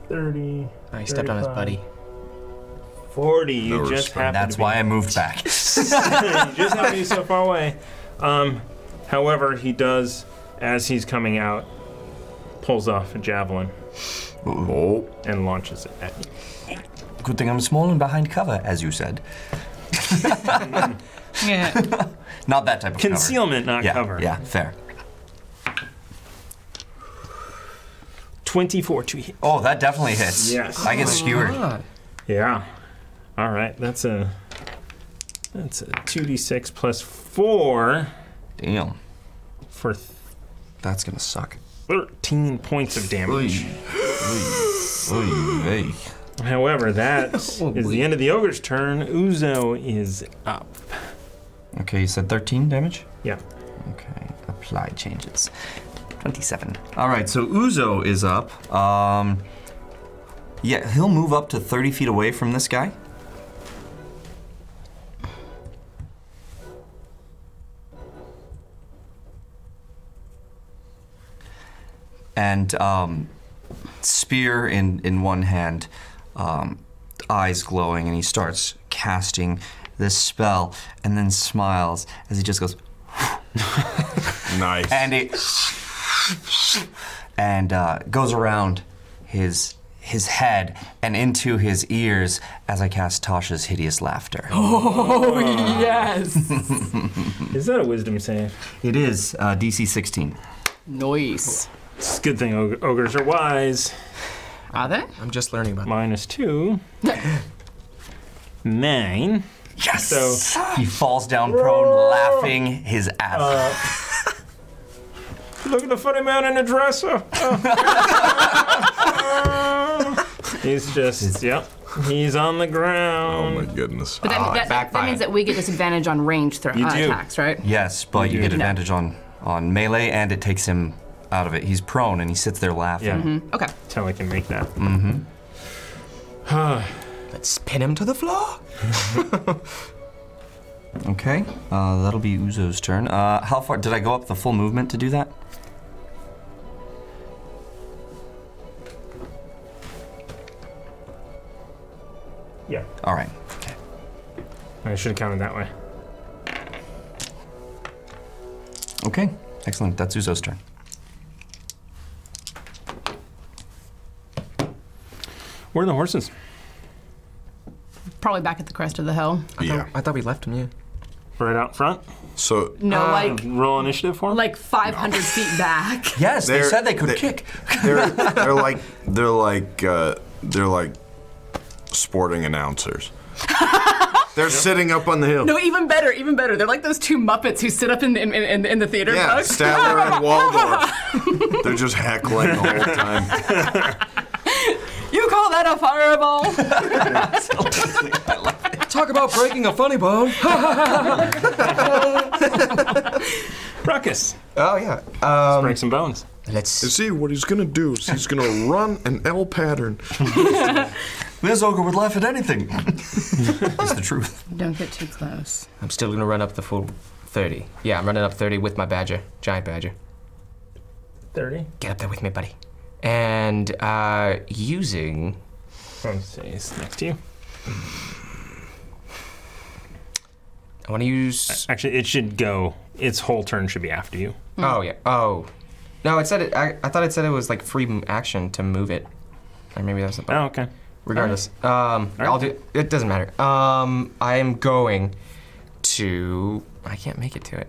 S1: Thirty,
S6: I stepped on his buddy.
S1: forty. you
S3: No
S1: just
S3: response.
S1: happened
S2: That's
S1: to be,
S2: why I moved back.
S1: you just happened to be so far away. Um, however, he does, as he's coming out, pulls off a javelin
S3: Oh,
S1: and launches it at you.
S2: Good thing I'm small and behind cover, as you said.
S4: Yeah.
S2: Not that type of cover.
S1: Concealment, not
S2: yeah,
S1: cover.
S2: Yeah, fair.
S1: 24 to hit.
S2: Oh, that definitely hits.
S1: Yes. Ah.
S2: I get skewered.
S1: Yeah. All right. That's a that's a 2d6 plus 4
S2: Damn.
S1: for
S2: That's going to suck.
S1: 13 points of damage.
S2: Hey.
S1: However, that is the end of the ogre's turn. Uzo is up.
S2: Okay, you said 13 damage?
S1: Yeah.
S2: Okay, apply changes. 27. All right, so Uzo is up. Um, yeah, he'll move up to 30 feet away from this guy. And um, spear in, in one hand, um, eyes glowing, and he starts casting this spell and then smiles as he just goes,
S3: nice.
S2: and it and uh, goes around his his head and into his ears as I cast Tasha's hideous laughter.
S4: Oh, yes.
S1: Is that a wisdom save?
S2: It is uh, DC 16.
S4: Nice.
S1: It's a good thing og- ogres are wise.
S4: Are they?
S6: I'm just learning about
S1: Minus 2. 9.
S2: Yes.
S1: So-
S2: he falls down prone, laughing his ass. off.
S1: Look at the funny man in a dresser. he's just, yep. He's on the
S3: oh my
S1: ground.
S3: goodness.
S4: But that,
S3: Ah,
S4: that, that,
S6: backfired.
S4: means that we get disadvantage on range thro-
S1: You
S4: uh,
S1: do.
S4: attacks, right?
S2: yes, but you get advantage on on melee, and it takes him out of it. He's prone and he sits there laughing.
S1: yeah.
S4: Okay.
S1: That's how I can make that.
S6: Let's pin him to the floor.
S2: Okay, uh, that'll be Uzo's turn. Uh, how far did I go up the full movement to do that?
S1: Yeah.
S2: All right.
S1: I should have counted that way.
S2: Okay, excellent. That's Uzo's turn.
S1: Where are the horses?
S4: Probably back at the crest of the hill.
S3: yeah.
S6: I thought we left him, yeah.
S1: Right out front.
S3: So
S4: No, like
S1: Roll initiative for 'em?
S4: like 500 feet back.
S2: Yes, they
S3: They're-
S2: said they could
S3: they-
S2: kick.
S3: they're they're like they're like uh, they're like sporting announcers. They're sitting up on the hill.
S4: No, even better, even better. They're like those two Muppets who sit up in in, in, in the theater.
S3: yeah,
S4: folks.
S3: Statler and Waldorf. they're just heckling the whole time.
S4: You call that a fireball?
S6: Talk about breaking a funny bone.
S1: Ruckus.
S6: oh, yeah. Uh,
S1: Break some bones.
S6: let's.
S3: See what he's gonna do is he's gonna run an L pattern.
S2: This ogre would laugh at anything. It's the truth.
S4: Don't get too close.
S6: I'm still gonna run up the full 30. Yeah, I'm running up 30 with my badger, giant badger.
S1: 30.
S6: Get up there with me, buddy. And uh, using.
S1: Let's see, it's next to you.
S6: I wanna use.
S1: Actually, it should go. Its whole turn should be after you.
S6: Oh, yeah. Oh. No, it said it. I, I thought it said it was like free m- action to move it. Or maybe that was the
S1: Oh, okay.
S6: Regardless, um, I'll do. It doesn't matter. Um, I am going to. I can't make it to it.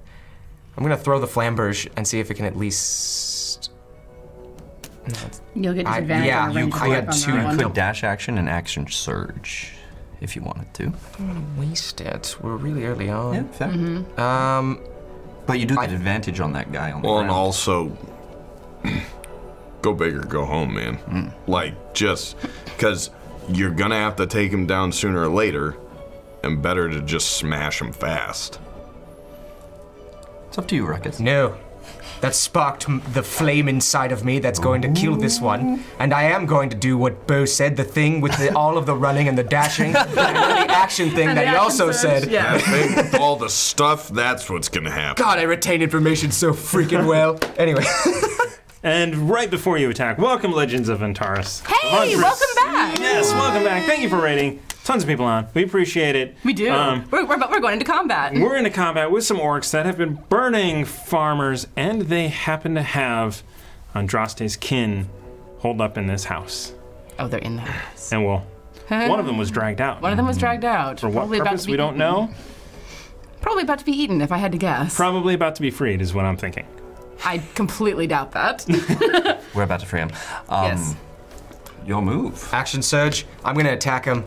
S6: I'm gonna throw the flamberge and see if it can at least. No, it's-
S4: You'll get
S6: I-
S4: disadvantage
S6: yeah,
S4: on a
S6: you
S4: range
S6: could
S4: attack on
S6: too.
S4: that
S6: You
S4: one.
S2: Could dash action and action surge if you wanted to.
S6: waste it. We're really early
S2: Yeah,
S6: on.
S2: fair.
S6: Um,
S2: But you do get advantage on that guy on the
S3: Well, and
S2: ground.
S3: also, go big or go home, man.
S2: Mm.
S3: Like, just because you're going to have to take him down sooner or later, and better to just smash him fast.
S2: It's up to you, Ruckus.
S6: No. That sparked m- the flame inside of me that's going to kill this one. And I am going to do what Bo said the thing with the, all of the running and the dashing, and the action thing that he
S4: action
S6: also
S4: surge,
S6: said.
S4: yeah.
S3: I think with all the stuff, that's what's going to happen.
S6: God, I retain information so freaking well. Anyway,
S1: And right before you attack, welcome Legends of Antares.
S4: Hey, welcome back.
S1: Yes, welcome back. Thank you for raiding. Tons of people on. We appreciate it.
S4: We do.
S1: Um,
S4: we're, we're, we're going into combat.
S1: we're into combat with some orcs that have been burning farmers, and they happen to have Andraste's kin holed up in this house.
S4: Oh, they're in the house.
S1: And well, one of them was dragged out.
S4: One of them was dragged out.
S1: For what purpose? We don't know.
S4: Probably about to be eaten, if I had to guess.
S1: Probably about to be freed, is what I'm thinking.
S4: I completely doubt that.
S1: Um,
S2: We're about to free him. Um,
S4: yes.
S2: Your move.
S6: action surge. I'm gonna attack him,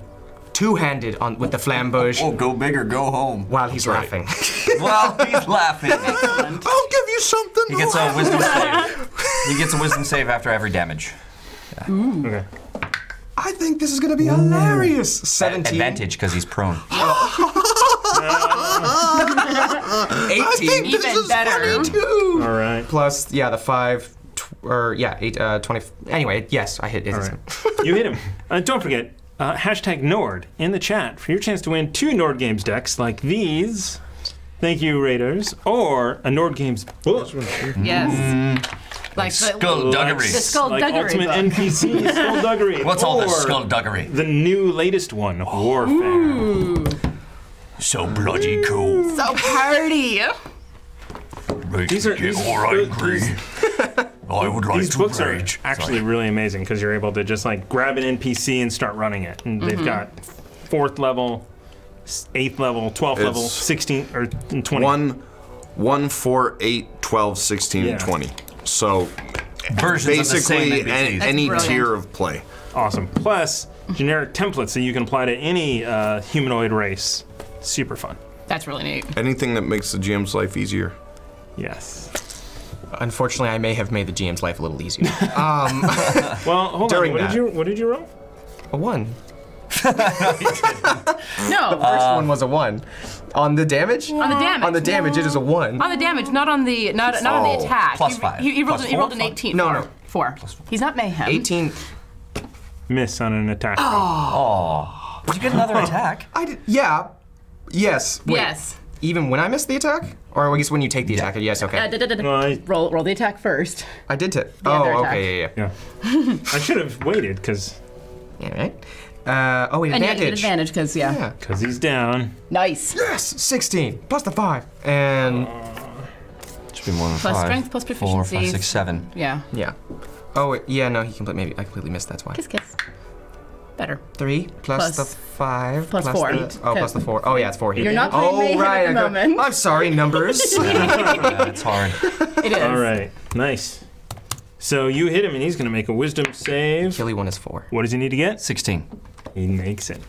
S6: two-handed on with the flambeauge
S2: Oh, go big or go home.
S6: while he's laughing.
S2: Well, he's laughing.
S3: I'll give you something.
S2: He gets a wisdom save. He gets a wisdom save after every damage.
S1: Okay.
S6: I think this is gonna be hilarious. Seventeen.
S2: Advantage because he's prone.
S6: 18
S4: Even better.
S1: All right.
S6: plus yeah the five tw- or yeah eight uh 20 anyway yes i hit it
S1: All right. you hit him. Uh, don't forget, uh, hashtag Nord in the chat for your chance to win two Nord Games decks like these. Thank you, Raiders. Or a Nord Games book.
S4: Yes.
S1: Mm.
S4: Like the,
S2: Skullduggery.
S4: the skullduggery.
S1: Like Ultimate
S4: book.
S1: NPC Skullduggery.
S2: What's all
S1: Or
S2: this skullduggery?
S1: The new latest one, Warfare.
S2: So bloody cool.
S4: So party.
S1: These are these, these,
S2: I would like
S1: these books are actually really amazing because you're able to just like grab an NPC and start running it. And they've got fourth level, s- eighth level, twelfth level,
S3: It's
S1: sixteen or twenty.
S3: One, one, four, eight, 12, 16,
S1: Yeah.
S3: 20. So
S2: versions
S3: basically,
S2: of the same
S3: any,
S2: NPCs.
S3: any
S4: brilliant.
S3: tier of play.
S1: Awesome. Plus, generic templates that you can apply to any uh, humanoid race. Super fun.
S4: That's really neat.
S3: Anything that makes the GM's life easier.
S1: Yes.
S6: unfortunately i may have made the gm's life a little easier
S1: Well, hold
S6: During
S1: on. What
S6: that.
S1: did you What did you roll?
S6: a one
S4: No,
S6: first one was a one on the damage
S4: on the damage.
S6: on the damage it is a one
S4: On the damage, not on the not, not on
S3: Oh,
S4: the attack.
S2: plus
S4: He-
S2: five.
S4: He, he rolled,
S2: Plus
S4: he rolled
S2: four?
S4: an 18.
S6: No,
S4: four. Four.
S6: no.
S4: He's not mayhem.
S6: 18
S1: Miss on an attack. roll.
S2: Did you get another attack?
S6: i did yeah yes wait.
S4: Yes.
S6: even when i missed the attack or i guess when you take the attack yes okay
S4: Uh, da- da- da- da-
S1: Well, I-
S4: roll roll the attack first.
S6: i did take
S4: other
S6: oh
S4: attack.
S6: okay yeah yeah
S1: Yeah. I should have waited because
S6: all right uh, oh wait
S4: And yeah, you get
S6: advantage
S4: advantage because yeah.
S6: Yeah.
S1: because he's down.
S4: Nice.
S6: yes 16 plus the 5 and
S2: Should be more than
S4: Plus
S2: five.
S4: strength, plus
S2: Four, five,
S4: proficiency.
S2: six, seven.
S4: Yeah.
S6: yeah oh wait, yeah no he completely maybe i completely missed that's why
S4: Kiss kiss. Better.
S6: Three
S4: Plus-
S6: plus, the five
S4: plus four.
S6: the-
S4: Eight.
S6: oh, plus the four. Oh yeah, it's four here.
S4: You're not playing
S6: oh,
S4: mayhem at
S6: right,
S4: the
S6: I got-
S4: moment.
S6: I'm sorry, numbers.
S2: Yeah, it's hard.
S4: It is.
S1: All right. Nice. So you hit him, and he's going to make a wisdom save.
S6: Killy one is four.
S1: What does he need to get?
S2: Sixteen.
S1: He makes it.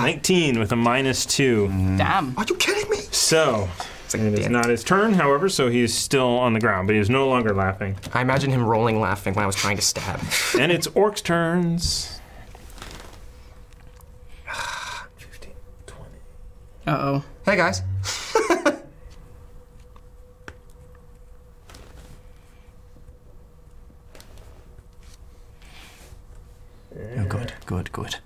S1: 19 with a minus two.
S4: Damn.
S6: Are you kidding me?
S1: So it is
S6: damn.
S1: not his turn, however, so he is still on the ground, but he is no longer laughing.
S6: I imagine him rolling, laughing when I was trying to stab.
S1: and it's orcs' turns.
S4: Uh oh.
S6: hey guys.
S2: Oh, good, good, good.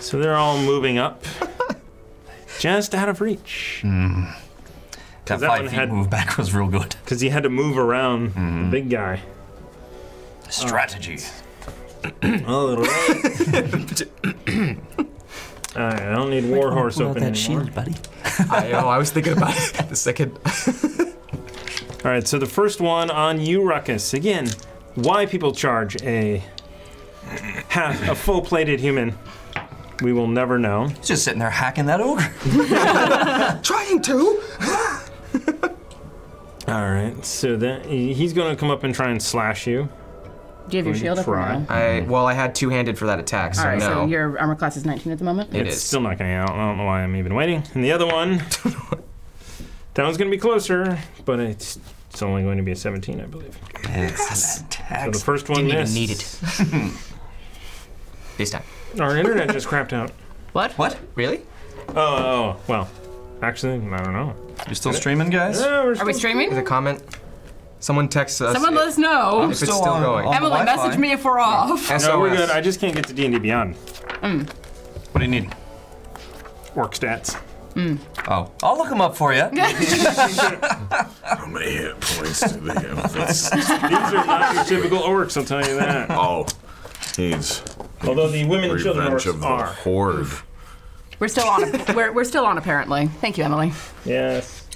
S1: So they're all moving up, just out of reach,
S2: That,
S1: that
S2: five
S1: one
S2: feet
S1: had-
S2: move back was real good.
S1: because he had to move around the big guy.
S2: Strategy.
S1: All right. I don't need Warhorse open anymore.
S2: buddy.
S6: I, oh, I was thinking about it the second.
S1: All right, so the first one on you, Ruckus. Again, why people charge a half a full-plated human? We will never know.
S2: He's just sitting there hacking that ogre.
S6: trying to.
S1: All right, so that he's going to come up and try and slash you.
S4: Do you have
S1: Going
S4: your
S1: to
S4: shield up? or
S1: try.
S4: no?
S6: I well, I had two-handed for that attack, so
S4: All right,
S6: no.
S4: so your armor class is 19 at the moment.
S6: It
S1: It's
S6: is.
S1: still not going to. I don't know why I'm even waiting. And the other one, that one's going to be closer, but it's, it's only going to be a 17, I believe.
S2: Excellent.
S1: So the first one
S6: Didn't even
S1: missed.
S6: need it. this time.
S1: Our internet just crapped out.
S6: What? Really?
S1: Oh, oh, oh, well, actually, I don't know.
S2: You're still streaming, guys?
S1: Yeah, we're
S4: Are we
S1: still-
S6: There's
S4: streaming?
S6: a comment. Someone texts us.
S4: Someone
S6: if-
S4: let us know.
S6: if it's still going.
S1: Oh.
S4: Emily, message me if we're off.
S6: SOS.
S1: No, we're good. I just can't get to D&D Beyond.
S2: What do you need?
S1: Orc stats.
S2: Oh, I'll look them up for you.
S3: How many hit points do they have? That's,
S1: These are not your typical orcs, I'll tell you that.
S3: oh, he's
S1: Although the women and children
S3: revenge
S1: orcs
S3: of the
S1: are.
S3: horde.
S4: We're still on. we're, we're still on apparently. Thank you, Emily.
S1: Yes.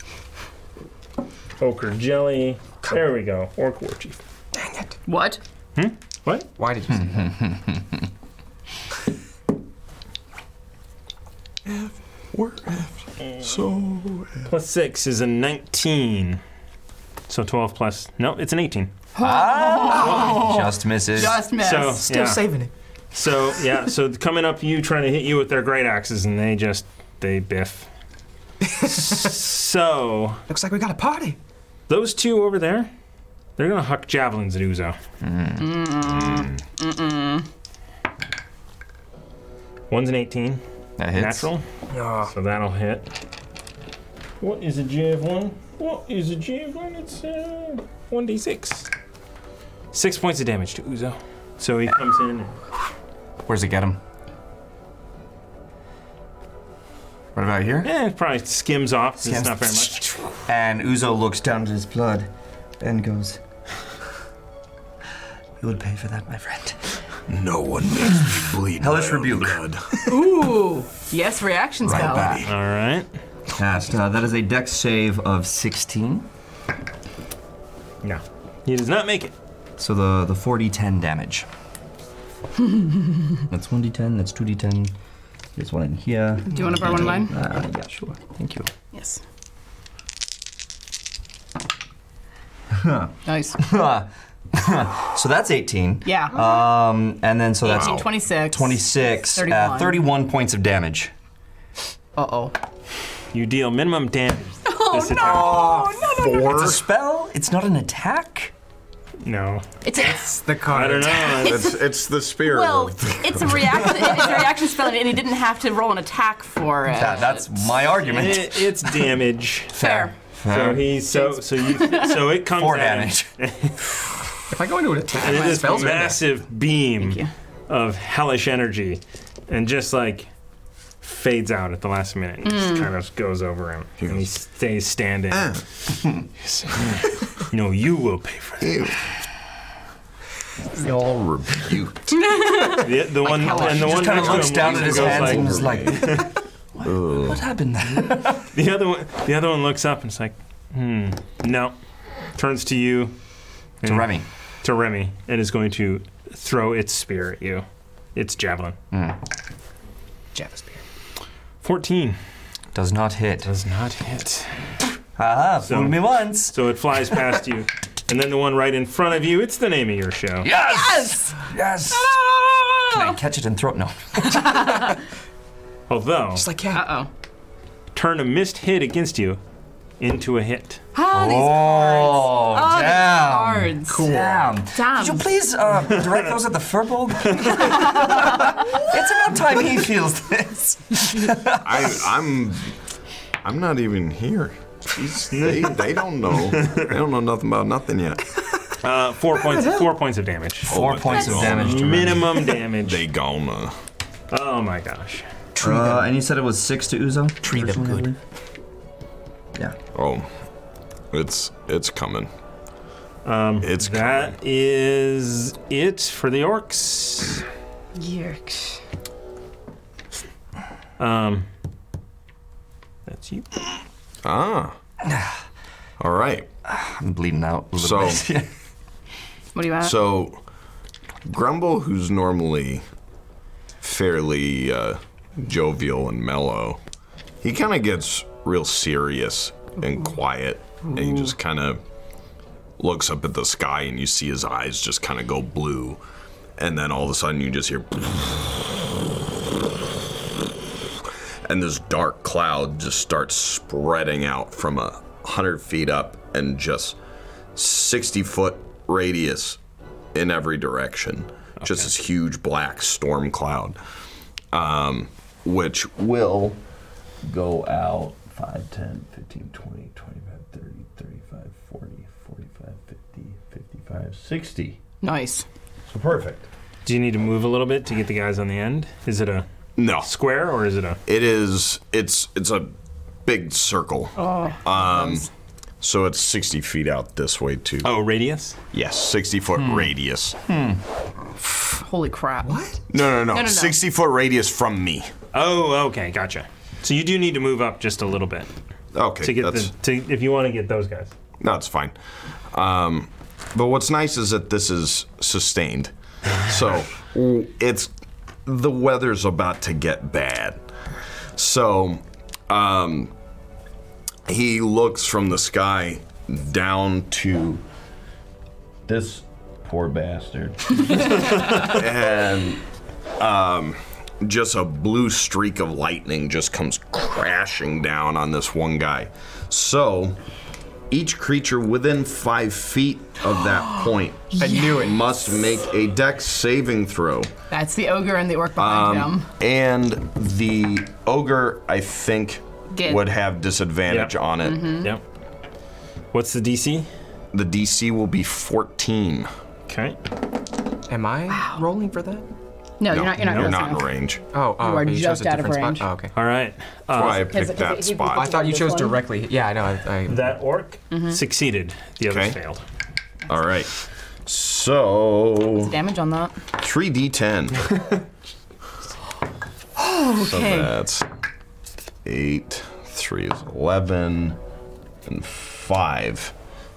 S1: Ochre jelly. There we go. Orc war chief.
S4: What?
S1: What?
S6: Why did you say that?
S3: We're effed. So
S1: Plus six is a 19. So 12 plus. No, it's an 18.
S2: Just misses.
S4: Just missed.
S1: So, yeah.
S6: saving it.
S1: So, yeah, so coming up, you trying to hit you with their great axes, and they just. They biff. so,
S6: Looks like we got a party.
S1: those two over there, they're going to huck javelins at Uzo. One's an 18.
S2: That hits.
S1: Natural. So that'll hit. What is a javelin? What is a javelin? It's uh, 1d6. Six points of damage to Uzo. So he comes in.
S2: Where's it get him? Right about here?
S1: Eh, it probably skims off. It's not very much.
S2: And Uzo looks down.
S10: down to his blood and goes, You will pay for that, my friend.
S3: no one makes me bleed.
S2: Hellish
S3: my own
S2: rebuke.
S3: blood.
S4: Ooh. Yes, reactions
S2: Right
S4: go.
S2: back.
S1: All right.
S2: Cast. Uh, that is a dex save of 16.
S1: No. He does not make it.
S2: So the, the 4d10 damage. that's 1d10, that's 2d10. There's one in here.
S4: Do you want to borrow one of mine?
S2: Uh, yeah, sure. Thank you.
S4: Yes. Nice.
S2: So that's 18.
S4: Yeah.
S2: Um, and then so that's
S4: 18, 26.
S2: 26, 31.
S4: 31.
S2: Uh, 31 points of damage.
S4: Uh oh.
S1: You deal minimum damage. this
S2: It's a spell. It's not an attack.
S1: attack. No.
S4: It's a,
S6: The card.
S1: I don't know.
S3: It's, it's the spear.
S4: well,
S3: of-
S4: it's a reaction. It's a reaction spell, and he didn't have to roll an attack for it.
S2: That, that's my argument.
S1: It- it's damage.
S4: fair.
S1: So he so so you so it comes
S2: Four
S1: at him.
S2: damage.
S6: If I go into an attack,
S1: and it
S6: my
S1: is
S6: spells are in there.
S1: massive beam
S4: you.
S1: of hellish energy, and just like fades out at the last minute. It Just kind of goes over him, and he stays standing.
S2: "Ah."
S1: Yes. no, you will pay for that.
S3: They all rebuked.
S1: The, the one and the one
S2: Just kind of
S1: next to
S2: looks
S1: him
S2: down at
S1: and
S2: his
S1: goes
S2: hands
S1: like-
S2: and is like, what, what happened there?
S1: the other one. The other one looks up and is like, hmm, no. Turns to you,
S2: To Remy.
S1: to Remy, and is going to throw its spear at you. Its javelin.
S6: Java spear.
S1: Fourteen
S2: Does not hit.
S1: does not hit.
S2: Haha, fooled me once.
S1: So it flies past you. And then the one right in front of you, it's the name of your show.
S2: Yes! Yes!
S4: Ah!
S2: Can I catch it and throw it? No.
S1: Although,
S6: It's like, yeah.
S4: Uh oh.
S1: turn a missed hit against you into a hit.
S4: Ah, these
S2: Oh,
S4: Oh, these
S2: damn.
S4: cards.
S2: Damn.
S4: Damn.
S2: Could you please uh, direct those at the furball? it's about time he feels this.
S3: I, I'm I'm not even here. Jeez, they, they don't know. They don't know nothing about nothing yet.
S1: Uh, four points. Four points of damage.
S2: Four
S3: my
S2: points of
S3: God.
S2: damage to Remy.
S1: Minimum damage.
S3: They uh, gonna.
S1: Oh my gosh.
S2: Uh, and you said it was six to Uzo?
S6: Treat them
S2: Originally, I
S6: good.
S2: believe? Yeah.
S3: Oh, it's it's coming.
S1: Um,
S3: It's
S1: that is it for the orcs.
S4: Yerk.
S1: Um, that's you.
S3: Ah. All right.
S2: I'm bleeding out a
S3: So-
S2: little bit.
S4: What do you want?
S3: So, Grumble, who's normally fairly uh, jovial and mellow, he kind of gets real serious and quiet, and he just kind of looks up at the sky and you see his eyes just kind of go blue. And then all of a sudden you just hear. And this dark cloud just starts spreading out from a hundred feet up and just sixty foot radius in every direction. Just this huge black storm cloud, um, which will go out 5, 10, 15, 20, 25, 30, 35, 40, 45, 50, 55, 60.
S4: Nice.
S3: So perfect.
S1: Do you need to move a little bit to get the guys on the end? Is it a
S3: No,
S1: square or is it a?
S3: it is. It's it's a big circle.
S4: Oh.
S3: um, so it's 60 feet out this way too.
S1: Oh, radius.
S3: Yes, 60 foot radius.
S4: Holy crap. What?
S3: No, no, no,
S4: no.
S3: 60 foot radius from me.
S1: Oh, okay, gotcha. So you do need to move up just a little bit
S3: Okay,
S1: to get
S3: that's
S1: the to if you want to get those guys.
S3: no, it's fine. Um, but what's nice is that this is sustained. So it's the weather's about to get bad. So um, he looks from the sky down to this poor bastard, and um, just a blue streak of lightning just comes crashing down on this one guy. So each creature within five feet of that point
S6: I knew it.
S3: must make a dex saving throw.
S4: That's the ogre and the orc behind him.
S3: And the ogre, I think,
S4: Get-
S3: would have disadvantage
S1: Yep.
S3: on it.
S4: Mm-hmm.
S1: Yep. What's the DC?
S3: The DC will be 14.
S1: Okay.
S6: Am I rolling for that?
S4: No,
S3: No,
S4: you're not. You're not.
S3: you're
S4: close
S3: not
S4: enough.
S3: in range.
S6: Oh, oh,
S4: are
S6: but you chose
S4: just
S6: a
S4: out of
S6: different
S4: range.
S6: spot. Oh, okay.
S1: All right. uh,
S3: That's why I
S4: it-
S3: picked that
S4: is it-
S3: spot.
S6: I thought you
S4: This
S6: chose
S4: one?
S6: directly. Yeah, I know. I, I,
S1: That orc succeeded. The others
S3: Okay.
S1: failed.
S3: All right. So,
S4: Damage on that.
S3: 3d10. So
S4: Okay.
S3: that's 8, 3 is 11, and 5.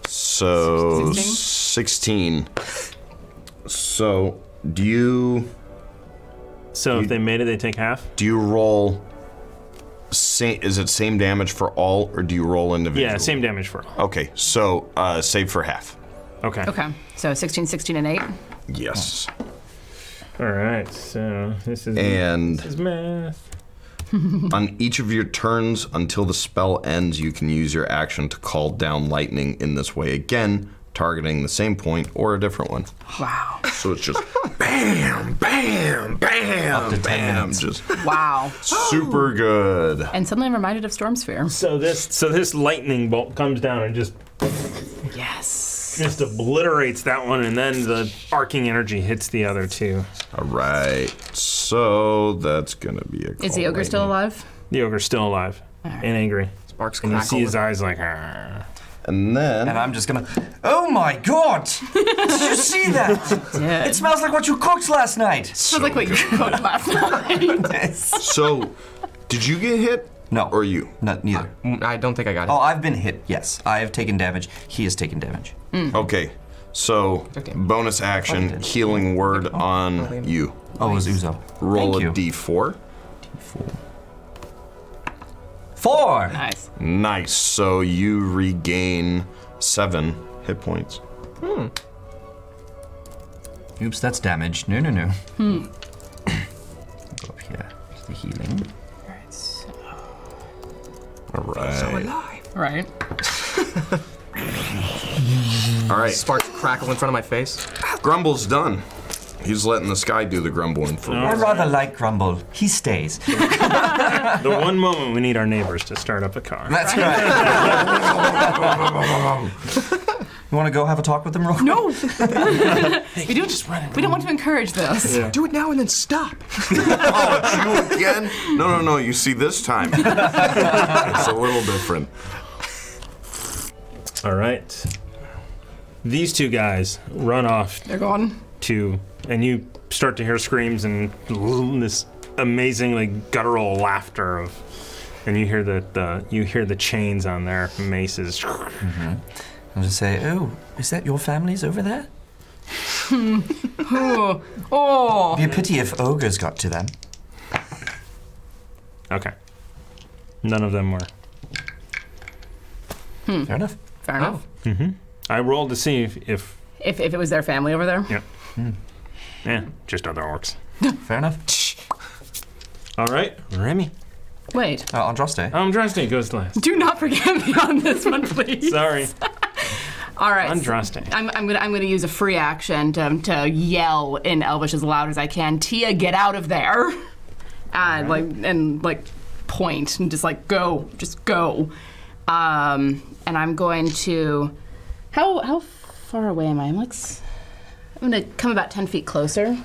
S3: So, 16. So, do you.
S1: So if they made it, they take half.
S3: Do you roll? Same, is it same damage for all, or do you roll individually?
S1: Yeah, same damage for all.
S3: Okay, so uh, save for half.
S1: Okay.
S4: Okay. So 16, 16, and 8.
S3: Yes.
S1: All right. So this is
S3: And
S1: this is math.
S3: on each of your turns until the spell ends, you can use your action to call down lightning in this way again, targeting the same point or a different one.
S4: Wow.
S3: So it's just bam, bam, bam, bam, just
S4: Wow.
S3: super good.
S4: And suddenly I'm reminded of Storm Sphere.
S1: So this so this lightning bolt comes down and just
S4: Yes.
S1: just obliterates that one, and then the arcing energy hits the other two.
S3: All right, so that's gonna be a.
S4: Is
S3: call
S4: the ogre still
S3: lightning.
S4: alive?
S1: The ogre's still alive and angry.
S6: sparks
S1: And you see
S6: crackle.
S1: his eyes like. "Arr."
S3: And then.
S2: And I'm just gonna.
S12: Oh my god! Did you see that?
S4: Yeah.
S12: It smells like what you cooked last night.
S4: Sounds like what you cooked last night.
S3: So, did you get hit?
S2: No.
S3: Or you?
S2: Not neither.
S6: Mm, I don't think I got it.
S2: Oh, I've been hit. Yes, I have taken damage. He has taken damage.
S3: Okay. So, bonus action, healing word on you.
S2: Oh, it was Uzo.
S3: Roll
S2: Thank
S3: a
S2: you.
S3: d4.
S2: Four.
S4: nice.
S3: Nice. So, you regain seven hit points.
S2: Oops, that's damage. No, no, no. Hmm. Up here. There's the healing.
S3: All right.
S4: Right.
S3: All right.
S6: Sparks crackle in front of my face.
S3: Grumble's done. He's letting the sky do the grumbling for
S2: I
S3: him.
S2: rather like Grumble. He stays.
S1: The one moment we need our neighbors to start up a car.
S2: That's right. you want to go have a talk with him real quick?
S4: No. we don't just run. We don't want to encourage this.
S6: Do it now and then stop.
S3: Oh, you again? No, no, no. You see, this time it's a little different.
S1: All right. These two guys run off
S4: They're gone.
S1: to, and you start to hear screams and this amazingly guttural laughter of, and you hear the, the you hear the chains on their maces.
S2: I'll just say, oh, is that your families over there?
S4: Oh. Oh.
S2: Be a pity if ogres got to them.
S1: Okay. None of them were.
S2: Fair enough.
S4: Oh. Fair enough.
S1: I rolled to see if, if
S4: If, if it was their family over there.
S1: yeah, eh, just other orcs.
S2: Fair enough.
S1: All right, Remy.
S4: Wait,
S2: Uh, Andraste.
S1: Andraste goes last.
S4: do not forget me on this one, please.
S1: Sorry,
S4: All right.
S1: Andraste.
S4: I'm, I'm gonna I'm gonna use a free action to, um, to yell in Elvish as loud as I can. Tia, get out of there, and like and like point and just like go, just go. Um, and I'm going to how how far away am I? I'm like s- I'm gonna come about ten feet closer,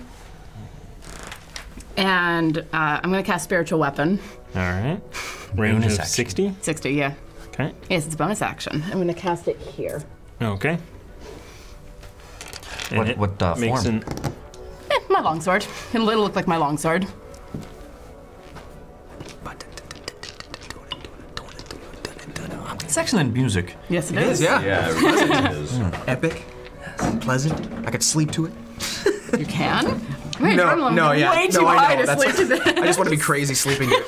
S4: and uh, I'm gonna cast spiritual weapon.
S1: All right, range
S2: Bonus
S1: of
S2: action.
S1: sixty.
S4: Sixty, yeah.
S1: Okay,
S4: Yes, it's a bonus action. I'm gonna cast it here.
S1: okay. And
S2: What-
S1: it
S2: what, uh,
S1: makes
S2: form?
S1: an
S4: Eh, my longsword. It'll, it'll look like my longsword.
S2: It's excellent music.
S4: Yes,
S6: It is, yeah.
S3: Yeah, it really is.
S12: Epic. Pleasant. I could sleep to it.
S4: You can? My
S6: No,
S4: adrenaline
S6: no,
S4: went
S6: yeah.
S4: Way
S6: No,
S4: too
S6: I know.
S4: high to
S6: That's-
S4: sleep to this.
S6: I just want to be crazy sleeping. here.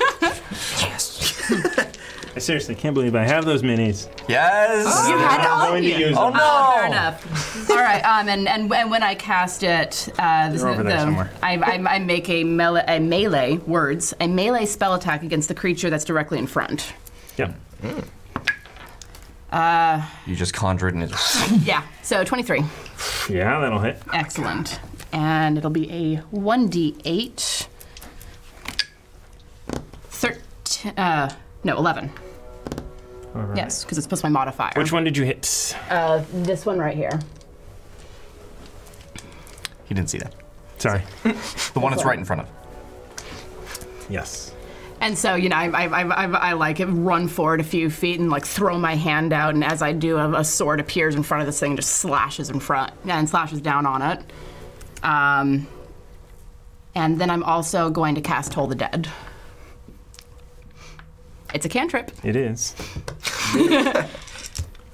S1: I seriously can't believe I have those minis.
S2: Yes.
S4: You had to
S1: I'm
S4: on
S1: going
S4: you.
S1: to use
S2: Oh
S1: them.
S2: no.
S4: Oh, fair enough. All right, um, and, and and when I cast it, uh, this
S1: They're over
S4: is
S1: there
S4: the-
S1: somewhere.
S4: I, I, I make a melee, a melee words a melee spell attack against the creature that's directly in front.
S1: Yeah.
S2: You just conjured and it.
S4: Yeah, so 23,
S1: Yeah, that'll hit.
S4: excellent, and it'll be a 1d8, thirteen, uh, no 11. Yes, because it's plus my modifier.
S1: Which one did you hit?
S4: Uh, this one right here.
S2: He didn't see that.
S1: Sorry.
S2: The one that's right in front of.
S1: Yes.
S4: And so, you know, I, I, I, I, I like run forward a few feet and like throw my hand out, and as I do, a, a sword appears in front of this thing and just slashes in front and slashes down on it. Um, and then I'm also going to cast Toll the Dead. It's a cantrip. I'm
S1: It is.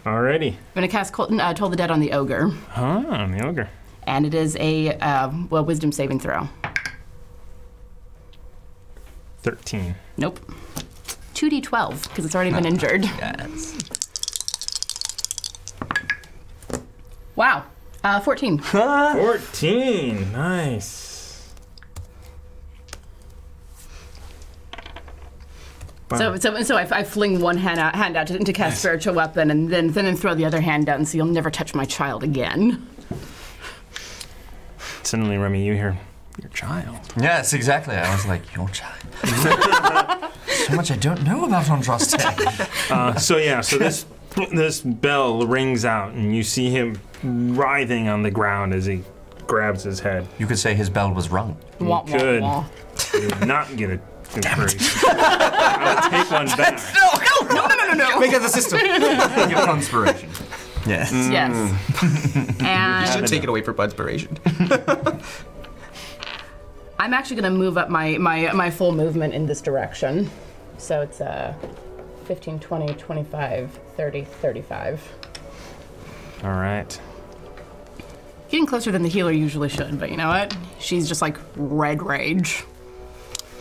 S1: Alrighty.
S4: going to cast Col- uh, Toll the Dead on the ogre,
S1: Huh, on the ogre.
S4: and it is a uh, well wisdom saving throw.
S1: 13.
S4: Nope. 2d12 because it's already been injured.
S2: Yes.
S4: Wow. Uh, 14.
S1: 14. Nice.
S4: So, so, so I, I fling one hand out, hand out to, to cast spiritual weapon, and then, then throw the other hand out, and so you'll never touch my child again.
S1: Suddenly, Remy, you hear your child.
S2: Yes, exactly. I was like, your child. so much I don't know about Andraste.
S1: Uh, so yeah, so this this bell rings out, and you see him writhing on the ground as he grabs his head.
S2: you could say his bell was rung.
S4: Wah, wah,
S1: Good.
S4: wah.
S1: You did not get a Damn I'll take one back.
S6: Make it the system.
S3: Give it inspiration.
S2: Yes.
S4: Yes.
S6: Should
S4: and
S6: take it away for Budspiration.
S4: I'm actually going to move up my, my, my full movement in this direction. So it's uh, 15, 20, 25, 30, 35.
S1: All right.
S4: Getting closer than the healer usually should, but you know what? She's just like red rage.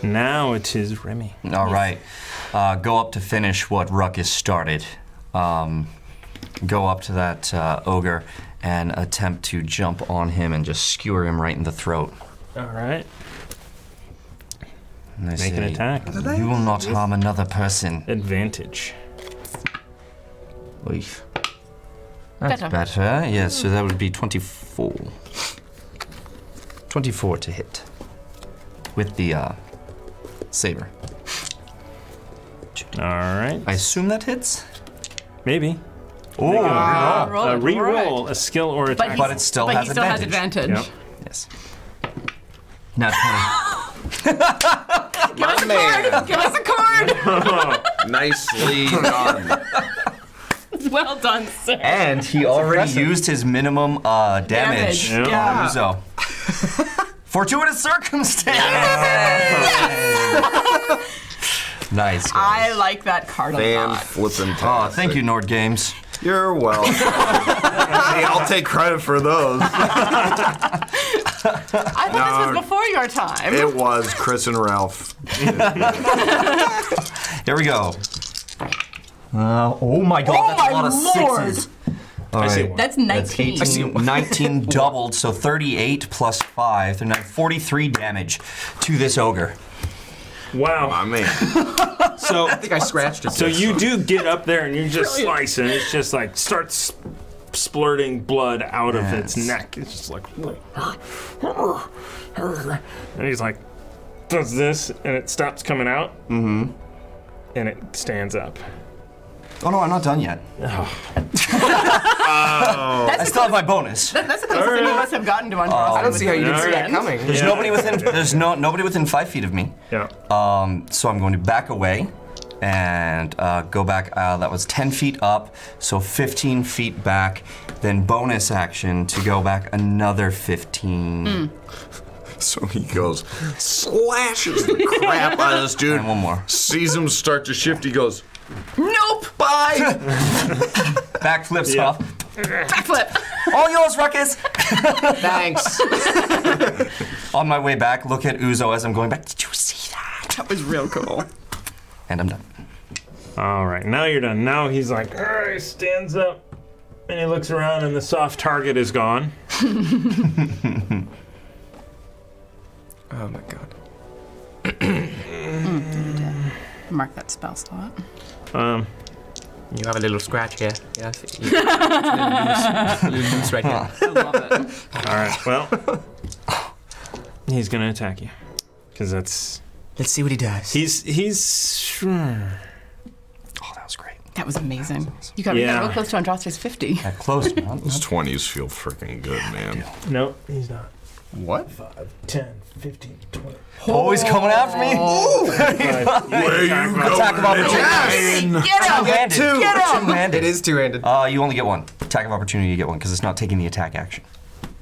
S1: Now it is Remy.
S2: All right. Uh, go up to finish what Ruckus started. Um, go up to that uh, ogre and attempt to jump on him and just skewer him right in the throat.
S1: All right.
S2: And I
S1: Make an
S2: say,
S1: attack.
S2: You will not harm another person.
S1: Advantage.
S2: Oof. That's
S4: Better.
S2: better. Yes, so that would be 24. 24 to hit. With the uh, saber.
S1: All right.
S2: I assume that hits?
S1: Maybe.
S2: Oh,
S1: Uh,
S4: roll
S1: a
S4: it,
S1: reroll,
S4: roll
S1: a skill or attack.
S2: But it still
S4: but
S2: has
S4: he still has
S2: advantage.
S4: advantage.
S1: Yep.
S2: yes. Not 20.
S4: Give us a card!
S3: Nicely done.
S4: well done, sir.
S2: And he already used his minimum uh, damage.
S4: Damage. Yeah.
S1: Yeah.
S2: So. Fortuitous circumstance! nice.
S4: I
S2: guys.
S4: like that card a
S3: And
S4: lot.
S3: flipping
S2: Oh, thank you, Nord Games.
S3: You're welcome. hey, I'll take credit for those.
S4: I thought this was before your time.
S3: It was Chris and Ralph.
S2: Here we go. Uh, oh my god,
S4: Oh
S2: that's
S4: my
S2: oh a lot of
S4: Oh lord.
S2: sixes. I
S3: see
S2: one.
S4: That's 19.
S2: 18, 19 doubled, so 38 plus 5, 39, 43 damage to this ogre.
S1: Wow.
S3: I mean,
S1: So
S6: I think I scratched it.
S1: so you do get up there and you just slice and it's just like starts splurting blood out of its
S2: Yes.
S1: neck. It's just like and he's like does this and it stops coming out. Mm-hmm. And it stands up.
S2: Oh no, I'm not done yet. I still have my bonus.
S4: That's the closest any of us have gotten to one.
S6: I
S2: Oh.
S6: don't see how you didn't see that coming.
S2: There's nobody within. There's no nobody within five feet of me.
S1: Yeah.
S2: Um, so I'm going to back away and uh, go back. Uh, that was 10 feet up, so 15 feet back. Then bonus action to go back another 15.
S3: so he goes, slashes the crap out of this dude.
S2: And one more.
S3: Sees him start to shift. He goes,
S4: Nope!
S3: bye.
S2: Back flips
S1: Yeah.
S2: off.
S4: Backflip!
S2: All yours, Ruckus.
S6: Thanks.
S2: On my way back, look at Uzo as I'm going back. Did you see that?
S4: That was real cool.
S2: And I'm done.
S1: All right, now you're done. Now he's like, "Arr," he stands up and he looks around, and the soft target is gone.
S6: oh my god.
S4: Mark that spell slot.
S1: Um,
S6: You have a little scratch here. Yeah. little loose right here.
S1: all right, well, he's gonna attack you because that's
S6: Let's see what he does.
S1: he's he's yeah.
S2: Oh, that was great.
S4: That was amazing. You got yeah.
S1: Yeah.
S4: real close to Andraste's 50.
S2: That closed. man.
S3: Those 20s feel freaking good, man.
S1: no, he's not.
S6: what?
S1: 10, 15, 20.
S2: Always coming after me.
S4: Oh.
S3: Where you going?
S2: Attack of opportunity.
S4: Get
S2: Two-handed. Two-handed.
S6: It is two-handed.
S2: Uh, you only get one attack of opportunity. You get one because it's not taking the attack action.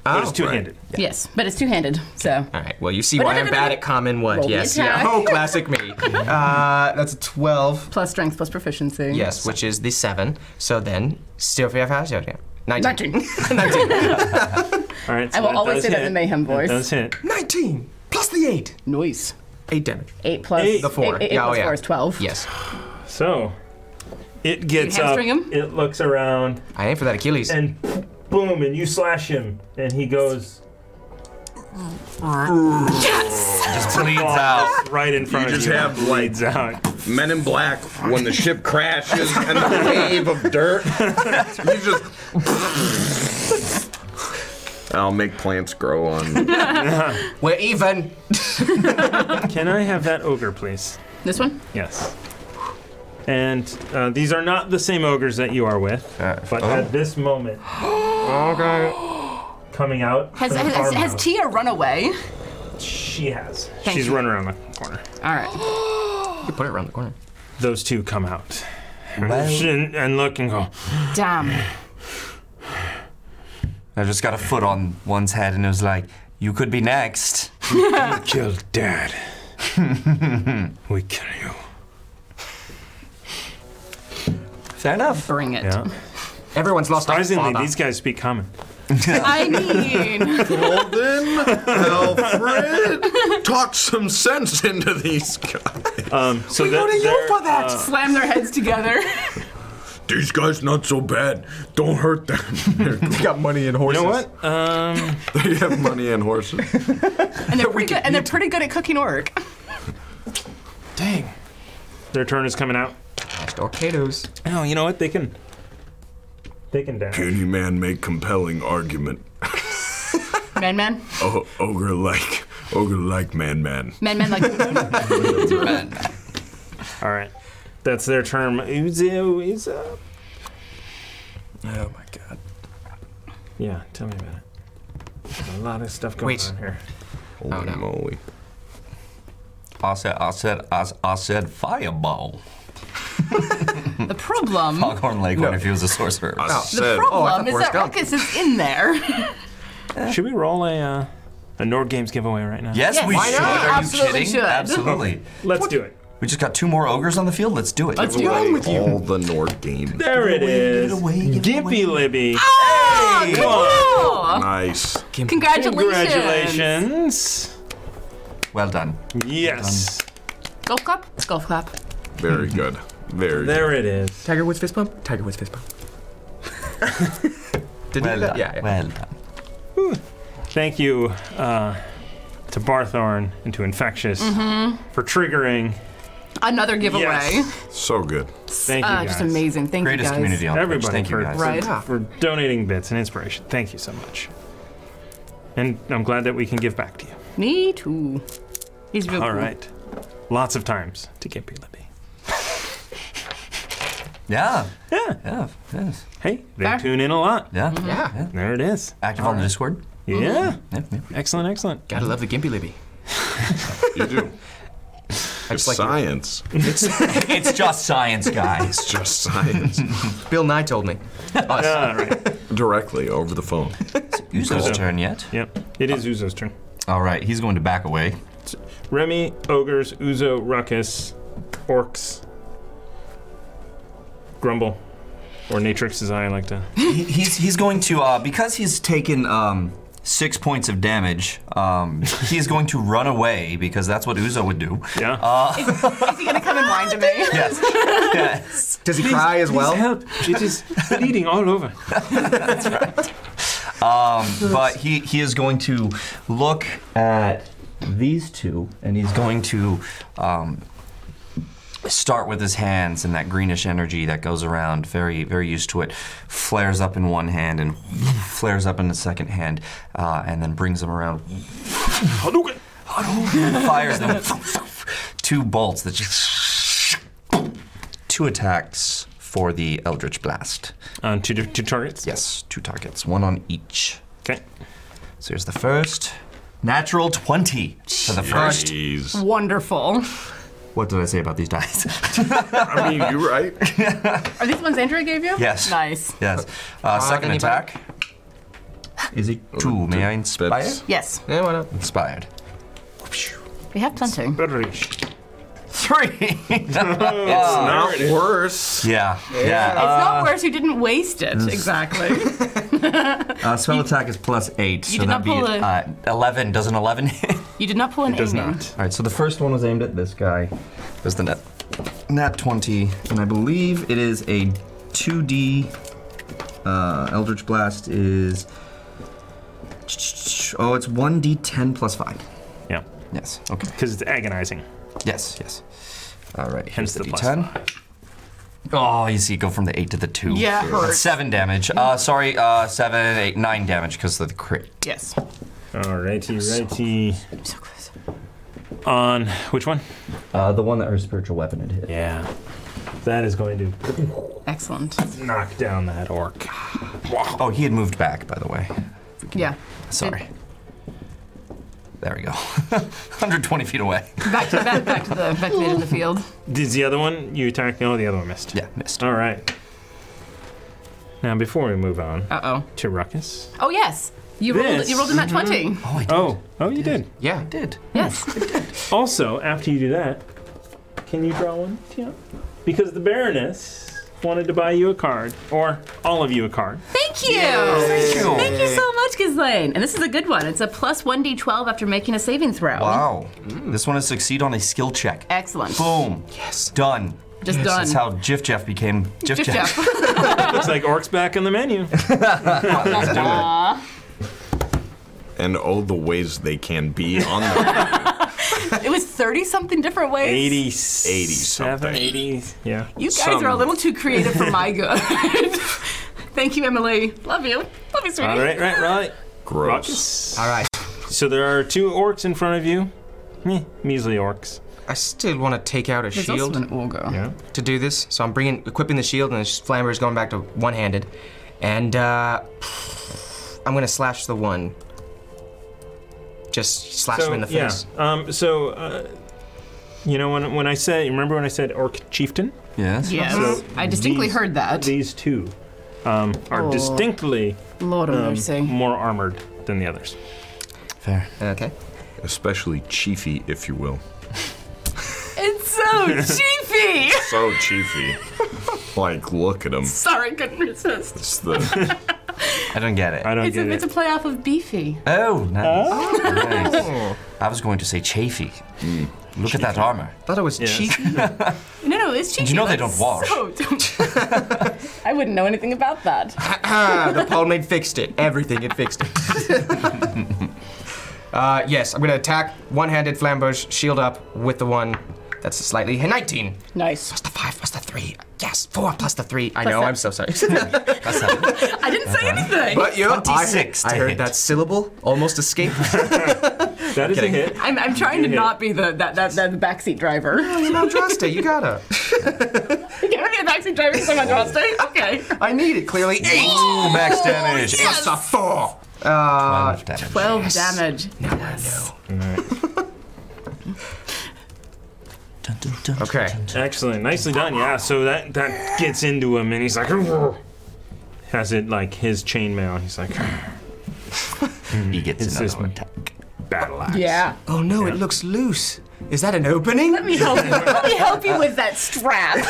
S6: Oh,
S1: But it's two-handed.
S4: Yes, but it's two handed, so.
S6: All right. Well, you see why I'm bad at common wood.
S4: Roll the
S6: Yes. Yeah.
S4: attack.
S6: Oh, classic me. Uh, that's a 12.
S4: Plus strength, plus proficiency.
S6: Yes, which is the 7. So then, still if you have house out here. 19.
S4: 19.
S1: All right, so
S4: I will
S1: that
S4: always
S1: does
S4: say that in
S1: hit.
S4: Mayhem voice.
S1: That does hit.
S6: 19 plus the 8.
S4: Noise.
S6: 8 damage.
S4: 8 plus.
S1: Eight.
S6: The 4.
S4: Eight, eight
S6: yeah,
S4: plus
S6: oh, yeah.
S4: 4 is 12.
S6: Yes.
S1: So it gets up.
S4: hamstring him?
S1: It looks around
S6: I aim for that Achilles.
S1: and boom, and you slash him, and he goes
S2: Just bleeds out.
S1: right in front of
S3: just
S1: you.
S3: have, like-
S1: Bleeds out.
S3: Men in Black when the ship crashes and the wave of dirt. You just. I'll make plants grow on.
S6: We're even.
S1: Can I have that ogre, please?
S4: This one?
S1: Yes. And uh, these are not the same ogres that you are with, but at this moment, coming out,
S4: Has,
S1: from the
S4: has, has
S1: farmhouse,
S4: Tia run away?
S1: she has.
S4: Thank
S1: She's
S4: you.
S1: running around the corner.
S4: All right.
S6: You can put it around the corner.
S1: Those two come out
S2: Well-
S1: and, and look and go.
S4: Damn.
S2: I just got a foot on one's head and it was like, you could be next.
S1: Kill Dad. we kill you.
S2: Fair enough.
S4: Bring it.
S1: Yeah.
S6: Everyone's lost their
S1: Surprisingly,
S6: father.
S1: these guys speak common.
S4: I mean,
S3: Golden Alfred, talk some sense into these guys.
S1: Um, so uh, we go
S6: to you for that.
S4: slam their heads together.
S3: These guys not so bad. Don't hurt them.
S6: They got money and horses.
S1: You know what? Um,
S3: they have money and horses.
S4: And they're, pretty good, and they're pretty good at cooking orc.
S1: dang. Their turn is coming out.
S6: Mashed Torpedoes.
S1: Oh, you know what? They can. They can dash.
S3: Any man make compelling argument.
S4: Man, man.
S3: O- ogre like, ogre like man, man.
S4: Man, man, like.
S1: All right. That's their term. Uzo is up.
S6: Oh my god.
S1: Yeah, tell me about it. There's a lot of stuff going
S6: Wait.
S1: on here.
S3: Holy
S6: no.
S3: moly.
S2: I said, I said, I, I said fireball.
S4: the problem.
S2: Foghorn Leghorn if he was a sorcerer.
S3: I
S4: The
S6: Oh,
S3: said,
S4: problem is
S6: Forrest
S4: that
S6: Gump.
S4: Ruckus is in there.
S1: Should we roll a uh, a Nord Games giveaway right now?
S2: Yes,
S4: Yes,
S2: we
S4: why
S2: should.
S4: not?
S2: Are
S4: Absolutely
S2: you kidding?
S4: should.
S2: Absolutely.
S1: Let's do it.
S2: We just got two more ogres on the field. Let's do it.
S4: Let's do it.
S3: with all the Nord game.
S1: There it is. Gimpy Libby. Come on.
S4: Oh,
S3: Nice.
S4: congratulations.
S1: Congratulations.
S2: Well done.
S1: Yes.
S4: Golf clap? It's golf clap.
S3: Very good. Very
S1: There it is.
S6: Tiger Woods fist bump? Tiger Woods fist bump. Did
S2: well
S6: you do
S2: done.
S6: that? Yeah, yeah.
S2: Well done.
S1: Thank you uh, to Barthorn and to Infectious for triggering.
S4: Another giveaway.
S1: Yes.
S3: So good.
S1: Thank you
S4: Uh,
S1: guys.
S4: just amazing. Thank you
S2: Greatest
S4: guys.
S2: community on Twitch.
S1: Everybody
S2: Thank you
S1: for-
S2: guys.
S4: Right.
S1: for donating bits and inspiration. Thank you so much. And I'm glad that we can give back to you.
S4: Me too. He's real
S1: All
S4: cool.
S1: right. Lots of times to get P. Libby.
S2: Yeah.
S1: Yeah.
S2: Yeah. Yes.
S1: Hey, they
S4: Fair.
S1: tune in a lot.
S2: Yeah.
S6: Yeah.
S1: There it is.
S2: Active on the Discord.
S1: Yeah.
S2: Yeah, yeah.
S1: Excellent, excellent.
S6: Gotta love the Gimpy Libby.
S3: You do. It's
S6: just like-
S3: science.
S2: It's just science, guys.
S3: It's just science.
S6: Bill Nye told me. Us.
S1: All right.
S3: Directly over the phone.
S2: Uzo's turn yet?
S1: Yep. It is Uzo's turn.
S2: All right, he's going to back away.
S1: Remy, ogres, Uzo, ruckus, orcs, grumble, or Natrix as I like to.
S2: He- he's he's going to uh, because he's taken um, six points of damage. Um, he's going to run away because that's what Uzo would do.
S1: Yeah.
S4: Is he gonna come and whine to me?
S2: Yes. yes.
S6: Does he cry as well?
S1: help! It is bleeding all over.
S2: Um, But he, he is going to look at these two, and he's going to um, start with his hands, and that greenish energy that goes around, very very used to it, flares up in one hand and flares up in the second hand, uh, and then brings them around,
S1: Hadouken!
S2: fires them. two bolts that just two attacks for the Eldritch Blast.
S1: On two, di- two targets?
S2: Yes, two targets, one on each.
S1: Okay.
S2: So here's the first. Natural 20 for the first.
S3: Jeez.
S4: Wonderful.
S2: What did I say about these dice?
S3: I mean, you're right.
S4: Are these ones Andrea gave you?
S2: Yes.
S4: Nice.
S2: yes. Uh, second
S6: anybody?
S2: attack. Is it two? May I inspire?
S3: That's-
S4: Yes.
S6: Yeah, why not?
S2: Inspired.
S4: We have plenty.
S1: Bearish.
S2: Three.
S1: Ah.
S3: Not worse.
S2: yeah. Yeah.
S4: It's not worse. You didn't waste it.
S1: Mm.
S4: Exactly.
S2: Uh, spell attack is plus eight, so
S4: did
S2: that'd
S4: not
S2: be
S4: pull a-
S2: uh, eleven. Does an eleven hit?
S4: You did not pull an
S1: Does
S4: aiming.
S1: not.
S2: All right, so the first one was aimed at this guy. There's the net. Nat 20, and I believe it is a 2D. Uh, Eldritch Blast is. Oh, it's 1D10 plus 5.
S1: Yeah.
S2: Yes, okay.
S1: Because it's agonizing.
S2: Yes, yes. All right,
S1: Hence
S2: here's
S1: the
S2: the
S1: plus
S2: D10. Oh, you see, go from the 8 to the 2.
S4: Yeah,
S2: That's
S4: hurts.
S2: 7 damage. Uh, sorry, uh, 7, 8, 9 damage because of the crit.
S4: Yes.
S1: Alrighty, righty.
S4: I'm so close.
S1: On which one?
S2: Uh, the one that her spiritual weapon had hit.
S1: Yeah. That is going to
S4: Excellent.
S1: knock down that orc.
S2: Oh, he had moved back, by the way.
S4: Yeah.
S2: Sorry. There we go. 120 feet away.
S4: Back to back, back to the back to the end of the field.
S1: Did the other one you attack? No, the other one missed.
S2: Yeah, missed.
S1: All right. Now, before we move on
S4: Uh oh.
S1: to Ruckus.
S4: Oh yes. You rolled.
S1: This-
S4: You rolled in that twenty.
S2: Oh, I did.
S1: Oh, oh, you did.
S6: Yeah.
S2: did.
S4: Yes.
S1: Also, after you do that, can you draw one, Tia? Because the Baroness wanted to buy you a card, or all of you a card.
S4: Thank you. Thank you so much, Ghislaine. And this is a good one. It's a plus one d twelve after making a saving throw.
S2: Wow. This one is succeed on a skill check.
S4: Excellent.
S2: Boom. Yes. Done.
S4: Just
S2: That's
S4: done.
S2: how Jif Jeff became Jif Jeff.
S4: Good job.
S1: Looks like Orc's back on the menu.
S3: And oh, the ways they can be on the
S4: it was thirty something different ways.
S1: 80,
S3: something.
S1: 80. Yeah.
S4: You guys
S3: Some-
S4: are a little too creative for my good. Thank you, Emily. Love you. Love you, sweetie.
S1: All right, right, right.
S3: gross.
S1: Ruckus.
S6: All right.
S1: So there are two orcs in front of you. Meh, measly orcs.
S6: I still want to take out a
S4: There's
S6: shield
S4: also an ogre.
S6: to do this, so I'm bringing, equipping the shield, and the flammer is going back to one-handed, and uh, I'm gonna slash the one. Just slash him in the face.
S1: Yeah. Um, so, uh, you know, when, when I said, remember when I said orc chieftain?
S2: Yes.
S4: Yes.
S1: So
S4: I distinctly
S1: these-
S4: heard that.
S1: These two um, are
S4: Oh.
S1: distinctly
S4: Lord of
S1: um,
S4: mercy.
S1: more armored than the others.
S2: Fair.
S6: Okay.
S3: Especially chiefy, if you will.
S4: It's so cheapy.
S3: So chiefy. like, look at him.
S4: Sorry, couldn't resist.
S3: It's the
S2: I don't get it.
S1: I don't
S4: It's
S1: get
S4: a,
S1: it.
S4: it's a playoff of beefy.
S2: Oh, nice. Nice. I was going to say Chafee. Look at that armor.
S6: Thought it was cheap.
S4: No, no, it's cheapy.
S2: you know they
S4: That's
S2: don't wash.
S4: So dumb. I wouldn't know anything about that.
S6: Ah, the pomade fixed it. Everything, it fixed it. uh, yes, I'm gonna attack one-handed flamboge, shield up with the one that's slightly 19.
S4: Nice.
S6: Plus the five, plus the three. Yes, four plus the three. I
S4: Plus
S6: know.
S4: that-
S6: I'm so sorry.
S4: I didn't say anything.
S6: but you know, I,
S2: 26
S6: I
S2: to
S6: heard
S2: hit.
S6: that syllable almost escaped.
S1: That is a
S6: Kidding.
S1: hit.
S4: I'm, I'm trying to
S1: Yeah.
S4: not be the that that, that backseat driver.
S6: you know, trust it. You gotta.
S4: you can't be a backseat driver because I'm on draw state? Okay.
S6: I need it clearly. Eight.
S3: Ooh, max damage.
S4: Oh,
S6: It's a four.
S2: Twelve damage.
S4: 12 damage.
S2: Dun, dun, dun,
S6: Okay.
S2: dun, dun.
S1: Excellent. Nicely done. Yeah, so that, that gets into him, and he's like, has it like his chainmail. He's like,
S2: He gets
S1: It's
S2: another
S1: just-
S2: one attack.
S1: battle axe.
S4: Yeah.
S6: Oh no, it looks loose. Is that an opening?
S4: Let me help you. Let me help you with that strap.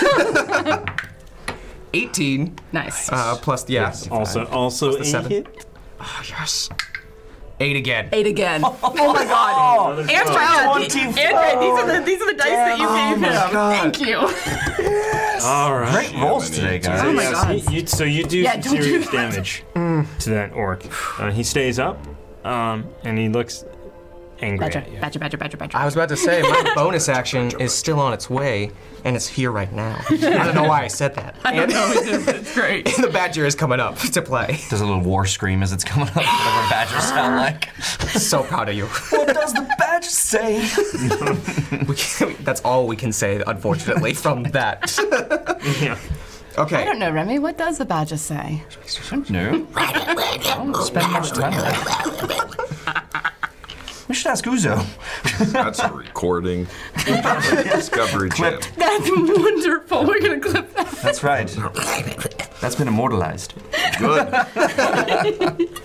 S6: 18
S4: nice.
S6: uh, plus yeah.
S1: Also, also a
S6: the seven.
S1: hit.
S6: Oh, yes. Eight again.
S4: Eight again. Oh my god. Andrea, the- Andrea, these are the these are the dice that you gave him. Thank you.
S1: All right.
S2: Great rolls today, guys.
S4: Oh my
S1: Yes,
S4: God.
S1: you- you- so you do
S4: Yeah,
S1: some
S4: don't do
S1: serious
S4: that.
S1: damage to that orc. Uh, he stays up, um, and he looks angry.
S4: Badger,
S1: at you.
S4: badger, badger, badger, badger.
S6: I was about to say my bonus action is still on its way, and it's here right now. I don't know why I said that. And
S4: It's great.
S6: the badger is coming up to play.
S2: There's a little war scream as it's coming up. Whatever badgers sound like.
S6: So proud of you.
S10: What does the badge say?
S6: We can, that's all we can say, unfortunately, from that.
S1: Yeah.
S4: I don't
S6: Okay.
S4: know, Remy. What does the badger say?
S2: No. Spend much time on that. We should ask Uzo.
S3: That's a recording. Discovery Channel.
S4: That's wonderful. We're gonna clip that.
S2: That's right. That's been immortalized.
S3: Good.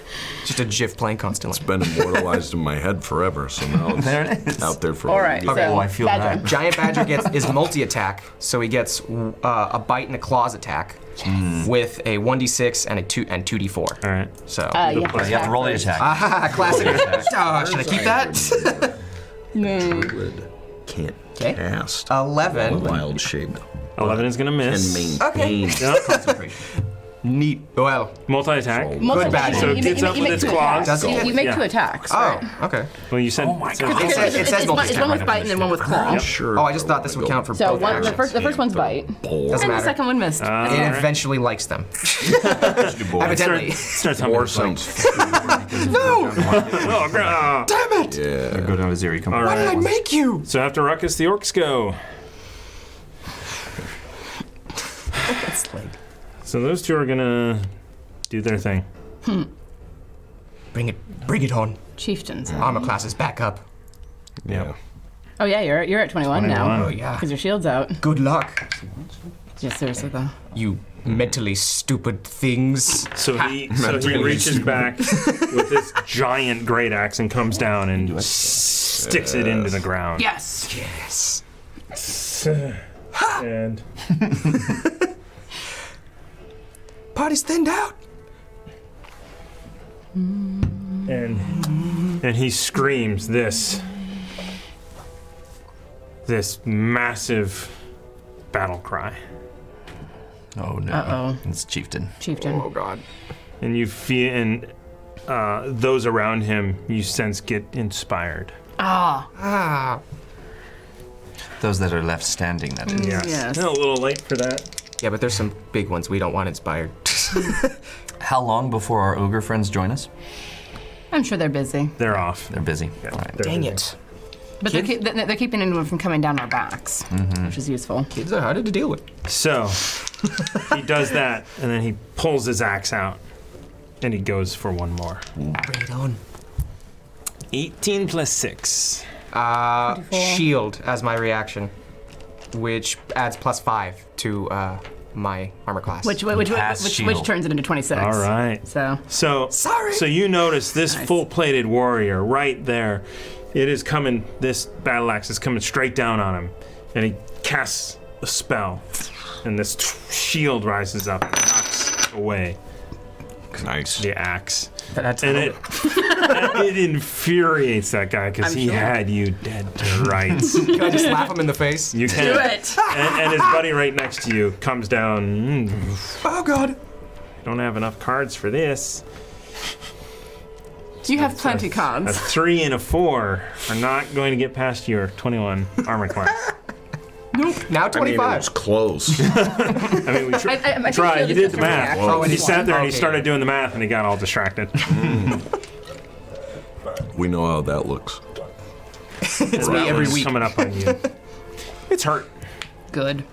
S6: Just a GIF playing constantly.
S3: Been immortalized in my head forever, so now it's
S2: There it is.
S3: out there for
S4: All right.
S2: Okay,
S4: so,
S2: well, I feel
S4: badger.
S2: that.
S6: Giant badger gets is multi attack, so he gets uh, a bite and a claws attack with a 1d6 and a two and 2d4.
S1: All right.
S6: So
S4: Uh, you have
S2: But
S4: to
S2: you have to roll the
S4: backwards.
S2: attack.
S6: ah, classic. oh, should I keep that?
S4: No.
S3: Druid can't
S6: Okay.
S3: cast
S6: Eleven.
S12: Wild shape.
S1: Eleven is gonna
S3: and
S1: miss.
S3: maintain.
S6: Neat. Well,
S1: Multi attack.
S4: Multi-
S6: Good badger.
S4: you-
S6: So
S1: it
S4: you
S1: gets
S4: make-
S1: up
S4: you
S1: with
S4: make
S1: its
S4: two
S1: claws.
S4: attacks.
S6: Does
S4: You-
S6: it?
S4: You make
S1: Yeah.
S4: two attacks.
S6: oh,
S4: right?
S6: okay.
S1: Well, you said. Oh my god.
S6: It says, it
S4: It's,
S6: says
S4: it's, one, it's one
S6: multi-attack.
S4: with bite and then one with claw.
S3: Sure.
S6: Oh, I just thought this would count for
S4: So
S6: both
S4: one, the
S6: actions.
S4: first, the first one's bite,
S3: Bowl.
S6: Doesn't
S4: and the
S6: matter.
S4: second one missed.
S6: it eventually likes them. Evidently.
S1: Starts
S3: War
S1: humming.
S3: sounds
S1: Oh, gr- ah.
S6: Damn it!
S3: yeah.
S2: Go down to zero. You come
S1: All
S6: Why
S1: right.
S6: did I make you?
S1: So after Ruckus, the orcs go.
S6: It's like,
S1: So those two are gonna do their thing.
S6: bring it, bring it on.
S4: Chieftains.
S6: Armor class is back up.
S3: Yeah.
S4: Uh, Oh yeah, you're you're at 21, now
S6: Oh yeah.
S4: because your shield's out.
S6: Good luck.
S4: Just seriously though.
S6: You mentally stupid things.
S1: So he so he reaches back with this giant great axe and comes down and s- sticks it into the ground.
S4: Yes.
S6: Yes.
S1: And
S6: Party's thinned out.
S1: and and he screams this this massive battle cry.
S2: Oh no.
S4: Uh-oh.
S2: It's chieftain.
S4: Chieftain.
S6: God.
S1: And you feel and uh, those around him you sense get inspired.
S4: Ah.
S6: Ah.
S2: Those that are left standing, that is.
S1: Yes.
S4: Yes.
S1: A little late for that.
S6: Yeah, but there's some big ones we don't want inspired.
S2: How long before our ogre friends join us?
S4: I'm sure they're busy,
S1: They're off.
S2: They're busy. All right.
S1: They're-
S6: Dang it.
S4: but they're, keep, they're they're keeping anyone from coming down our backs, which is useful.
S6: Kids are harder to deal with.
S1: So he does that, and then he pulls his axe out, and he goes for one more.
S6: Bring it on.
S1: 18 plus 6.
S6: Uh, shield as my reaction, which adds plus five to uh, my armor class.
S4: Which which which,
S2: Pass
S4: which,
S2: shield.
S4: which turns it into 26.
S1: All right.
S4: So
S1: So
S6: Sorry.
S1: So you notice this full-plated warrior right there. It is coming. This battle axe is coming straight down on him, and he casts a spell, and this shield rises up and knocks away axe.
S3: Nice.
S1: The axe.
S6: That's
S1: And it, it infuriates that guy because he had you dead to rights.
S6: Can I just slap him in the face?
S1: You can.
S4: Do it.
S1: And, and his buddy right next to you comes down. "Mm,
S6: Oh god.
S1: don't have enough cards for this.
S4: You have plenty
S1: A
S4: cards.
S1: three and a four are not going to get past your 21 armor class.
S3: I
S6: Now
S3: mean, it
S6: 25.
S3: was close.
S1: I mean, we tr-
S4: I- I- I think
S1: tried.
S4: really
S1: You did
S4: just
S1: the
S4: have to
S1: math.
S4: react.
S3: Whoa.
S1: And he
S6: Okay.
S1: sat there and he
S6: Okay.
S1: started doing the math and he got all distracted.
S3: we know how that looks.
S1: it's
S3: me every
S6: week.
S1: coming up on you. It's hurt.
S14: Good.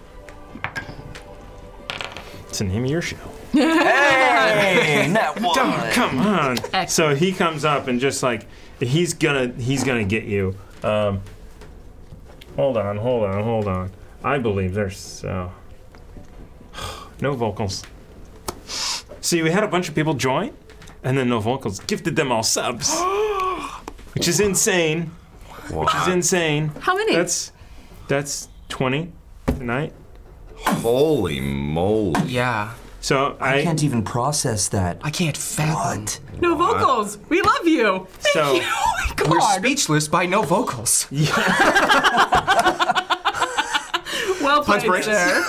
S1: It's the name of your show.
S15: Hey, net one.
S1: Come on. So he comes up and just like he's gonna he's gonna get you. Um, hold on, hold on, hold on. I believe there's uh, no vocals. See, we had a bunch of people join, and then no vocals. Gifted them all subs, which is insane. Which is insane.
S4: How many?
S1: That's that's twenty tonight.
S3: Holy moly.
S6: Yeah.
S1: So I,
S2: I can't even process that.
S6: I can't fathom.
S2: What?
S4: no vocals. We love you. Thank
S1: So-
S4: you. Oh my
S6: We're
S4: God.
S6: speechless by no vocals.
S4: well
S6: Punch
S4: played,
S6: breaks.
S4: sir.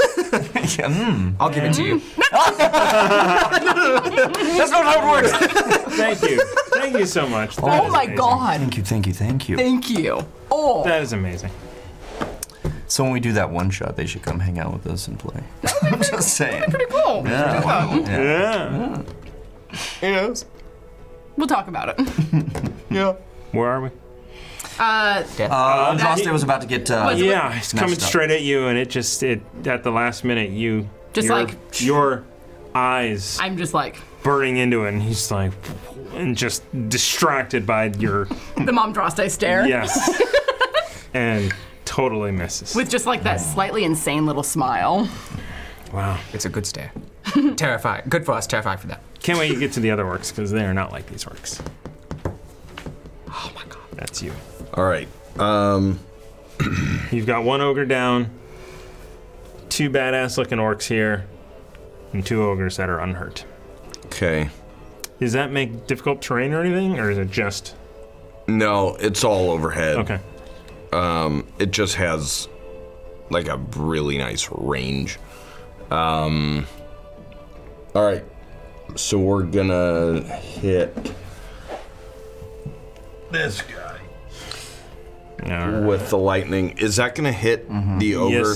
S6: I'll give it to you.
S15: That's not how it works.
S1: thank you, thank you so much. That
S4: Oh
S1: is
S4: my
S1: amazing.
S4: God.
S2: thank you, thank you, thank you.
S4: Thank you. Oh,
S1: That is amazing.
S2: So when we do that one shot, they should come hang out with us and play. I'm just saying.
S4: pretty cool.
S2: Yeah, wow,
S1: Yeah.
S2: yeah.
S4: We'll talk about it.
S1: Where are we?
S4: Uh,
S2: Uh, Andraste was about to get. Uh,
S4: Was-
S1: Yeah, it's coming
S2: Messed up.
S1: straight at you, and it just it at the last minute you
S4: Just
S1: your,
S4: like-
S1: your eyes
S4: I'm just like
S1: burning into it, and he's like, and just distracted by your
S4: the mom Droste stare
S1: yes, and totally misses.
S4: with just like that slightly insane little smile.
S1: wow,
S6: It's a good stare. terrifying. Good for us, terrifying for them.
S1: can't wait you get to the other works because they are not like these works. Oh my god, that's you.
S3: All right. Um,
S1: You've got one ogre down, two badass looking orcs here, and two ogres that are unhurt.
S3: okay.
S1: Does that make difficult terrain or anything, or is it just
S3: No, it's all overhead.
S1: okay?
S3: It just has like a really nice range. Um, all right. So we're gonna hit this guy with the lightning. Is that gonna hit the ogre?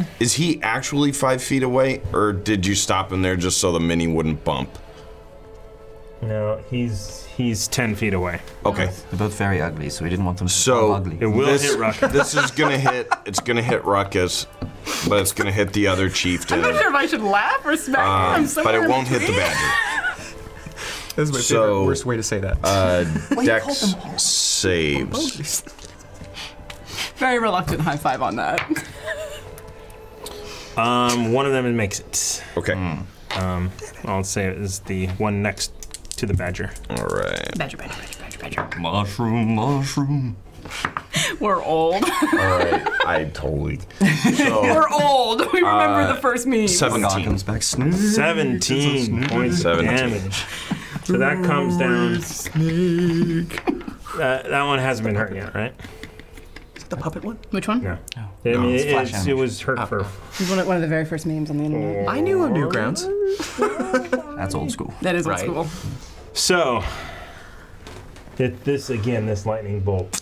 S1: Uh,
S3: Is he actually five feet away, or did you stop him there just so the mini wouldn't bump?
S1: no, he's he's ten feet away.
S3: Okay.
S2: They're both very ugly, so we didn't want them to
S3: So-
S2: become
S1: It
S2: ugly.
S1: will
S3: this,
S1: hit Ruckus.
S3: this is gonna hit. It's gonna hit Ruckus, but it's gonna hit the other chieftain.
S4: I'm not sure if I should laugh or smack.
S3: Uh,
S4: I'm
S3: but
S4: somewhere
S3: it
S4: in
S3: won't hit the
S4: between.
S3: badger.
S6: This is my
S3: So-
S6: favorite worst way to say that.
S3: Uh,
S4: hold
S3: Dex
S4: them all.
S3: saves.
S4: Very reluctant high five on that.
S1: Um, one of them makes it. Um,
S3: Okay.
S1: Hmm. I'll say it is the one next to the badger.
S3: All right.
S4: Badger, badger, badger, badger, badger.
S2: Mushroom, mushroom.
S4: We're old.
S3: All right. I totally.
S4: We're old. We remember the first meme.
S2: God
S3: Seventeen.
S2: comes back. Snoo.
S1: Seventeen points
S3: Seventeen.
S1: of damage. So that comes down. Uh, that one hasn't been hurt yet, right?
S6: the puppet one?
S4: Which one?
S1: No. I mean,
S2: it's
S1: it,
S2: flash
S1: it's- it
S2: damage.
S1: was hurt for
S4: It was one of, one of the very first memes on the internet.
S6: I knew on Newgrounds.
S2: That's old school.
S4: That is old
S6: Right.
S4: school.
S1: So, it, this again, this lightning bolt,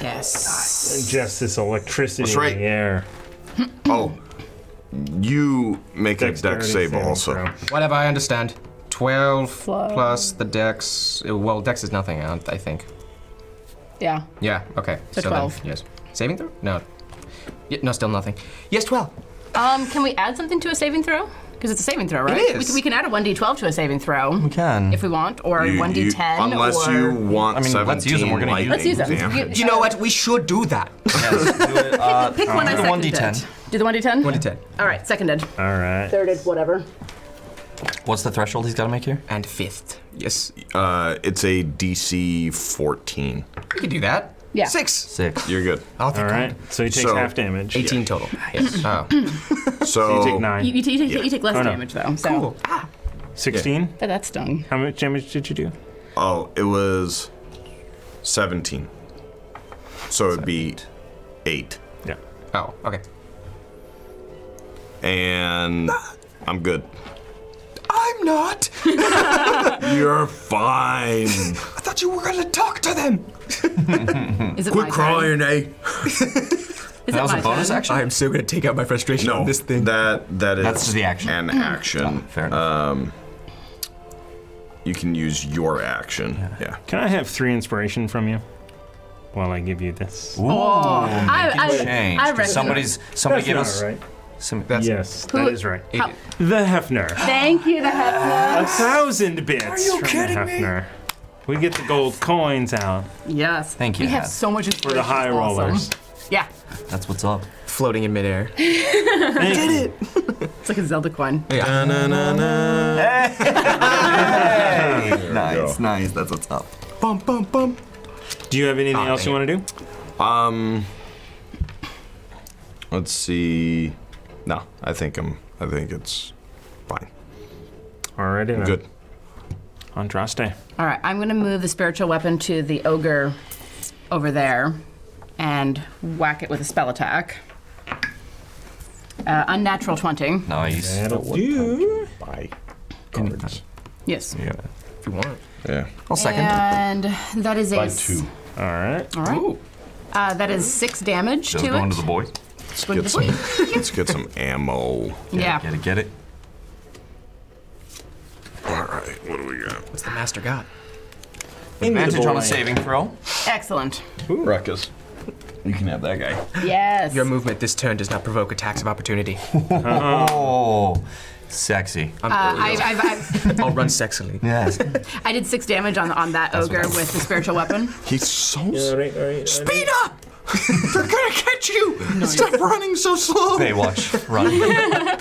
S4: Yes.
S1: just this electricity
S3: That's right.
S1: in the air.
S3: Oh, you make a
S1: Dexterity
S3: Dex save
S1: saving
S3: also.
S1: throw.
S6: Whatever, I understand. 12 plus the dex. uh, Well, dex is nothing, I don't- I think.
S4: Yeah.
S6: Yeah, okay.
S4: So 12.
S6: Then, yes. Saving throw? No. Yeah, no, still nothing. Yes, 12.
S4: Um, can we add something to a saving throw? Because it's a saving throw, right?
S6: It
S4: We,
S6: is.
S4: can- we can add a 1d12 to a saving throw. We
S2: can.
S4: If we want, or
S3: You-
S4: 1d10.
S3: you- unless
S4: or...
S3: you want
S2: I mean,
S3: 17
S2: let's use them, we're gonna
S3: lightning
S2: use
S4: Let's use them.
S3: damage.
S6: You know what? We should do that.
S2: Uh,
S4: Pick one I
S2: do the
S4: seconded.
S2: 1d10.
S4: Do the 1d10?
S6: 1d10.
S4: All right, seconded.
S1: All right.
S4: Thirded, whatever.
S2: What's the threshold he's got to make here?
S6: And fifth. Yes,
S3: Uh, it's a DC 14.
S6: we could do that.
S4: Yeah.
S6: Six.
S2: Six.
S3: You're good.
S6: I'll
S1: All
S6: take
S1: right. So he takes
S3: So-
S1: half damage.
S6: 18 total. Yes. Oh.
S3: So
S1: You take nine.
S4: You, you, take, you take less
S1: Oh, no.
S4: damage though. So
S6: Cool.
S1: Sixteen.
S4: But that stung.
S1: How much damage did you do?
S3: Oh, it was 17. So it'd be 8.
S1: Yeah.
S6: Oh, okay.
S3: And I'm good.
S6: I'm not.
S3: You're fine.
S6: I thought you were going to talk to them.
S4: Is it my
S3: Quit
S4: turn?
S3: crying,
S4: Is
S3: eh?
S2: That
S4: it
S2: was
S4: my
S2: a bonus
S4: turn?
S2: action.
S6: I'm still going to take out my frustration
S3: No,
S6: on this Uh, thing.
S3: that that is
S2: That's just the action. Hmm.
S3: An action.
S2: Fair enough.
S3: You can use your action. Yeah.
S1: Can I have three inspiration from you while I give you this?
S2: Ooh,
S4: Oh, I-
S2: making
S4: I-
S2: change.
S4: I reckon-
S2: Somebody's somebody give us
S1: right.
S2: some.
S6: That's
S1: Yes, that is right.
S4: How-
S1: The Hefner.
S4: Thank you, the head.
S1: A thousand bits Are
S6: you
S1: from
S6: kidding
S1: the
S6: me?
S1: Hefner. We get the gold coins out
S4: Yes.
S2: Thank you,
S4: We have
S2: Hef.
S4: so much inspiration.
S1: for the high
S4: It's awesome.
S1: rollers.
S4: Yeah.
S2: That's what's up.
S6: floating in midair.
S1: Did it?
S4: It's like a Zelda coin.
S2: Nice, nice. That's what's up.
S6: Bum, bum, bum.
S1: Do you have anything
S6: Ah,
S1: else you want
S6: dang
S1: to do?
S3: Um, Let's see. No, I think I'm. I think it's fine.
S1: Alrighty. then.
S3: Good.
S1: Andraste.
S4: All right, I'm going to move the spiritual weapon to the ogre over there and whack it with a spell attack. Uh, unnatural 20.
S2: Nice.
S1: That'll do.
S3: Bye. Cards.
S4: Yes.
S6: If you want.
S3: Yeah.
S2: I'll second.
S4: And that is a.
S3: By
S4: s-
S3: two.
S1: All right.
S4: All right. Uh, that is six damage to it.
S2: boy.
S3: Let's
S4: Going
S3: get
S4: to the
S3: some. let's get some ammo.
S4: yeah.
S2: Get it, get it.
S3: All right. What do we got?
S6: What's the master got?
S2: Advantage on a saving throw.
S4: Excellent.
S3: Ruckus. You can have that guy.
S4: Yes.
S6: Your movement this turn does not provoke attacks of opportunity.
S2: Oh, sexy.
S6: I'm,
S4: Uh, I, I've, I've,
S6: I'll run sexily.
S2: Yes.
S4: I did six damage on on that ogre with the spiritual weapon.
S3: He's so.
S1: All right, all right.
S6: Speed up! They're gonna catch you! Stop running so slow!
S2: Baywatch. Run.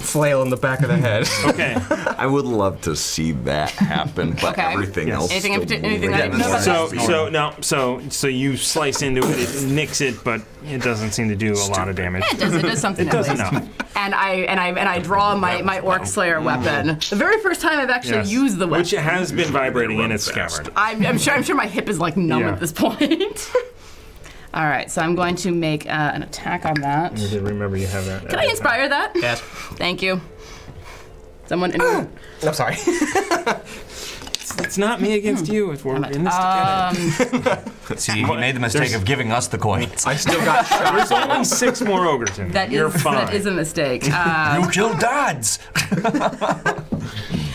S6: Flail in the back of the head.
S1: Okay.
S3: I would love to see that happen, but
S4: Okay.
S3: everything
S1: Yes.
S3: else.
S4: Anything in
S3: still
S4: parti- anything
S3: moving
S4: I didn't know
S3: in
S4: about
S3: the
S1: So,
S4: that?
S3: same
S1: so no, so, so you slice into it, it nicks it, but it doesn't seem to do a lot of damage.
S4: It does, it does something
S1: It
S4: at
S1: does
S4: least.
S1: enough.
S4: And I and I and I draw my, my orc slayer weapon. The very first time I've actually
S1: Mm. Yes.
S4: used the weapon.
S1: Which has been vibrating in
S3: Run
S1: its
S3: fast.
S1: scabbard.
S4: I'm, I'm sure I'm sure my hip is like numb
S1: Yeah.
S4: at this point. All right, so I'm going to make uh, an attack on that.
S1: I did remember you have that.
S4: Can I inspire that?
S6: Yes.
S4: Thank you. Someone in um,
S1: Ah!
S6: I'm sorry.
S1: It's not me
S4: Hmm.
S1: against you. If we're in this
S4: Uh,
S1: together.
S2: See, he made the mistake of giving us the coins.
S6: I still got shot.
S1: There's only six more ogres in
S4: that
S1: there. You're
S4: is-
S1: fine.
S4: that is a mistake. Uh,
S2: you killed dads.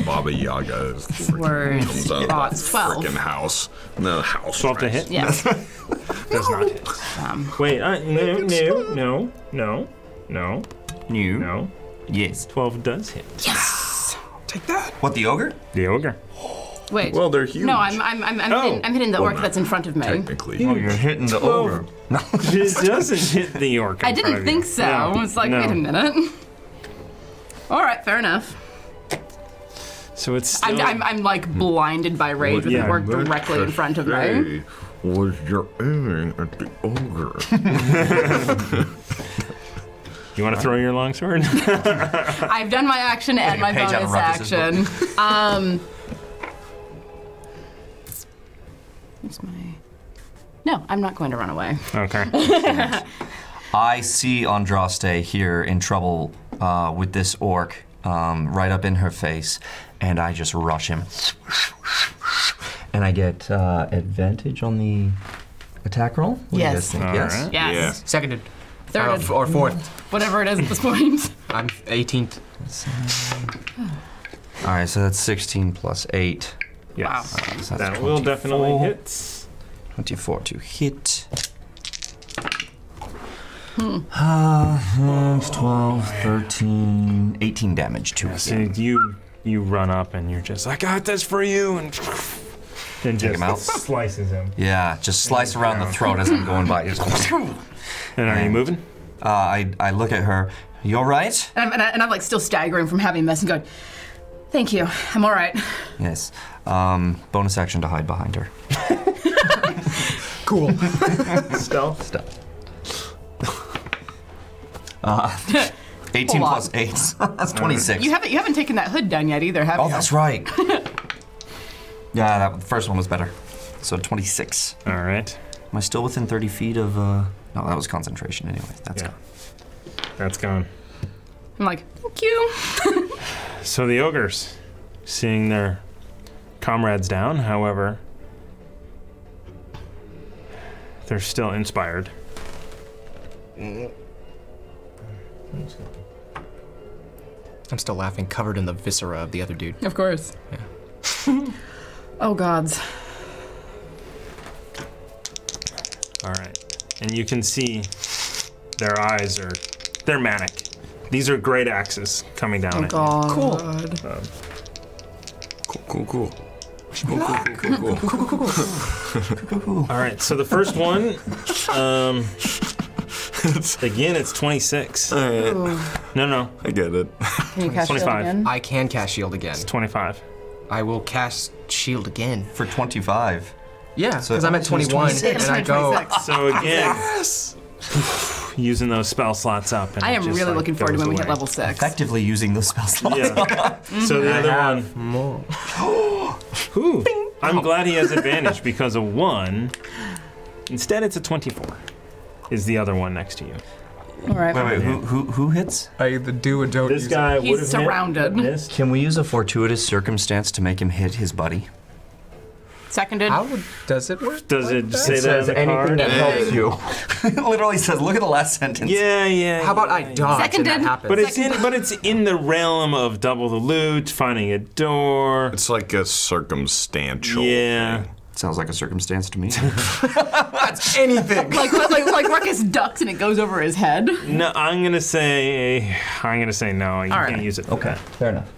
S3: Baba Yaga is
S4: words,
S3: comes out
S4: thoughts,
S3: of that
S4: twelve.
S3: freaking house. No house.
S1: Twelve to
S3: right?
S1: hit.
S4: Yes.
S1: Does not hit.
S4: Um,
S1: Wait. Uh, no, no, no, no, no,
S2: You.
S1: no.
S2: Yes.
S1: Twelve does hit.
S6: Take that.
S2: What the ogre?
S1: The ogre.
S4: Wait.
S3: Well, they're huge.
S4: no, I'm I'm I'm, I'm,
S1: Oh.
S4: hitting, I'm hitting the orc
S3: no.
S4: that's in front of me.
S3: Technically.
S2: Oh, you're hitting the ogre.
S1: It doesn't hit the orc. in
S4: I
S1: front of
S4: didn't
S1: you.
S4: think so.
S1: No,
S4: I was like,
S1: no.
S4: wait a minute. All right, fair enough.
S1: So it's. Still,
S4: I'm, I'm, I'm like blinded by rage with
S1: Yeah.
S4: the orc directly in front of me.
S3: Was you're aiming at the ogre?
S1: you want to throw your longsword?
S4: I've done my action and
S2: Like
S4: my
S2: a page out of Ruckus's
S4: bonus action. um, where's my? No, I'm not going to run away.
S1: okay.
S2: I see Andraste here in trouble uh, with this orc um, right up in her face, and I just rush him. And I get uh, advantage on the attack roll? What do you
S4: Yes.
S2: guys think?
S1: All
S2: yes.
S1: right.
S4: Yes,
S6: Seconded.
S4: Third.
S6: Or, or fourth.
S4: whatever it is at this point.
S6: I'm 18th.
S2: All right, so that's 16 plus 8.
S1: Yes.
S2: So that's
S1: That will
S2: 24.
S1: definitely hit.
S2: 24 to hit.
S4: Hmm.
S2: Uh, 12, 13, 18 damage to
S1: So
S2: him.
S1: you you run up and you're just, I got this for you, and and just
S2: him out.
S1: slices him.
S2: Yeah, just slice around the throat as I'm going by. Just- uh,
S1: And are you moving?
S2: I, I look at her. You all right?
S4: And I'm, and, I, and I'm like still staggering from having this and going, "Thank you, I'm all right."
S2: Yes. Um, bonus action to hide behind her.
S6: Cool.
S1: Stealth.
S2: Stop. Uh, 18
S4: Hold
S2: plus 8. That's 26.
S4: You haven't you haven't taken that hood down yet either, have
S2: oh,
S4: you?
S2: that's right. yeah, that the first one was better. So 26.
S1: All right.
S2: Am I still within 30 feet of. Uh, no, that was concentration anyway. That's
S1: Yeah.
S2: gone.
S1: That's gone.
S4: I'm like, thank you.
S1: So the ogres, seeing their comrades down, however, they're still inspired.
S6: I'm still laughing, covered in the viscera of the other dude.
S4: Of course. oh gods.
S1: All right. And you can see their eyes are, they're manic. These are great axes coming down. at
S4: Oh
S1: you.
S4: god. Cool.
S3: Cool, cool, cool. Cool, cool, cool, cool, cool.
S1: All right. So the first one, um, again, it's 26.
S3: All right,
S1: No, no,
S3: I get it.
S4: Can you cast shield
S1: 25.
S4: again?
S6: I can cast shield again.
S1: 25.
S6: I will cast shield again.
S2: For 25.
S6: Yeah,
S2: So-
S6: because I'm at 21 and
S4: It's
S6: I go.
S4: 26.
S1: So again, using those spell slots up. And
S4: I
S1: it
S4: am
S1: just,
S4: really
S1: like,
S4: looking forward to
S1: goes
S4: when we hit
S1: away.
S4: level six.
S2: Effectively using the spell slot.
S1: Yeah. So the other one.
S6: More.
S1: Ooh. I'm glad he has advantage because a one. Instead, it's a 24. Is the other one next to you?
S4: All right.
S2: Wait, wait, who, who, who hits?
S6: I either do or don't
S1: This guy
S4: He's
S1: would have
S4: surrounded.
S1: Missed.
S2: Can we use a fortuitous circumstance to make him hit his buddy?
S4: Seconded.
S6: How would, does it work?
S1: Does
S6: like
S1: it
S6: that?
S1: say that on the card?
S6: helps you.
S2: it literally says, look at the last sentence.
S1: Yeah, yeah.
S6: How about I dodge and
S4: Seconded.
S6: that happens?
S1: But it's in. But it's in the realm of double the loot, finding a door.
S3: It's like a circumstantial.
S1: Yeah.
S2: Sounds like a circumstance to me.
S6: anything.
S4: Like, like, like Ruckus ducks and it goes over his head.
S1: No, I'm gonna say. I'm gonna say no. You
S4: All
S1: can't
S4: right.
S1: use it. for that.
S2: Fair enough.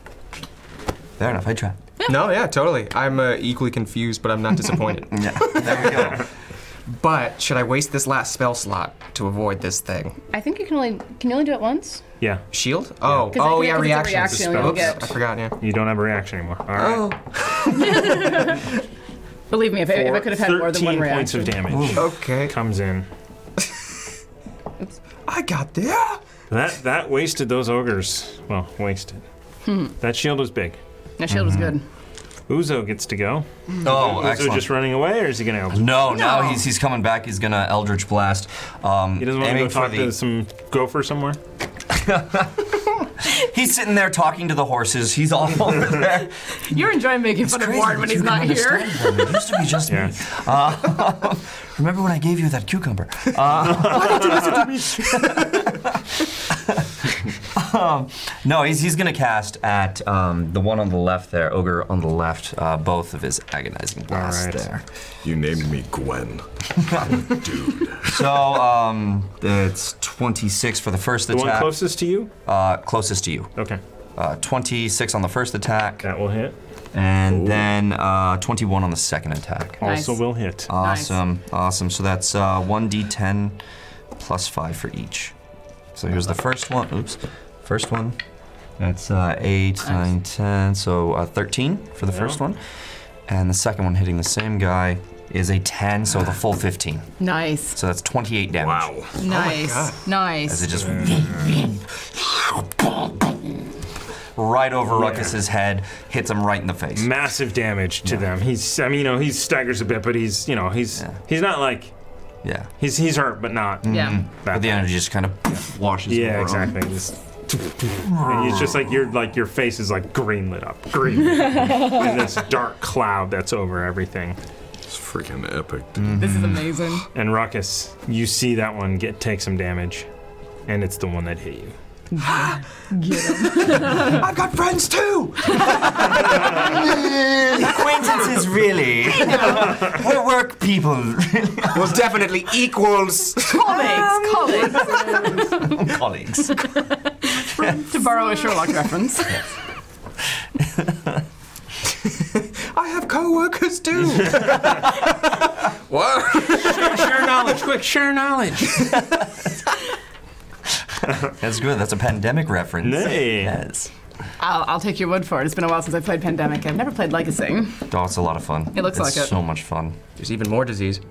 S2: Fair enough. I try.
S1: Oh,
S6: no, yeah, totally. I'm uh, equally confused, but I'm not disappointed.
S2: Yeah. There we go.
S6: but should I waste this last spell slot to avoid this thing?
S4: I think you can only can you only do it once?
S1: Yeah.
S6: Shield? Oh,
S4: 'Cause I
S6: oh
S4: think
S6: yeah,
S4: it's a
S6: reactions.
S4: reaction you
S6: Oops,
S4: get.
S6: I forgot. Yeah.
S1: You don't have a reaction anymore. All right.
S4: Oh. Believe me, if, I, if I
S1: For
S4: could have had more than one
S1: 13 points
S4: reaction.
S1: of damage
S6: Okay.
S1: comes in.
S6: I got there.
S1: That that wasted those ogres. Well, wasted.
S4: Hmm.
S1: That shield was big.
S4: That shield was good.
S1: Uzo gets to go.
S2: Oh,
S1: Uzo
S2: excellent.
S1: just running away, or is he going to?
S2: no, now he's, he's coming back. He's gonna Eldritch Blast. Um,
S1: He doesn't want to
S2: aiming
S1: go
S2: for
S1: talk
S2: the-
S1: to some gopher somewhere.
S2: He's sitting there talking to the horses. He's all over there.
S4: You're enjoying making fun of Warren when he's not here.
S2: It used to be just me. Uh, remember when I gave you that cucumber? Uh, um, no, he's, he's going to cast at um, the one on the left there, Ogre on the left, uh, both of his agonizing blasts
S1: right.
S2: there.
S3: You named me Gwen.
S2: So um, it's 26 for the first
S1: The one
S2: attack.
S1: closest to you.
S2: uh, closest to you.
S1: Okay,
S2: Uh, 26 on the first attack,
S1: that will hit.
S2: and then uh, 21 on the second attack.
S4: Nice.
S1: Also will hit.
S4: Nice.
S2: Awesome, awesome. So that's uh, 1d10 plus 5 for each. So here's the first one. Oops. First one. That's uh, 8, nine, 10. So uh, 13 for the first one. And the second one hitting the same guy is a 10, so the full 15.
S4: Nice.
S2: So that's 28 damage.
S3: Wow.
S6: Oh
S4: Nice. nice.
S2: As it just right over Ruckus's head, hits him right in the face.
S1: Massive damage to them. He's. I mean, you know, he staggers a bit, but he's. You know, he's. He's not like.
S2: Yeah.
S1: He's. He's hurt, but not.
S4: yeah.
S1: That
S2: But the
S1: bad.
S2: energy just kind of washes
S1: Yeah,
S2: over him.
S1: exactly. Just- and it's just like your like your face is like green lit up, green, in this dark cloud that's over everything.
S3: It's freaking epic.
S4: This is amazing.
S1: And Ruckus, you see that one get take some damage, and it's the one that hit you.
S6: I've got friends too.
S2: Acquaintances, really. We're work people,
S6: well, definitely equals.
S4: Colleagues, colleagues.
S2: colleagues.
S4: to borrow a Sherlock reference.
S6: I have coworkers too. what?
S1: share knowledge, quick, share knowledge.
S2: That's good. That's a pandemic reference.
S1: Hey.
S2: Yes.
S4: I'll, I'll take your word for it. It's been a while since I played Pandemic. I've never played Legacy.
S2: Oh, it's a lot of fun.
S4: It looks
S2: it's
S4: like it.
S2: so much fun.
S6: There's even more disease.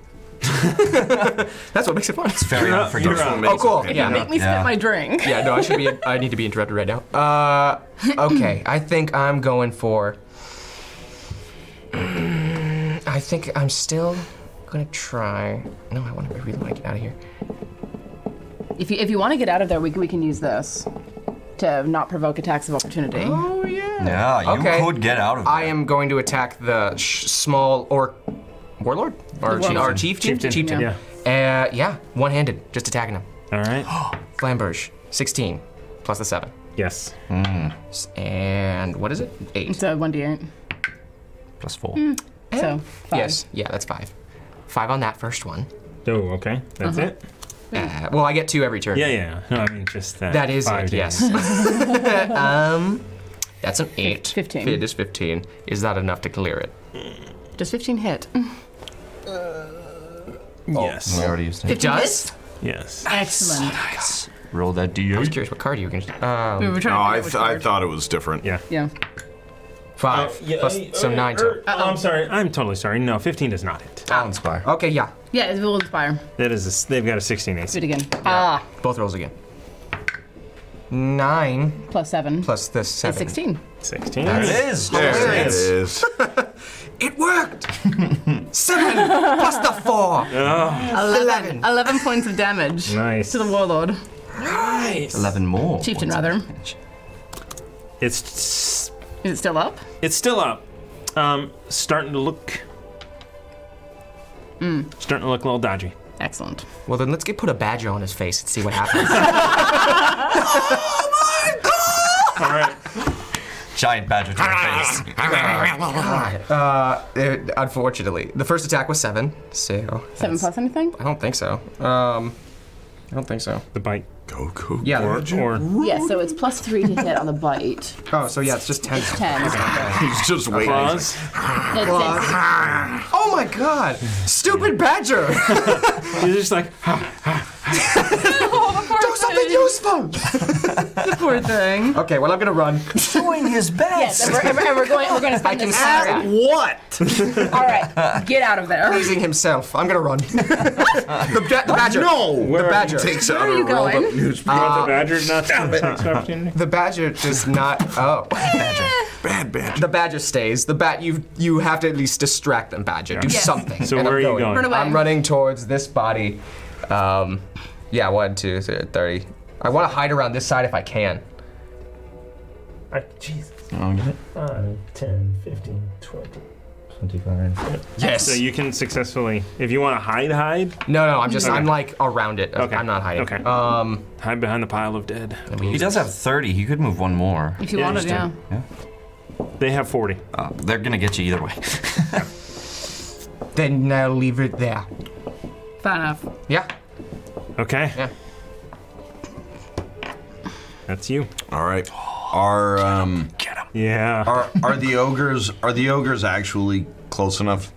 S6: That's what makes it fun.
S2: Very unforgettable.
S6: Oh, cool. Yeah.
S4: Make me
S2: Yeah.
S4: spit my drink.
S6: Yeah, no, I should be. I need to be interrupted right now. Uh, okay, I think I'm going for. I think I'm still gonna try. No, I want to. I really want to get out of here.
S4: If you if you want to get out of there, we can, we can use this to not provoke attacks of opportunity.
S6: Oh yeah.
S2: Yeah, you
S6: Okay.
S2: could get out of
S6: I
S2: there.
S6: am going to attack the sh- small orc warlord or
S4: warlord.
S6: our chieftain.
S1: Chieftain, yeah.
S6: Yeah. Uh, yeah, one-handed, just attacking him.
S1: All right.
S6: Flamberge, 16 plus the seven,
S1: Yes.
S6: S- and what is it? Eight.
S4: It's a one d eight. Mm.
S2: Plus four.
S4: So five.
S6: Yes. Yeah, that's five. Five on that first one.
S1: Oh, okay. That's
S6: Uh-huh.
S1: it.
S4: Hmm.
S6: Uh, well, I get two every turn.
S1: Yeah, yeah. No, I mean just that.
S6: That is
S1: five
S6: it,
S1: days.
S6: yes. um, that's an eight.
S4: fifteen.
S6: It is 15. Is that enough to clear it?
S4: Does fifteen hit?
S1: Yes.
S2: I Oh, already used it.
S6: It does?
S1: Yes.
S4: Excellent.
S2: Roll that
S6: I was
S2: d8.
S6: curious what card you were going
S1: Uh,
S6: to. Um,
S4: We were trying to figure
S3: No, I,
S4: out which
S3: th- I
S4: card.
S3: thought it was different.
S1: Yeah.
S4: Yeah.
S6: five. plus,
S1: uh,
S6: so nine.
S1: er,
S6: total.
S1: I'm sorry. I'm totally sorry. No, 15 does not hit.
S2: I'll inspire.
S6: okay, yeah.
S4: Yeah, it will inspire.
S1: That is a, s- they've got a 16
S4: Do
S1: AC.
S4: it again. Ah,
S6: Both rolls again. Nine
S4: plus seven.
S6: plus the seven.
S4: It's sixteen.
S1: 16.
S2: There it is.
S3: There it is.
S6: It worked! seven plus the four. Eleven.
S4: Eleven points of damage.
S1: Nice.
S4: To the warlord,
S6: Nice.
S2: 11 more.
S4: chieftain
S2: points of
S4: rather.
S2: damage.
S1: It's s-
S4: Is it still up?
S1: it's still up. Um, starting to look. Starting to look a little dodgy.
S4: Excellent.
S6: Well, then let's get put a badger on his face and see what happens.
S1: All right.
S2: Giant badger to the face.
S6: uh, it- unfortunately, the first attack was seven, so
S4: Seven plus anything?
S6: I don't think so. Um, I don't think so.
S1: The bite.
S3: Go, go,
S6: Yeah.
S3: go.
S1: Or, or
S4: Yeah, so it's plus three to hit on the bite.
S6: Oh, so yeah, it's just ten.
S4: Ten.
S3: He's just waiting.
S1: claws.
S4: It's- it's-
S6: Oh my god! Stupid badger!
S1: He's just like,
S4: Oh,
S6: Do something useful!
S4: Poor thing.
S6: Okay, well I'm gonna run.
S2: Doing his best.
S4: Yes, and we're, and we're- and we're going. We're going to spend this hour.
S6: what?
S4: All right, get out of there.
S6: Pleasing himself. I'm gonna run. the, ba- the badger. No. the badger.
S3: Takes out
S4: are
S3: a
S4: you
S3: rolled up
S4: going?
S3: newspaper.
S1: the badger not attacks of opportunity.
S6: The badger does not. Oh.
S3: Bad badger.
S6: The badger stays. The bat. You you have to at least distract them, badger. Do
S4: Yes.
S6: something.
S1: So
S6: And
S1: where
S6: I'm
S1: are you going? Run
S4: away.
S6: I'm running towards this body. Um, yeah, one, two, three, thirty. I want to hide around this side if I can.
S16: Jesus.
S2: Oh, yeah.
S16: 5, 10, 15, 20, 25.
S6: Yes.
S1: So you can successfully, if you want to hide, hide,
S6: no, no. I'm just. I'm
S1: Okay.
S6: like around it.
S1: Okay.
S6: I'm not hiding.
S1: Okay.
S6: Um,
S1: hide behind the pile of dead.
S2: He does have 30. He could move one more.
S4: If you
S1: Yeah,
S4: want to,
S1: just
S4: yeah.
S1: They have 40.
S2: Uh, they're going to get you either way.
S6: then I'll leave it there.
S4: Fair enough.
S6: Yeah.
S1: Okay.
S6: Yeah.
S1: That's you.
S3: All right. Are um
S1: Yeah.
S3: are are the ogres are the ogres actually close enough?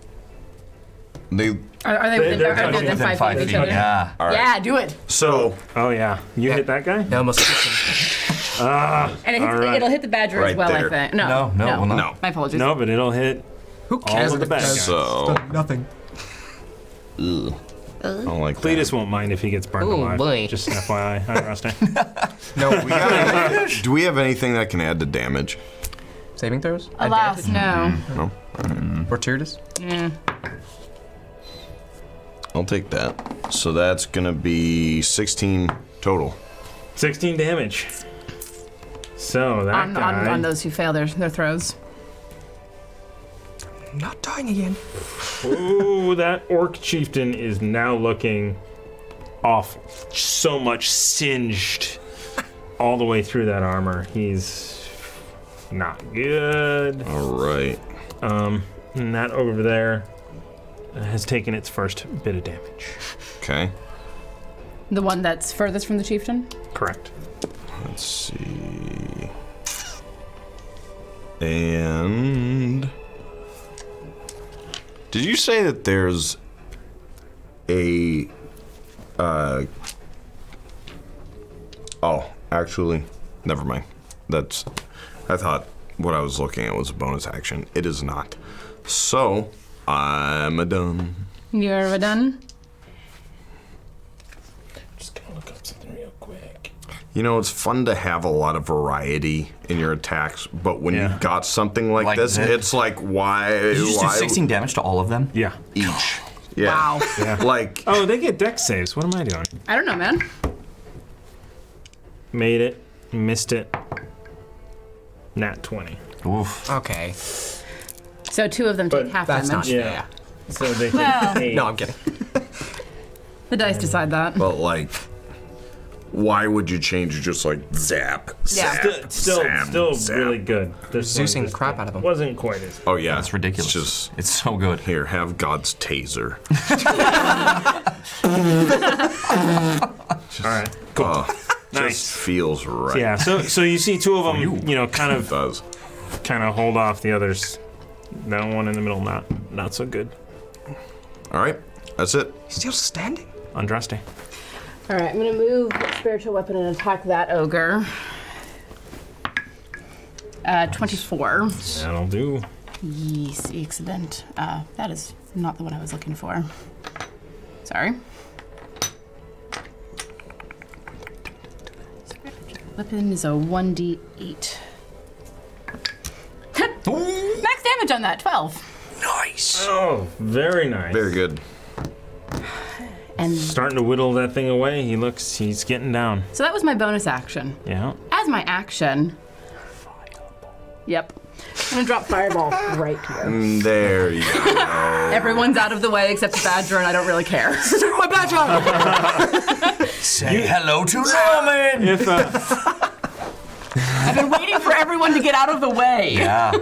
S3: They
S4: Are, are they within,
S1: they're
S4: are they
S1: touching
S4: within five, feet of each other?
S2: Yeah.
S4: Yeah, do it.
S3: so
S1: Oh yeah. You hit that guy?
S6: I almost.
S4: And it hits,
S1: All right.
S4: it'll hit the badger as
S3: Right
S4: well, I
S3: there.
S4: think. No,
S2: No, no, it will not.
S3: no.
S4: My apologies.
S1: No, but it'll hit
S6: Who
S1: all
S6: cares?
S1: of the bad guys.
S3: So
S6: Nothing.
S3: ugh. I don't like that.
S1: Cletus won't mind if he gets burned
S6: Ooh,
S1: alive.
S6: boy.
S1: Just FYI. Hi, Rusty.
S6: No. We got it.
S3: Do we have anything that can add to damage?
S6: Saving throws.
S4: Alas, no.
S6: Fortuitous.
S4: Yeah.
S3: I'll take that. So that's gonna be 16 total.
S1: 16 damage. So that
S4: On,
S1: guy.
S4: on, on those who fail their, their throws.
S6: Not dying again.
S1: Ooh, that orc chieftain is now looking awful. So much singed all the way through that armor. He's not good.
S3: All right.
S1: Um, and that over there has taken its first bit of damage.
S3: Okay.
S4: The one that's furthest from the chieftain?
S1: Correct.
S3: Let's see. And did you say that there's a uh oh, actually, never mind. That's I thought what I was looking at was a bonus action. It is not. So I'm a done.
S4: You're a done.
S1: Just gonna look up something real quick.
S3: You know, it's fun to have a lot of variety in your attacks, but when
S1: Yeah.
S3: you've got something like,
S2: Like
S3: this,
S2: this?
S3: it's like why?
S2: Did you just do
S3: why
S2: 16 damage to all of them?
S1: Yeah.
S2: Each.
S3: Yeah.
S4: Wow.
S3: Like
S1: Oh, they get deck saves. What am I doing?
S4: I don't know, man.
S1: Made it. Missed it. Nat 20.
S2: Oof.
S11: Okay.
S4: So two of them take
S1: But
S4: half
S11: That's not
S4: damage.
S11: fair.
S1: Yeah. So they
S4: Well.
S1: get eight.
S11: No, I'm kidding.
S4: The dice decide that.
S3: But like, why would you change? You just like zap, zap,
S1: Still, still,
S3: zap,
S1: still
S3: zap.
S1: really good. This one
S11: Reducing
S1: just
S11: crap out of them.
S1: Wasn't quite as.
S3: Oh yeah,
S2: That's ridiculous.
S3: It's just
S2: It's so good.
S3: here, have God's taser.
S1: All right. Cool.
S3: Uh, Just
S1: Nice.
S3: feels right.
S1: yeah. So, so you see two of them, you know, kind
S3: It
S1: of,
S3: does.
S1: kind of hold off the others. That one in the middle, not, not so good.
S3: All right, that's it.
S11: Still standing?
S1: Andraste.
S4: All right, I'm gonna move spiritual weapon and attack that ogre. Uh, 24.
S1: That'll do.
S4: Yes, excellent. Uh, that is not the one I was looking for. Sorry. Weapon is a 1d8. Max damage on that, 12.
S1: Oh, very nice.
S3: Very good.
S4: And
S1: Starting to whittle that thing away. He looks. He's getting down.
S4: so that was my bonus action.
S1: Yeah.
S4: As my action. Yep. I'm gonna drop fireball right here.
S3: Mm, There you go.
S4: Everyone's out of the way except the badger, and I don't really care.
S11: My badge on!
S2: Say hello to Roman!
S1: If uh,
S4: I've been waiting for everyone to get out of the way.
S2: Yeah.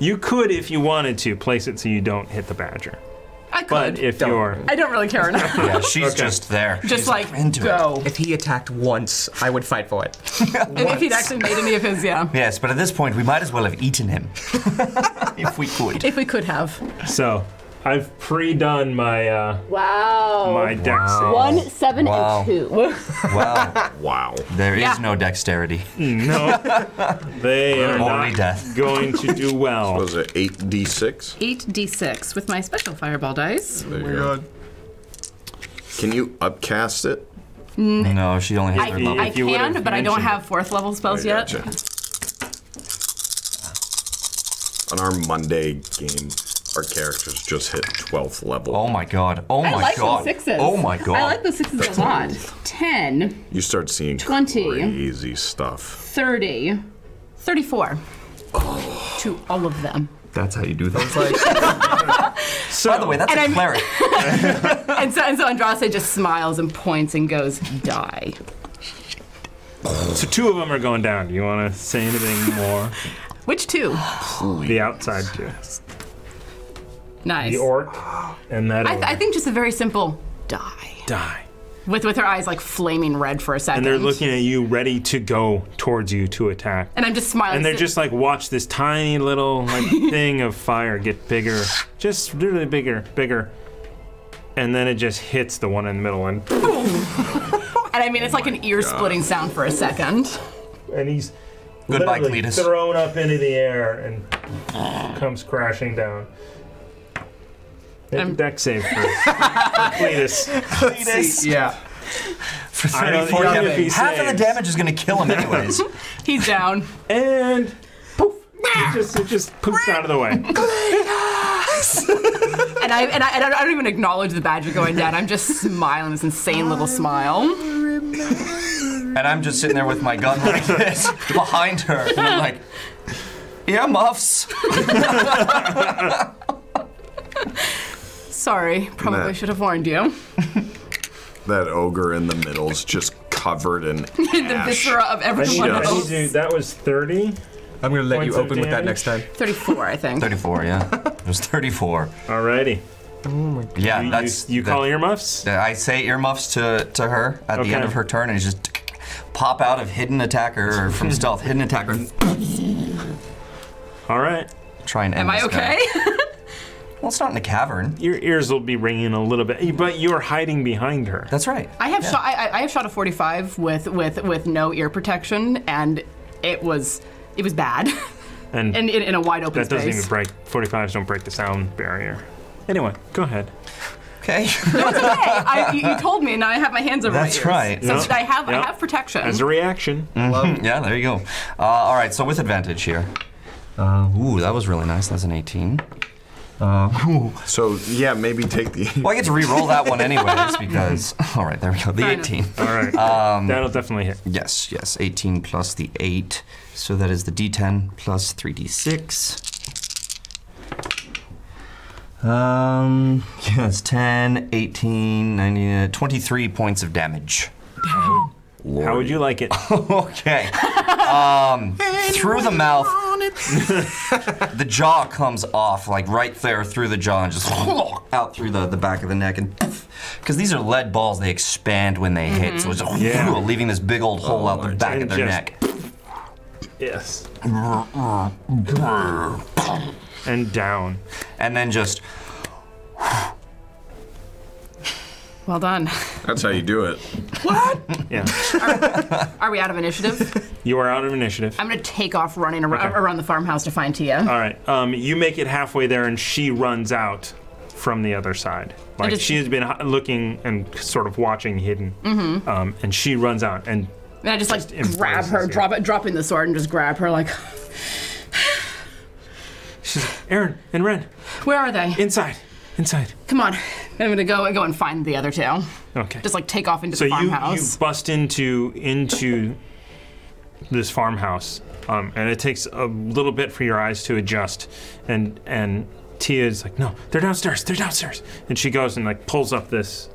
S1: you could, if you wanted to, place it so you don't hit the badger.
S4: I could.
S1: But if you're
S4: I don't really care enough.
S2: yeah she's just there.
S4: Just
S2: She's
S4: like
S2: "I'm into it."
S4: go.
S11: If he attacked once, I would fight for it.
S4: And if he'd actually made any of his, yeah.
S2: Yes, but at this point, we might as well have eaten him. if we could.
S4: If we could have.
S1: so, I've pre-done my uh,
S4: Wow.
S1: my deck save.
S4: One, seven,
S2: Wow.
S4: and two.
S2: Wow.
S3: Wow.
S2: there is
S4: Yeah.
S2: no dexterity.
S1: No, they are
S2: Only
S1: not
S2: death.
S1: going to do
S3: What
S1: well.
S3: was it? Eight d six.
S4: Eight d6 with my special fireball dice.
S2: Oh
S3: There you go. Can you upcast it?
S2: No, she only has
S4: I,
S2: her
S1: you-
S2: level.
S4: I
S1: if you would've
S4: can, but I don't
S1: mentioned
S4: have fourth level spells
S3: I
S4: yet.
S3: gotcha. On our Monday game, our characters just hit 12th level.
S2: Oh my god. Oh my
S4: I like
S2: god.
S4: the sixes.
S2: Oh my god.
S4: I like the sixes a lot. 10,
S3: You start seeing
S4: 20.
S3: crazy stuff.
S4: 30, 34. To all of them.
S2: That's how you do that.
S1: So,
S2: By the way, that's
S4: And
S2: a
S4: I'm-
S2: cleric.
S4: And so, and so Andraste just smiles and points and goes, die.
S1: so two of them are going down. Do you want to say anything more?
S4: Which two?
S1: the outside two,
S4: Nice.
S1: the orc, and that
S4: I, th-
S1: ogre.
S4: I think just a very simple die.
S1: die.
S4: With with her eyes like flaming red for a
S1: And
S4: second.
S1: they're looking at you, ready to go towards you to attack.
S4: And I'm just smiling.
S1: And they're just like, watch this tiny little like thing of fire get bigger, just really bigger, bigger, and then it just hits the one in the middle, and
S4: And I mean,
S1: oh
S4: it's like an ear splitting sound for a second.
S1: and he's
S2: Goodbye,
S1: literally
S2: Cletus.
S1: thrown up into the air and comes crashing down. Make a
S4: I'm-
S1: deck save for Cletus.
S11: yeah.
S2: For
S1: I don't
S2: 34
S1: know if he
S2: damage. Half of the
S1: saves.
S2: damage is going to kill him, anyways.
S4: He's down.
S1: And poof! It just, it just poops out of the way.
S4: And I and I, and I don't even acknowledge the badger going down. I'm just smiling this insane little smile.
S2: and I'm just sitting there with my gun like this behind her. And I'm like, earmuffs.
S4: Sorry, probably
S3: Nah.
S4: should have warned you.
S3: That ogre in the middle's just covered in
S4: The
S3: ash.
S4: viscera of everyone
S3: Yes.
S1: I need
S4: else.
S1: to- that was 30.
S11: I'm gonna let
S1: Points
S11: you
S1: of
S11: open with that
S1: damage.
S11: next time.
S4: 34, I think.
S2: 34, yeah. It was 34.
S1: Alrighty.
S2: Yeah,
S1: You,
S2: that's.
S1: you, you
S2: that-
S1: call earmuffs?
S2: I say earmuffs to, to her at the end
S1: Okay.
S2: of her turn and just pop out of hidden attacker or from stealth hidden attacker and
S1: Alright.
S2: try and end
S4: Am I
S2: this guy.
S4: okay?
S2: Well, it's not in a cavern.
S1: Your ears will be ringing a little bit, but you're hiding behind her.
S2: That's right.
S4: I have shot. I, I- I have shot a 45 with with with no ear protection, and it was it was bad,
S1: And,
S4: and in, in a wide open
S1: Hmm. that
S4: space.
S1: doesn't even break, 45s don't break the sound barrier. Anyway, go ahead.
S2: Okay.
S4: I, you, you told me, and now I have my hands over
S2: That's
S4: my
S2: right.
S4: ears. So
S1: Yeah.
S4: I have
S1: Yeah.
S4: I have protection.
S1: As a reaction,
S2: yeah, there you go. Uh, all right, so with advantage here. Uh, ooh, that was really nice. That's an 18.
S3: So yeah, maybe take the.
S2: Well, I get to re-roll that one anyways because. All right, there we go. The
S4: Fair enough.
S2: 18.
S1: all right, that'll definitely hit.
S2: Yes, yes. 18 plus the 8. So that is the d10 plus 3d6. Um, yes, 10, 18, 19, uh, 23 points of damage.
S1: How would you like it?
S2: Okay. Um, through the mouth, the jaw comes off, like right there through the jaw, and just out through the, the back of the neck. And because these are lead balls, they expand when they hit, so it's
S1: Yeah.
S2: leaving this big old hole out the back of
S1: And
S2: their
S1: just-
S2: neck.
S1: yes. and down.
S2: And then just,
S4: well done.
S3: That's how you do it.
S1: Yeah.
S4: Are we out of initiative?
S1: You are out of initiative.
S4: I'm gonna take off running ar- around the farmhouse to find Tia.
S1: All right. Um, you make it halfway there, and she runs out from the other side. Like
S4: just-
S1: she has been h- looking and sort of watching, hidden. Mm-hmm. Um, and she runs out, and
S4: and I just like
S1: embraces
S4: grab her,
S1: you.
S4: drop it, dropping the sword, and just grab her. Like,
S1: she's like, "Aaron and Ren,
S4: where are they?
S1: inside, inside."
S4: Come on. I'm gonna go go and find the other two.
S1: Okay.
S4: Just like take off into
S1: so
S4: the
S1: you,
S4: farmhouse.
S1: you bust into into this farmhouse, um, and it takes a little bit for your eyes to adjust, and and Tia is like, "No, they're downstairs, they're downstairs," and she goes and like pulls up this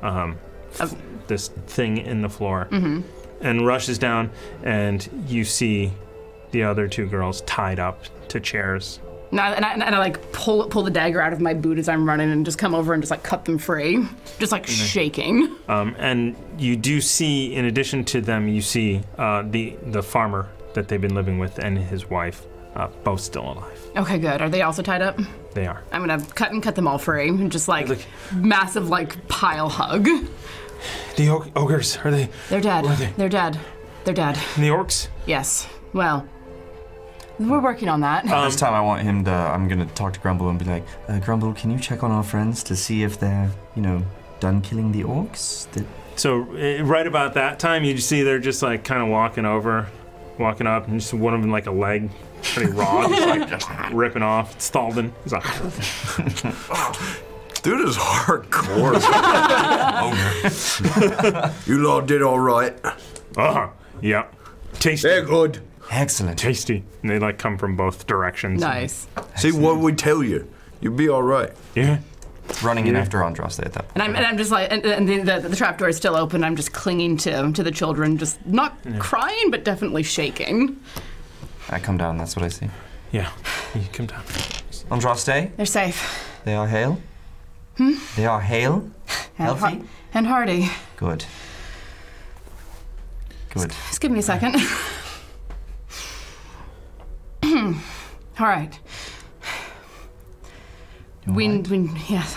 S1: um, f- this thing in the floor,
S4: Mm-hmm.
S1: and rushes down, and you see the other two girls tied up to chairs.
S4: And I, and, I, and I like pull pull the dagger out of my boot as I'm running and just come over and just like cut them free, just like shaking.
S1: Um, and you do see, in addition to them, you see uh, the the farmer that they've been living with and his wife, uh, both still alive.
S4: Okay, good. Are they also tied up?
S1: They are.
S4: I'm gonna cut and cut them all free and just like
S1: Look.
S4: massive like pile hug.
S1: The og- ogres are they?
S4: They're dead.
S1: Were they-
S4: They're dead. They're dead.
S1: The orcs?
S4: Yes. Well, we're working on that.
S1: Um,
S2: this time I want him to, I'm going to talk to Grumble and be like, uh, Grumble, can you check on our friends to see if they're, you know, done killing the orcs? That
S1: So uh, right about that time, you see they're just like kind of walking over, walking up, and just one of them like a leg, pretty raw, just like just ripping off. It's Thalden. He's like,
S3: Dude is hardcore. you lot did all right.
S1: oh, yeah, tasty,
S3: They're good.
S2: Excellent.
S1: tasty. And they like come from both directions.
S4: nice.
S3: See what we tell you. You'd be all right.
S1: Yeah.
S2: Running in after Andraste at that point.
S4: And I'm, and I'm just like, and, and the, the, the trap door is still open. I'm just clinging to to the children, just not crying, but definitely shaking.
S2: I come down, that's what I see.
S1: Yeah. You come down.
S2: Andraste,
S4: They're safe
S2: they are hale? They are hale?
S4: and, har-
S2: Healthy?
S4: and hardy.
S2: Good. Good.
S4: Just give me a second. All right. We, we, yes.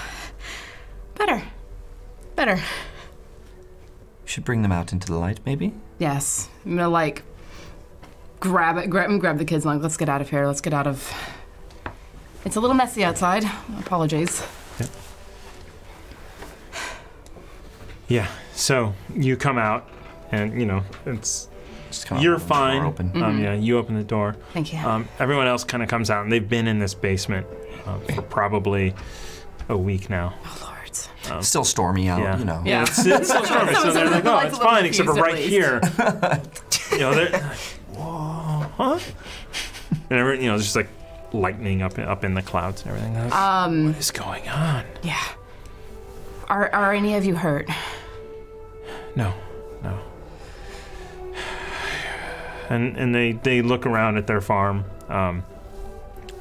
S4: Better. Better.
S2: Should bring them out into the light, maybe?
S4: Yes. I'm gonna like grab it, grab, grab the kids, and like, let's get out of here. Let's get out of. It's a little messy outside. Apologies.
S1: Yeah. So you come out, and you know it's
S2: Just kinda
S1: you're
S2: leave the door
S1: fine.
S2: Open.
S1: Um, yeah, you open the door.
S4: Thank you.
S1: Um, everyone else kind of comes out, and they've been in this basement um, for probably a week now.
S4: Lords.
S2: Still stormy out,
S1: Yeah.
S2: you know.
S4: Yeah.
S1: It's, it's still stormy, so they're like,
S4: The
S1: oh,
S4: light's
S1: it's
S4: a little
S1: fine, except for right
S4: confused
S1: here. you know, they're like, whoa, huh? And everyone, you know, just like lightning up up in the clouds and everything. Like,
S4: Um.
S1: what is going on?
S4: Yeah. Are Are any of you hurt?
S1: No, no. And and they they look around at their farm. Um,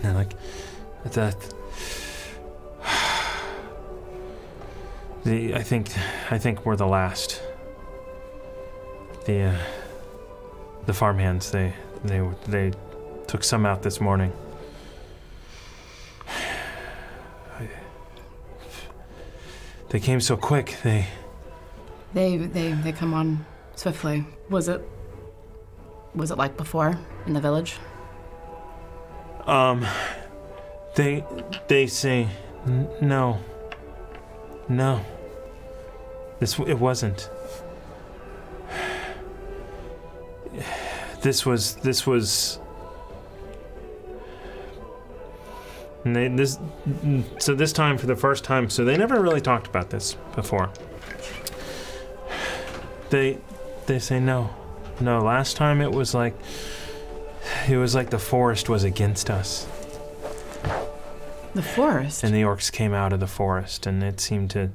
S1: and they're like, that. The I think I think we're the last. The uh, the farmhands they they they took some out this morning. I- They came so quick. They
S4: They They They come on swiftly. Was it? was it like before in the village?
S1: Um, they they say "N- no. No. This w- it wasn't. This was this was. And they, this so this time for the first time. So they never really talked about this before. They they say no, no. Last time it was like it was like the forest was against us.
S4: The forest.
S1: And the orcs came out of the forest, and it seemed to.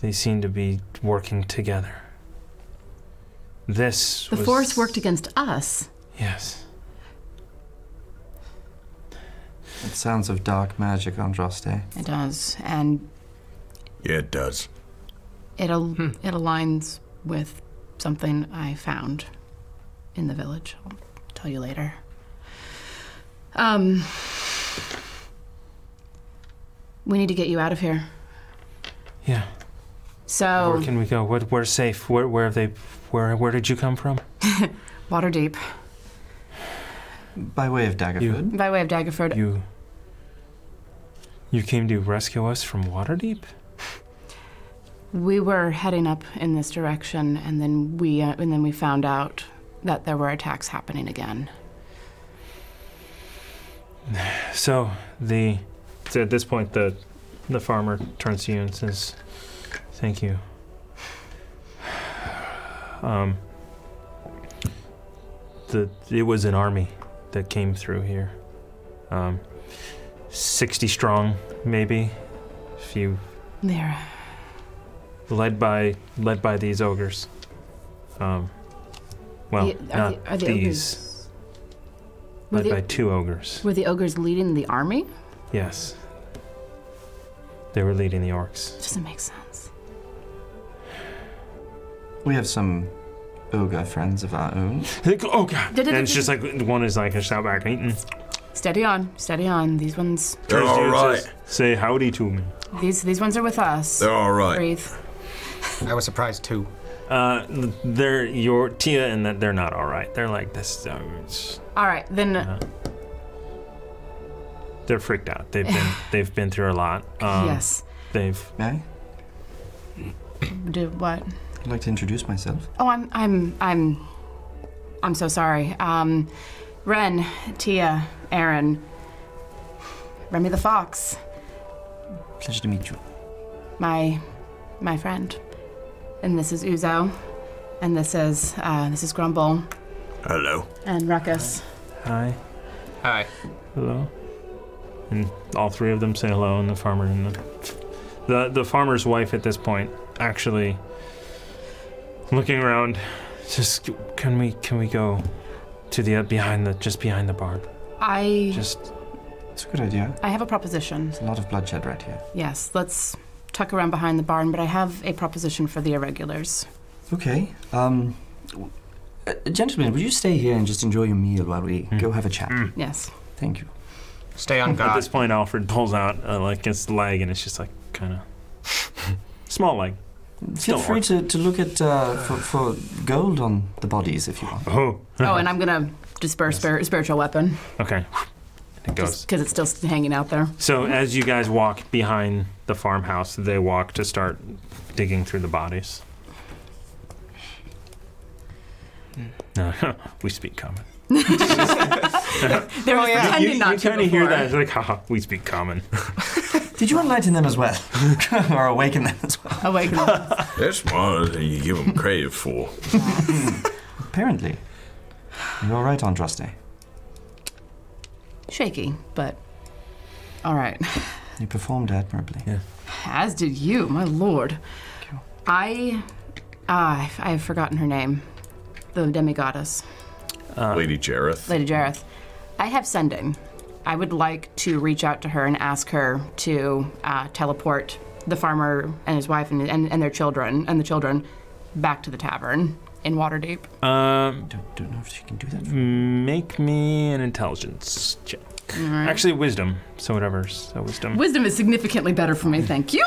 S1: They seemed to be working together. This.
S4: The
S1: was,
S4: forest worked against us.
S1: Yes.
S2: It sounds of dark magic, eh? Andraste.
S4: It does, and
S3: Yeah, it does.
S4: it al-
S2: Hmm.
S4: it aligns with something I found in the village. I'll tell you later. Um, we need to get you out of here.
S1: Yeah. Where
S4: So
S1: can we go? What? We're safe. Where? Where have they? Where? Where did you come from?
S4: water deep
S2: By way of Daggerford.
S4: by way of Daggerford.
S1: You. You came to rescue us from Waterdeep.
S4: We were heading up in this direction, and then we uh, and then we found out that there were attacks happening again.
S1: So the. So at this point, the, the farmer turns to you and says, "Thank you." Um. The it was an army that came through here, um, sixty strong maybe, few
S4: There.
S1: led by led by these ogres. Um. Well,
S4: The- are
S1: not
S4: the, are the
S1: these.
S4: ogres? Were
S1: Led
S4: the,
S1: by two ogres.
S4: were the ogres leading the army?
S1: Yes. They were leading the orcs.
S4: Doesn't make sense.
S2: We have some ogre friends of our own.
S1: Like, oh god!
S4: Da-
S1: And
S4: da- da-
S1: it's just like one is like a shout back. "Mm-mm."
S4: Steady on, steady on. These ones,
S3: They're
S1: Turns to you
S3: all
S1: and
S3: right.
S1: says, Say howdy to me.
S4: these these ones are with us.
S3: They're all right.
S4: Breathe.
S6: I was surprised too.
S1: Uh, they're your Tia, and that they're not all right. They're like this. Um, it's-
S4: All right, then.
S1: they're freaked out. They've been they've been through a lot. Um,
S4: yes.
S1: They've
S2: May
S4: Do what?
S2: I'd like to introduce myself.
S4: Oh, I'm I'm I'm I'm so sorry. Um, Ren, Tia, Aaron, Remy the fox,
S2: Pleasure to meet you.
S4: my my friend, and this is Uzo, and this is uh, this is Grumble
S3: Hello.
S4: and Ruckus.
S1: hi,
S6: Hi.
S1: hello, and all three of them say hello, and the farmer and the the, the farmer's wife at this point actually looking around. Just can we can we go to the uh, behind the just behind the barn?
S4: I
S1: Just
S2: It's a good idea.
S4: I have a proposition.
S2: There's a lot of bloodshed right here.
S4: Yes, let's tuck around behind the barn, but I have a proposition for the irregulars.
S2: Okay. Um, w- uh, gentlemen, would you stay here and just enjoy your meal while we
S1: Hmm.
S2: go have a chat?
S4: Yes.
S2: Thank you.
S6: Stay on
S1: At
S6: guard.
S1: this point, Alfred pulls out uh, like his leg, and it's just like kind of small leg.
S2: Feel
S1: Still
S2: free to, to look at uh, for, for gold on the bodies if you want.
S1: Oh,
S4: Oh, and I'm gonna disperse spir- spiritual weapon
S1: okay. It goes.
S4: because it's still s- hanging out there.
S1: So as you guys walk behind the farmhouse, they walk to start digging through the bodies. No, we speak common.
S4: They're just
S6: yeah. You-
S4: pretending
S1: you
S4: not to
S1: kind of hear
S4: before.
S1: that. It's like, haha, we speak common.
S2: Did you enlighten them as well? or awaken them as well?
S4: Awaken. them.
S3: That's more than you give them credit for.
S2: Apparently. You're right, Andraste.
S4: Shaky, but all right.
S2: You performed admirably.
S4: As did you, my lord. I, ah, I have forgotten her name, the demigoddess.
S3: Lady Jareth.
S4: Lady Jareth, I have sending. I would like to reach out to her and ask her to uh, teleport the farmer and his wife and, and, and their children and the children back to the tavern in Waterdeep.
S1: Um,
S2: Don't, don't know if she can do that.
S1: make me an intelligence check. Actually, wisdom. So whatever's so wisdom.
S4: Wisdom is significantly better for me, thank you.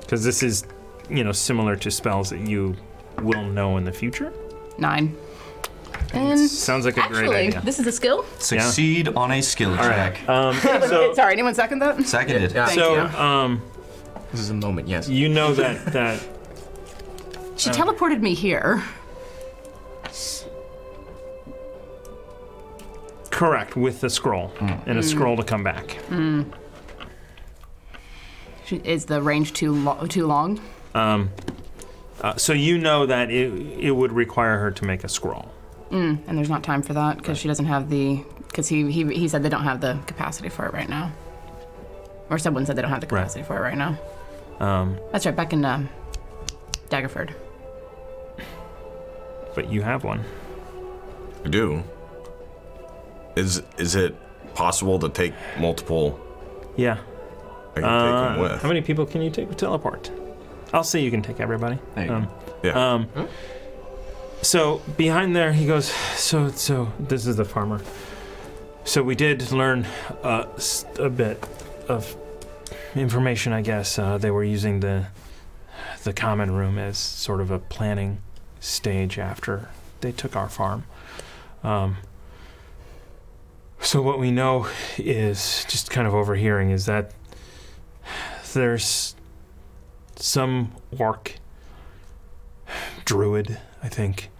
S1: because this is, you know, similar to spells that you will know in the future.
S4: Nine.
S2: Mm-hmm.
S4: And
S1: Sounds like a
S4: actually,
S1: great idea.
S4: this is a skill.
S2: Succeed on a skill check.
S1: Um, so,
S4: Sorry, anyone second that?
S2: Seconded.
S6: Yeah.
S4: Thank
S1: so
S4: you.
S1: um,
S6: This is a moment, yes.
S1: you know that that
S4: She teleported me here.
S1: correct with the scroll
S3: Hmm.
S1: and a scroll to come back.
S4: She, is the range too lo- too long?
S1: Um, uh, so you know that it it would require her to make a scroll.
S4: And there's not time for that because she doesn't have the because he, he he said they don't have the capacity for it right now. Or someone said they don't have the
S1: Right.
S4: capacity for it right now.
S1: Um,
S4: That's right, back in um, Daggerford.
S1: but you have one.
S3: I do. Is is it possible to take multiple?
S1: Yeah.
S3: I can
S1: Uh,
S3: take them with.
S1: How many people can you take with teleport? I'll say you can take everybody.
S2: There you
S1: Um,
S3: yeah.
S1: Um, So behind there, he goes. So so this is the farmer. So we did learn uh, s- a bit of information, I guess. Uh, they were using the the common room as sort of a planning stage after they took our farm. Um, so what we know is just kind of overhearing is that there's some orc druid, I think,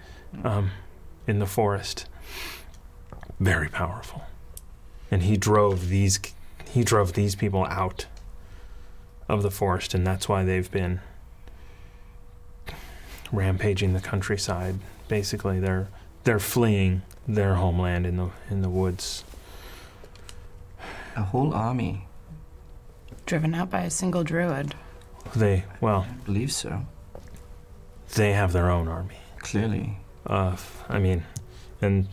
S1: um, in the forest. Very powerful, and he drove these he drove these people out of the forest, and that's why they've been rampaging the countryside. Basically, they're they're fleeing their homeland in the in the woods.
S2: A whole army.
S4: Driven out by a single druid.
S1: They well,
S2: I believe so.
S1: they have their own army.
S2: Clearly.
S1: Uh, f- I mean, and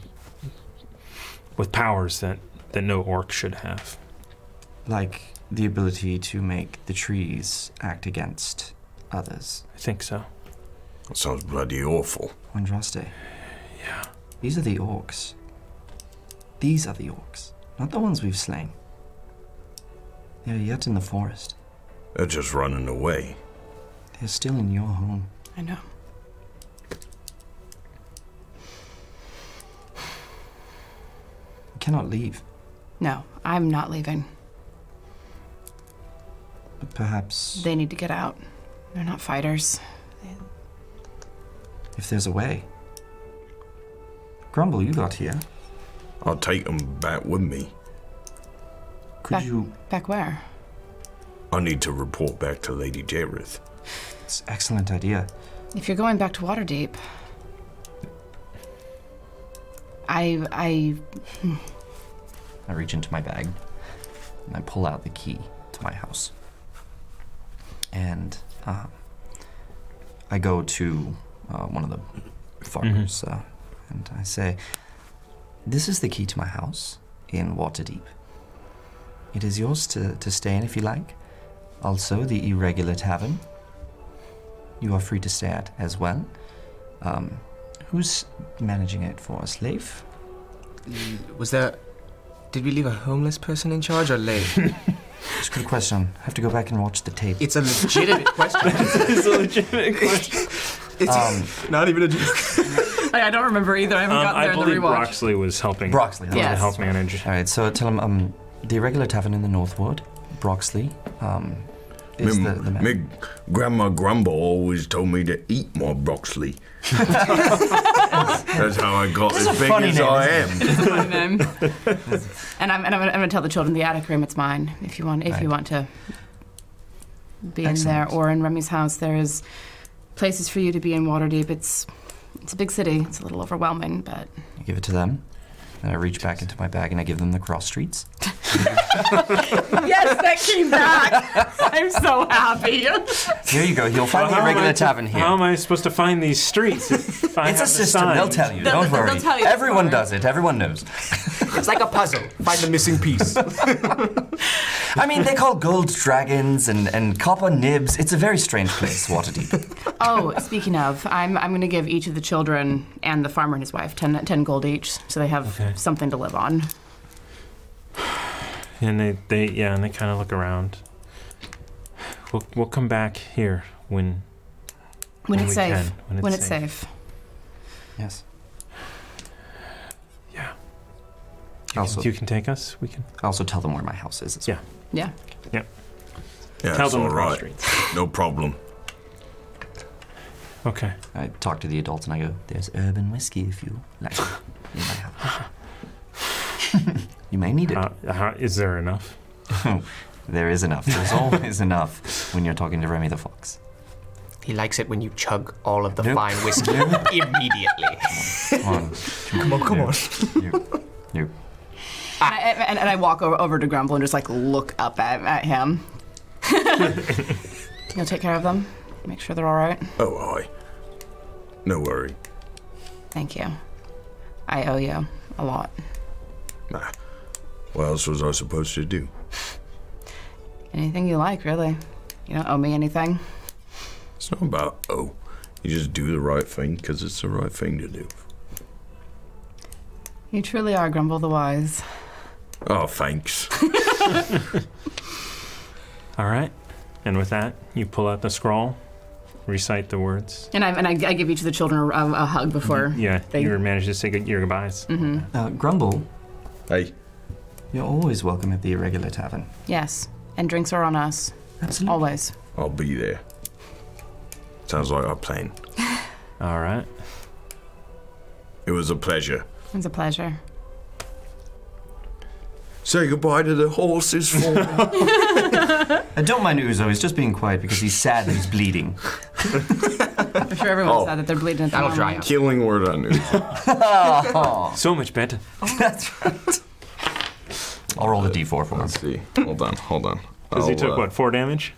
S1: with powers that, that no orc should have.
S2: Like the ability to make the trees act against others.
S1: I think so.
S3: That sounds bloody awful.
S2: Andraste.
S1: Yeah.
S2: These are the orcs. These are the orcs, not the ones we've slain. They are yet in the forest.
S3: They're just running away.
S2: They are still in your home.
S4: I know.
S2: You cannot leave,
S4: No, I'm not leaving.
S2: but perhaps
S4: They need to get out. They're not fighters.
S2: if there's a way. Grumble, you got here.
S3: I'll take them back with me.
S2: Could
S4: Back-
S2: you?
S4: Back where?
S3: I need to report back to Lady Jareth.
S2: It's an excellent idea.
S4: If you're going back to Waterdeep, I I
S2: I reach into my bag and I pull out the key to my house. And uh, I go to uh, one of the farmers uh, and I say, This is the key to my house in Waterdeep. It is yours to, to stay in if you like. Also, the irregular tavern. You are free to stay at as well. Um, who's managing it for us, Leif?
S6: Was there. Did we leave a homeless person in charge or late?
S2: It's a good question. I have to go back and watch the tape.
S6: it's a legitimate question.
S1: it's a legitimate question.
S6: It's
S2: Um,
S6: not even a joke.
S4: I don't remember either. I haven't gotten
S1: Um, I
S4: there in
S1: believe
S4: the rewatch.
S1: Broxley was helping
S2: Broxley. that's
S1: to
S4: Yeah. Yes.
S1: help manage.
S2: All right, so tell him um, the irregular tavern in the North Ward, Broxley, um, is
S3: Me-
S2: the, the man.
S3: me grandma Grumble always told me to eat more broccoli. That's how I got as big
S2: funny
S3: as
S2: name,
S3: I am.
S4: I'm in. and I'm, and I'm, gonna, I'm gonna tell the children the attic room. It's mine. If you want, if you
S2: Right.
S4: want to be in
S2: Excellent.
S4: there or in Remy's house, there is places for you to be in Waterdeep. It's it's a big city. It's a little overwhelming, but
S2: I give it to them. Then I reach back into my bag and I give them the cross streets.
S4: yes, that came back. I'm so happy.
S2: Here you go. You'll find the irregular tavern here.
S1: How am I supposed to find these streets? If I
S2: it's a
S1: have the
S2: system. They'll
S1: signs?
S2: tell you.
S4: They'll-
S2: Don't
S4: they'll
S2: worry.
S4: tell you, don't
S2: Everyone
S4: worry.
S2: does it. Everyone knows.
S6: It's like a puzzle. Find the missing piece.
S2: I mean, they call gold dragons and, and copper nibs. It's a very strange place, Waterdeep.
S4: oh, speaking of, I'm I'm gonna give each of the children and the farmer and his wife 10, 10 gold each, so they have
S1: Okay.
S4: something to live on.
S1: And they, they yeah, and they kind of look around. We'll, we'll come back here when
S4: When,
S1: When
S4: it's
S1: we
S4: safe.
S1: can, when it's
S4: it's
S1: safe.
S4: safe.
S2: Yes. Also,
S1: You can take us. We can.
S2: I also tell them where my house is. as
S1: Yeah.
S4: Yeah.
S1: Yeah.
S3: Yeah,
S1: Tell
S3: it's
S1: them
S3: all
S1: across
S3: right.
S1: the street.
S3: No problem.
S1: Okay.
S2: well. I talk to the adults and I go, "There's urban whiskey if you like it in my house. you may need it.
S1: Uh, uh, is there enough?
S2: There is enough. There's always enough when you're talking to Remy the Fox.
S6: He likes it when you chug all of the
S2: Nope.
S6: fine whiskey immediately.
S2: Come on.
S6: Come on, come on.
S2: You- you-
S4: And I, and, and I walk over, over to Grumble and just like look up at, at him. You'll take care of them. Make sure they're all right.
S3: Oh, aye. No worry.
S4: Thank you. I owe you a lot.
S3: Nah. What else was I supposed to do?
S4: Anything you like, really. You don't owe me anything.
S3: It's not about oh, you just do the right thing because it's the right thing to do.
S4: You truly are Grumble the Wise.
S3: Oh, thanks.
S1: All right. And with that, you pull out the scroll, recite the words.
S4: And I and I, I give each of the children a, a hug before. Mm-hmm.
S1: Yeah,
S4: Thank-
S1: you managed to say good, your goodbyes.
S2: Uh, Grumble,
S3: hey,
S2: you're always welcome at the Irregular Tavern.
S4: Yes. And drinks are on us
S2: Absolutely.
S4: always.
S3: I'll be there. Sounds like our plan.
S4: Mm.
S1: All right.
S3: It was a pleasure.
S4: It's a pleasure.
S3: Say goodbye to the horses for now.
S2: And don't mind Uzo, he's just being quiet because he's sad and he's bleeding.
S4: I'm sure everyone's
S3: Oh.
S4: sad that they're bleeding at the
S6: That'll
S4: moment.
S6: dry up.
S3: Killing word on news.
S2: Oh.
S1: So much better.
S2: That's right. I'll roll the d4 for him.
S3: Let's see. Hold on, hold on.
S1: Because he
S3: I'll,
S1: took,
S3: uh,
S1: what, four damage?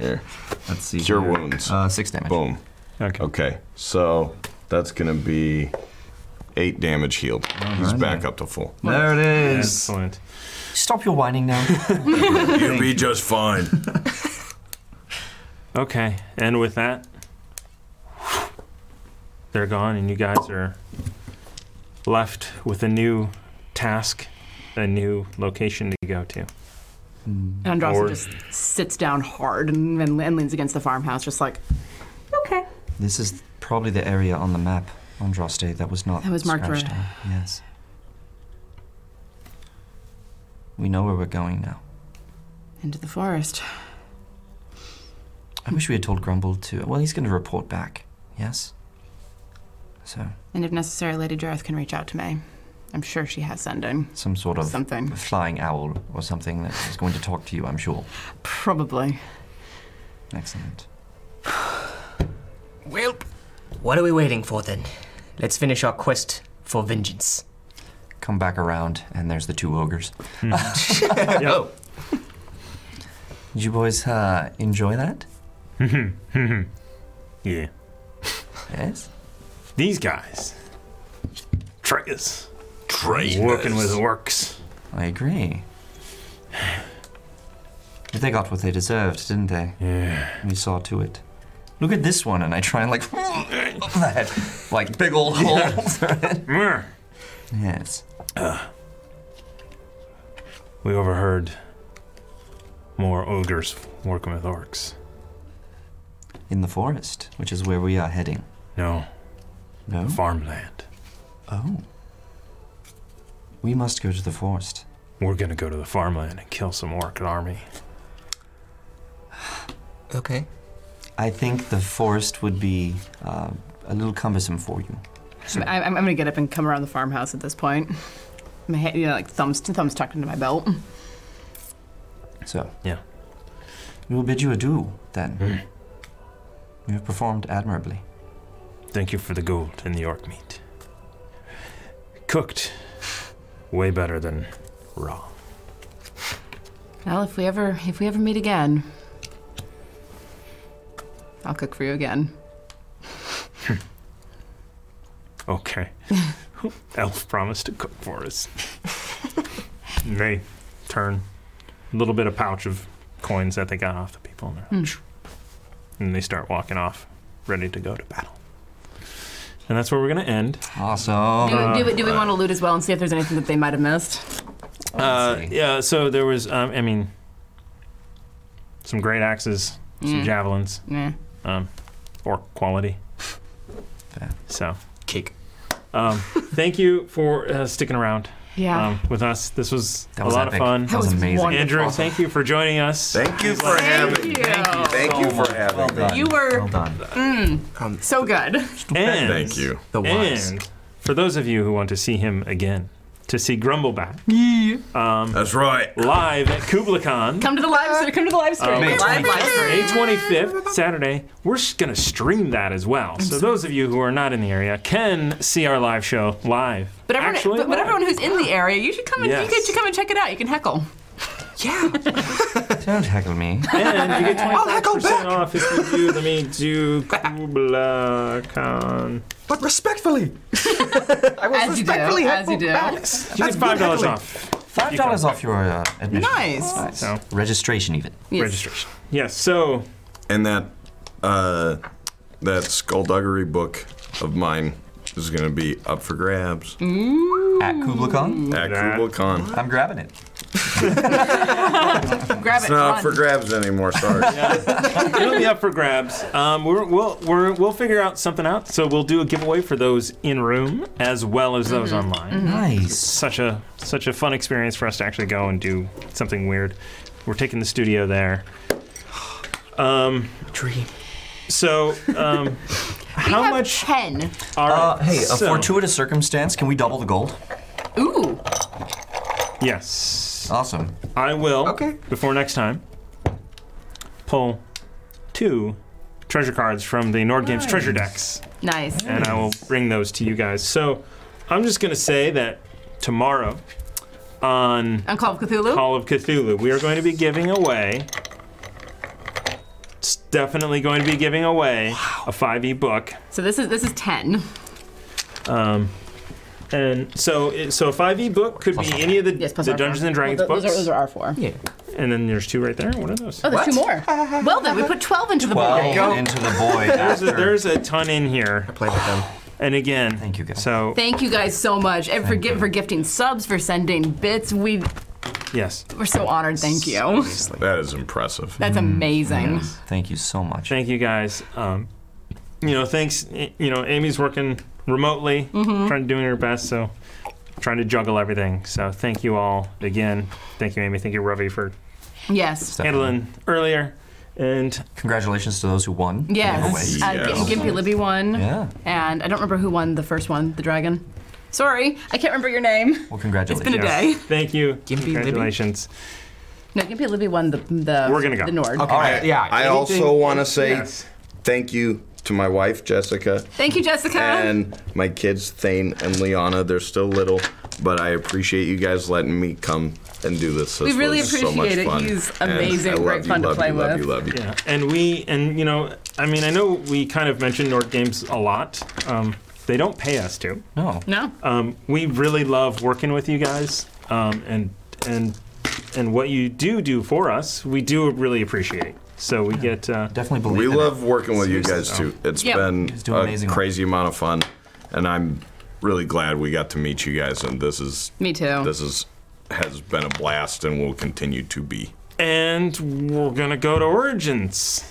S3: Here.
S2: Let's see.
S3: Cure
S2: here.
S3: wounds.
S2: Uh, six damage.
S3: Boom.
S1: Okay.
S3: Okay, so that's gonna be eight damage healed. He's back up to full.
S2: There it is.
S1: Excellent.
S2: Stop your whining now.
S3: You'll be just fine.
S1: Okay. And with that, they're gone, and you guys are left with a new task, a new location to go to.
S4: And Andrasa
S1: Or-
S4: just sits down hard and, and, and leans against the farmhouse, just like, okay.
S2: This is probably the area on the map on Droste that was not
S4: That was marked
S2: scratched
S4: red.
S2: out. Yes. We know where we're going now.
S4: Into the forest.
S2: I wish we had told Grumble to. Well, he's going to report back. Yes. So
S4: And if necessary, Lady Jareth can reach out to me. I'm sure she has sending
S2: some sort of
S4: something.
S2: flying owl or something that is going to talk to you. I'm sure.
S4: Probably.
S2: Excellent.
S6: Well, what are we waiting for then? Let's finish our quest for vengeance.
S2: Come back around, and there's the two ogres.
S6: Oh,
S2: Did you boys uh, enjoy that?
S1: Yeah.
S2: Yes.
S1: These guys, traitors,
S3: Trainers.
S1: working with works.
S2: I agree. But they got what they deserved, didn't they?
S1: Yeah.
S2: We saw to it. Look at this one, and I try and like up the head, like big old hole.
S1: Mm.
S2: yes.
S1: We overheard more ogres working with orcs.
S2: In the forest, which is where we are heading.
S1: No,
S2: No.
S1: farmland.
S2: Oh. We must go to the forest.
S1: We're gonna go to the farmland and kill some orc army.
S6: okay.
S2: I think the forest would be uh, a little cumbersome for you.
S4: I, I'm, I'm gonna get up and come around the farmhouse at this point. My head, you know, like thumbs thumbs tucked into my belt.
S2: So.
S1: Yeah.
S2: We will bid you adieu then. You have performed admirably.
S1: Thank you for the gold and the orc meat. Cooked, way better than raw.
S4: Well, if we ever if we ever meet again, I'll cook for you again.
S1: Okay. Elf promised to cook for us. and they turn a little bit of pouch of coins that they got off the people, and,
S4: Hmm.
S1: they're like, "Shoo." and they start walking off, ready to go to battle. And that's where we're gonna end.
S2: Awesome.
S1: Oh,
S4: Do, we- do, we- do we want to loot as well and see if there's anything that they might have missed?
S1: Uh,
S2: Let's see.
S1: yeah, so there was, um, I mean, some great axes, some
S4: Mm.
S1: javelins,
S4: Yeah.
S1: um, or quality.
S2: Fair.
S1: So,
S6: Cake.
S1: um, thank you for uh, sticking around
S4: Yeah.
S1: um, with us. This was,
S2: That was
S1: a lot
S2: epic.
S1: of fun.
S2: That was
S4: was
S2: amazing.
S4: wonderful.
S1: Andrew, thank you for joining us.
S3: Thank you for having me.
S4: you.
S3: Thank you for
S2: Well
S3: having me.
S2: done.
S4: You were
S1: Um,
S2: well done.
S4: so good.
S1: And
S3: Thank you.
S6: The wise.
S1: And for those of you who want to see him again, to see Grumbleback
S3: That's right.
S1: live at KublaCon,
S4: Come to the live stream. Come to the live stream.
S1: uh, May
S4: Live live stream.
S1: May 25th, Saturday. We're just going to stream that as well. So those of you who are not in the area can see our live show live.
S4: But everyone,
S1: Actually,
S4: but, but
S1: live.
S4: everyone who's in the area, you should come and
S1: Yes.
S4: you get to come and check it out. You can heckle.
S2: Don't heckle me.
S1: And you get
S6: heckle
S1: 25%
S6: back.
S1: off if you do the Me Too KublaCon.
S6: But respectfully. I
S4: As
S6: was
S4: you do,
S6: respectfully
S4: as you
S6: heckle
S4: do.
S6: back.
S1: You get
S6: good
S1: $5
S6: heckling.
S1: off
S2: Five dollars off your uh, admission.
S4: Nice.
S1: So-
S2: Registration even.
S4: Yes.
S1: registration. Yes, so
S3: And that uh, that skullduggery book of mine is going to be up for grabs
S2: At KublaCon,
S1: Mm, That-
S3: at KugelCon.
S2: I'm grabbing it.
S4: Grab
S3: It's
S4: it.
S3: not up
S4: run.
S3: for grabs anymore. Sorry.
S1: it'll be up for grabs. Um, we're, we'll we're, we'll figure out something out. So we'll do a giveaway for those in room as well as those
S4: Mm-hmm.
S1: online.
S4: Mm.
S2: Nice.
S1: Such a such a fun experience for us to actually go and do something weird. We're taking the studio there. Um,
S6: Dream.
S1: so um, how
S4: We have
S1: much?
S4: Ten.
S1: All right.
S2: Uh, hey, a
S1: so-
S2: fortuitous circumstance. Can we double the gold?
S4: Ooh.
S1: Yes,
S2: Awesome.
S1: I will.
S6: Okay.
S1: Before next time, pull two treasure cards from the Nord Games treasure decks.
S4: Nice.
S1: and I will bring those to you guys. So I'm just going to say that tomorrow on
S4: On Call of Cthulhu.
S1: Call of Cthulhu, we are going to be giving away. It's definitely going to be giving away a 5e book.
S4: So this is this is ten.
S1: Um, and so, it- so a 5e book could be any of the,
S4: Yes, plus
S1: the
S4: our
S1: Dungeons
S4: four.
S1: and Dragons
S4: Well, th-
S1: books,
S4: those, are, those are our four.
S1: and then there's two right there. What are those?
S4: Oh, there's two more. well then, we put twelve into the bowl.
S2: Well, into the void.
S1: There's, a,
S2: after.
S1: there's a ton in here,
S6: Play with them.
S1: and again,
S2: Thank you, guys.
S1: So
S4: Thank you guys so much, and for, gi- for gifting subs, for sending bits. We
S1: yes,
S4: we're so honored. Thank you.
S3: that is impressive.
S4: That's amazing.
S2: Thank you so much.
S1: thank you guys. Um, you know, thanks. You know, Amy's working remotely, trying doing her best, so trying to juggle everything. So thank you all again. Thank you, Amy. Thank you, Ravi, for
S4: Yes.
S2: Definitely.
S1: handling earlier. And
S2: Congratulations to those who won.
S4: Yes.
S2: Yeah.
S4: Uh,
S3: Yes.
S4: G- Gimpy Libby won.
S2: Yeah.
S4: And I don't remember who won the first one, the dragon. Sorry, I can't remember your name.
S2: Well, congratulations.
S4: It's been a day.
S1: thank you.
S6: Gimpy Libby?
S1: Congratulations.
S4: No, Gimpy Libby won the the
S1: We're gonna go.
S4: the Nord.
S6: All right. Yeah.
S3: I
S6: anything-
S3: also want to say
S1: Yes.
S3: thank you to my wife, Jessica,
S4: Thank you, Jessica.
S3: and my kids, Thane and Liana. They're still little, but I appreciate you guys letting me come and do this.
S4: We
S3: This
S4: really
S3: was so much
S4: appreciate it.
S3: fun.
S4: He's
S3: And I
S4: amazing,
S3: love
S4: great
S3: you,
S4: fun to
S3: love
S4: play
S3: you, love
S4: with.
S3: you, love you.
S1: Yeah, and we, and you know, I mean, I know we kind of mentioned Nord Games a lot. Um, they don't pay us to.
S2: No.
S4: no.
S1: Um, we really love working with you guys, um, and and and what you do do for us, we do really appreciate. So we get uh,
S2: Definitely believe
S3: We
S2: in it.
S3: love working with you guys
S1: Seriously.
S3: too. It's
S4: Yeah.
S3: been
S2: guys do
S3: a
S2: amazing work.
S3: crazy amount of fun, and I'm really glad we got to meet you guys. And this is
S4: Me too.
S3: this is has been a blast, and will continue to be.
S1: and we're gonna go to Origins.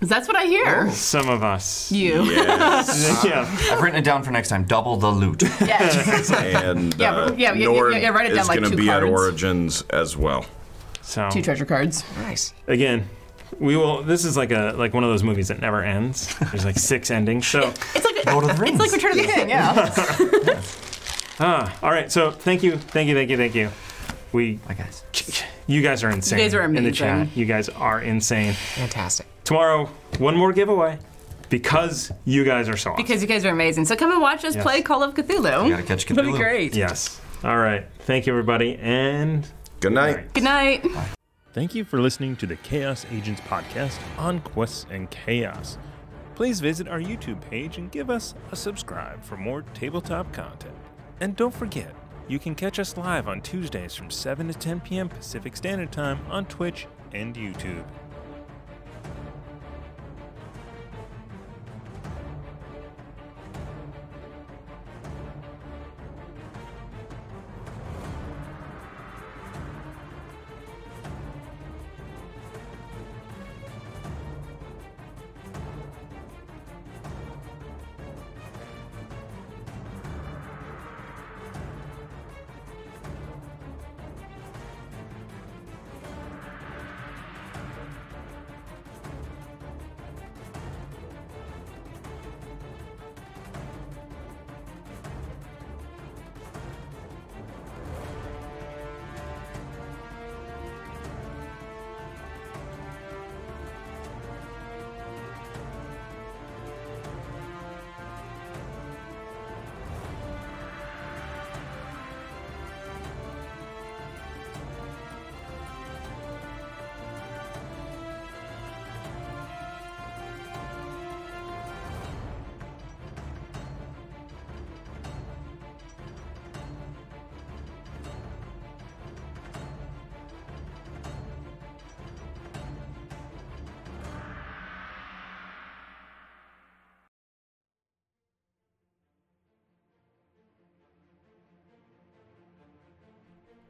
S4: 'Cause That's what I hear.
S2: Oh,
S1: Some of us.
S4: You.
S3: Yes,
S1: yeah.
S2: I've written it down for next time. Double the loot.
S4: Yes.
S3: and
S4: Yeah,
S3: uh,
S4: yeah, yeah,
S3: Nord
S4: yeah, yeah, write it down
S3: is
S4: like
S3: going
S4: two
S3: to be at
S4: cards.
S3: Origins as well.
S1: So
S4: Two treasure cards.
S6: Nice.
S1: again, we will. This is like a like one of those movies that never ends. There's like six endings. So
S4: It's like
S2: Lord of the Rings.
S4: it's like Return of the King. Yeah.
S1: ah, all right. So thank you, thank you, thank you, thank you. We,
S2: Bye, guys.
S1: you guys are insane.
S4: guys are
S1: In the
S4: amazing.
S1: chat, you guys are insane.
S6: Fantastic.
S1: tomorrow one more giveaway because you guys are so awesome.
S4: because you guys are amazing. So come and watch us
S1: Yes.
S4: play Call of Cthulhu.
S2: gotta catch
S4: That'd
S2: Cthulhu.
S4: be great.
S1: yes all right thank you everybody and
S3: Good night.
S4: Good night.
S11: Thank you for listening to the Chaos Agents podcast on Quests and Chaos. Please visit our YouTube page and give us a subscribe for more tabletop content. And don't forget, you can catch us live on Tuesdays from 7 to 10 p.m. Pacific Standard Time on Twitch and YouTube.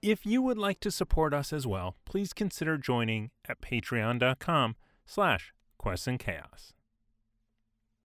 S1: If you would like to support us as well, please consider joining at patreon.com slash quests and chaos.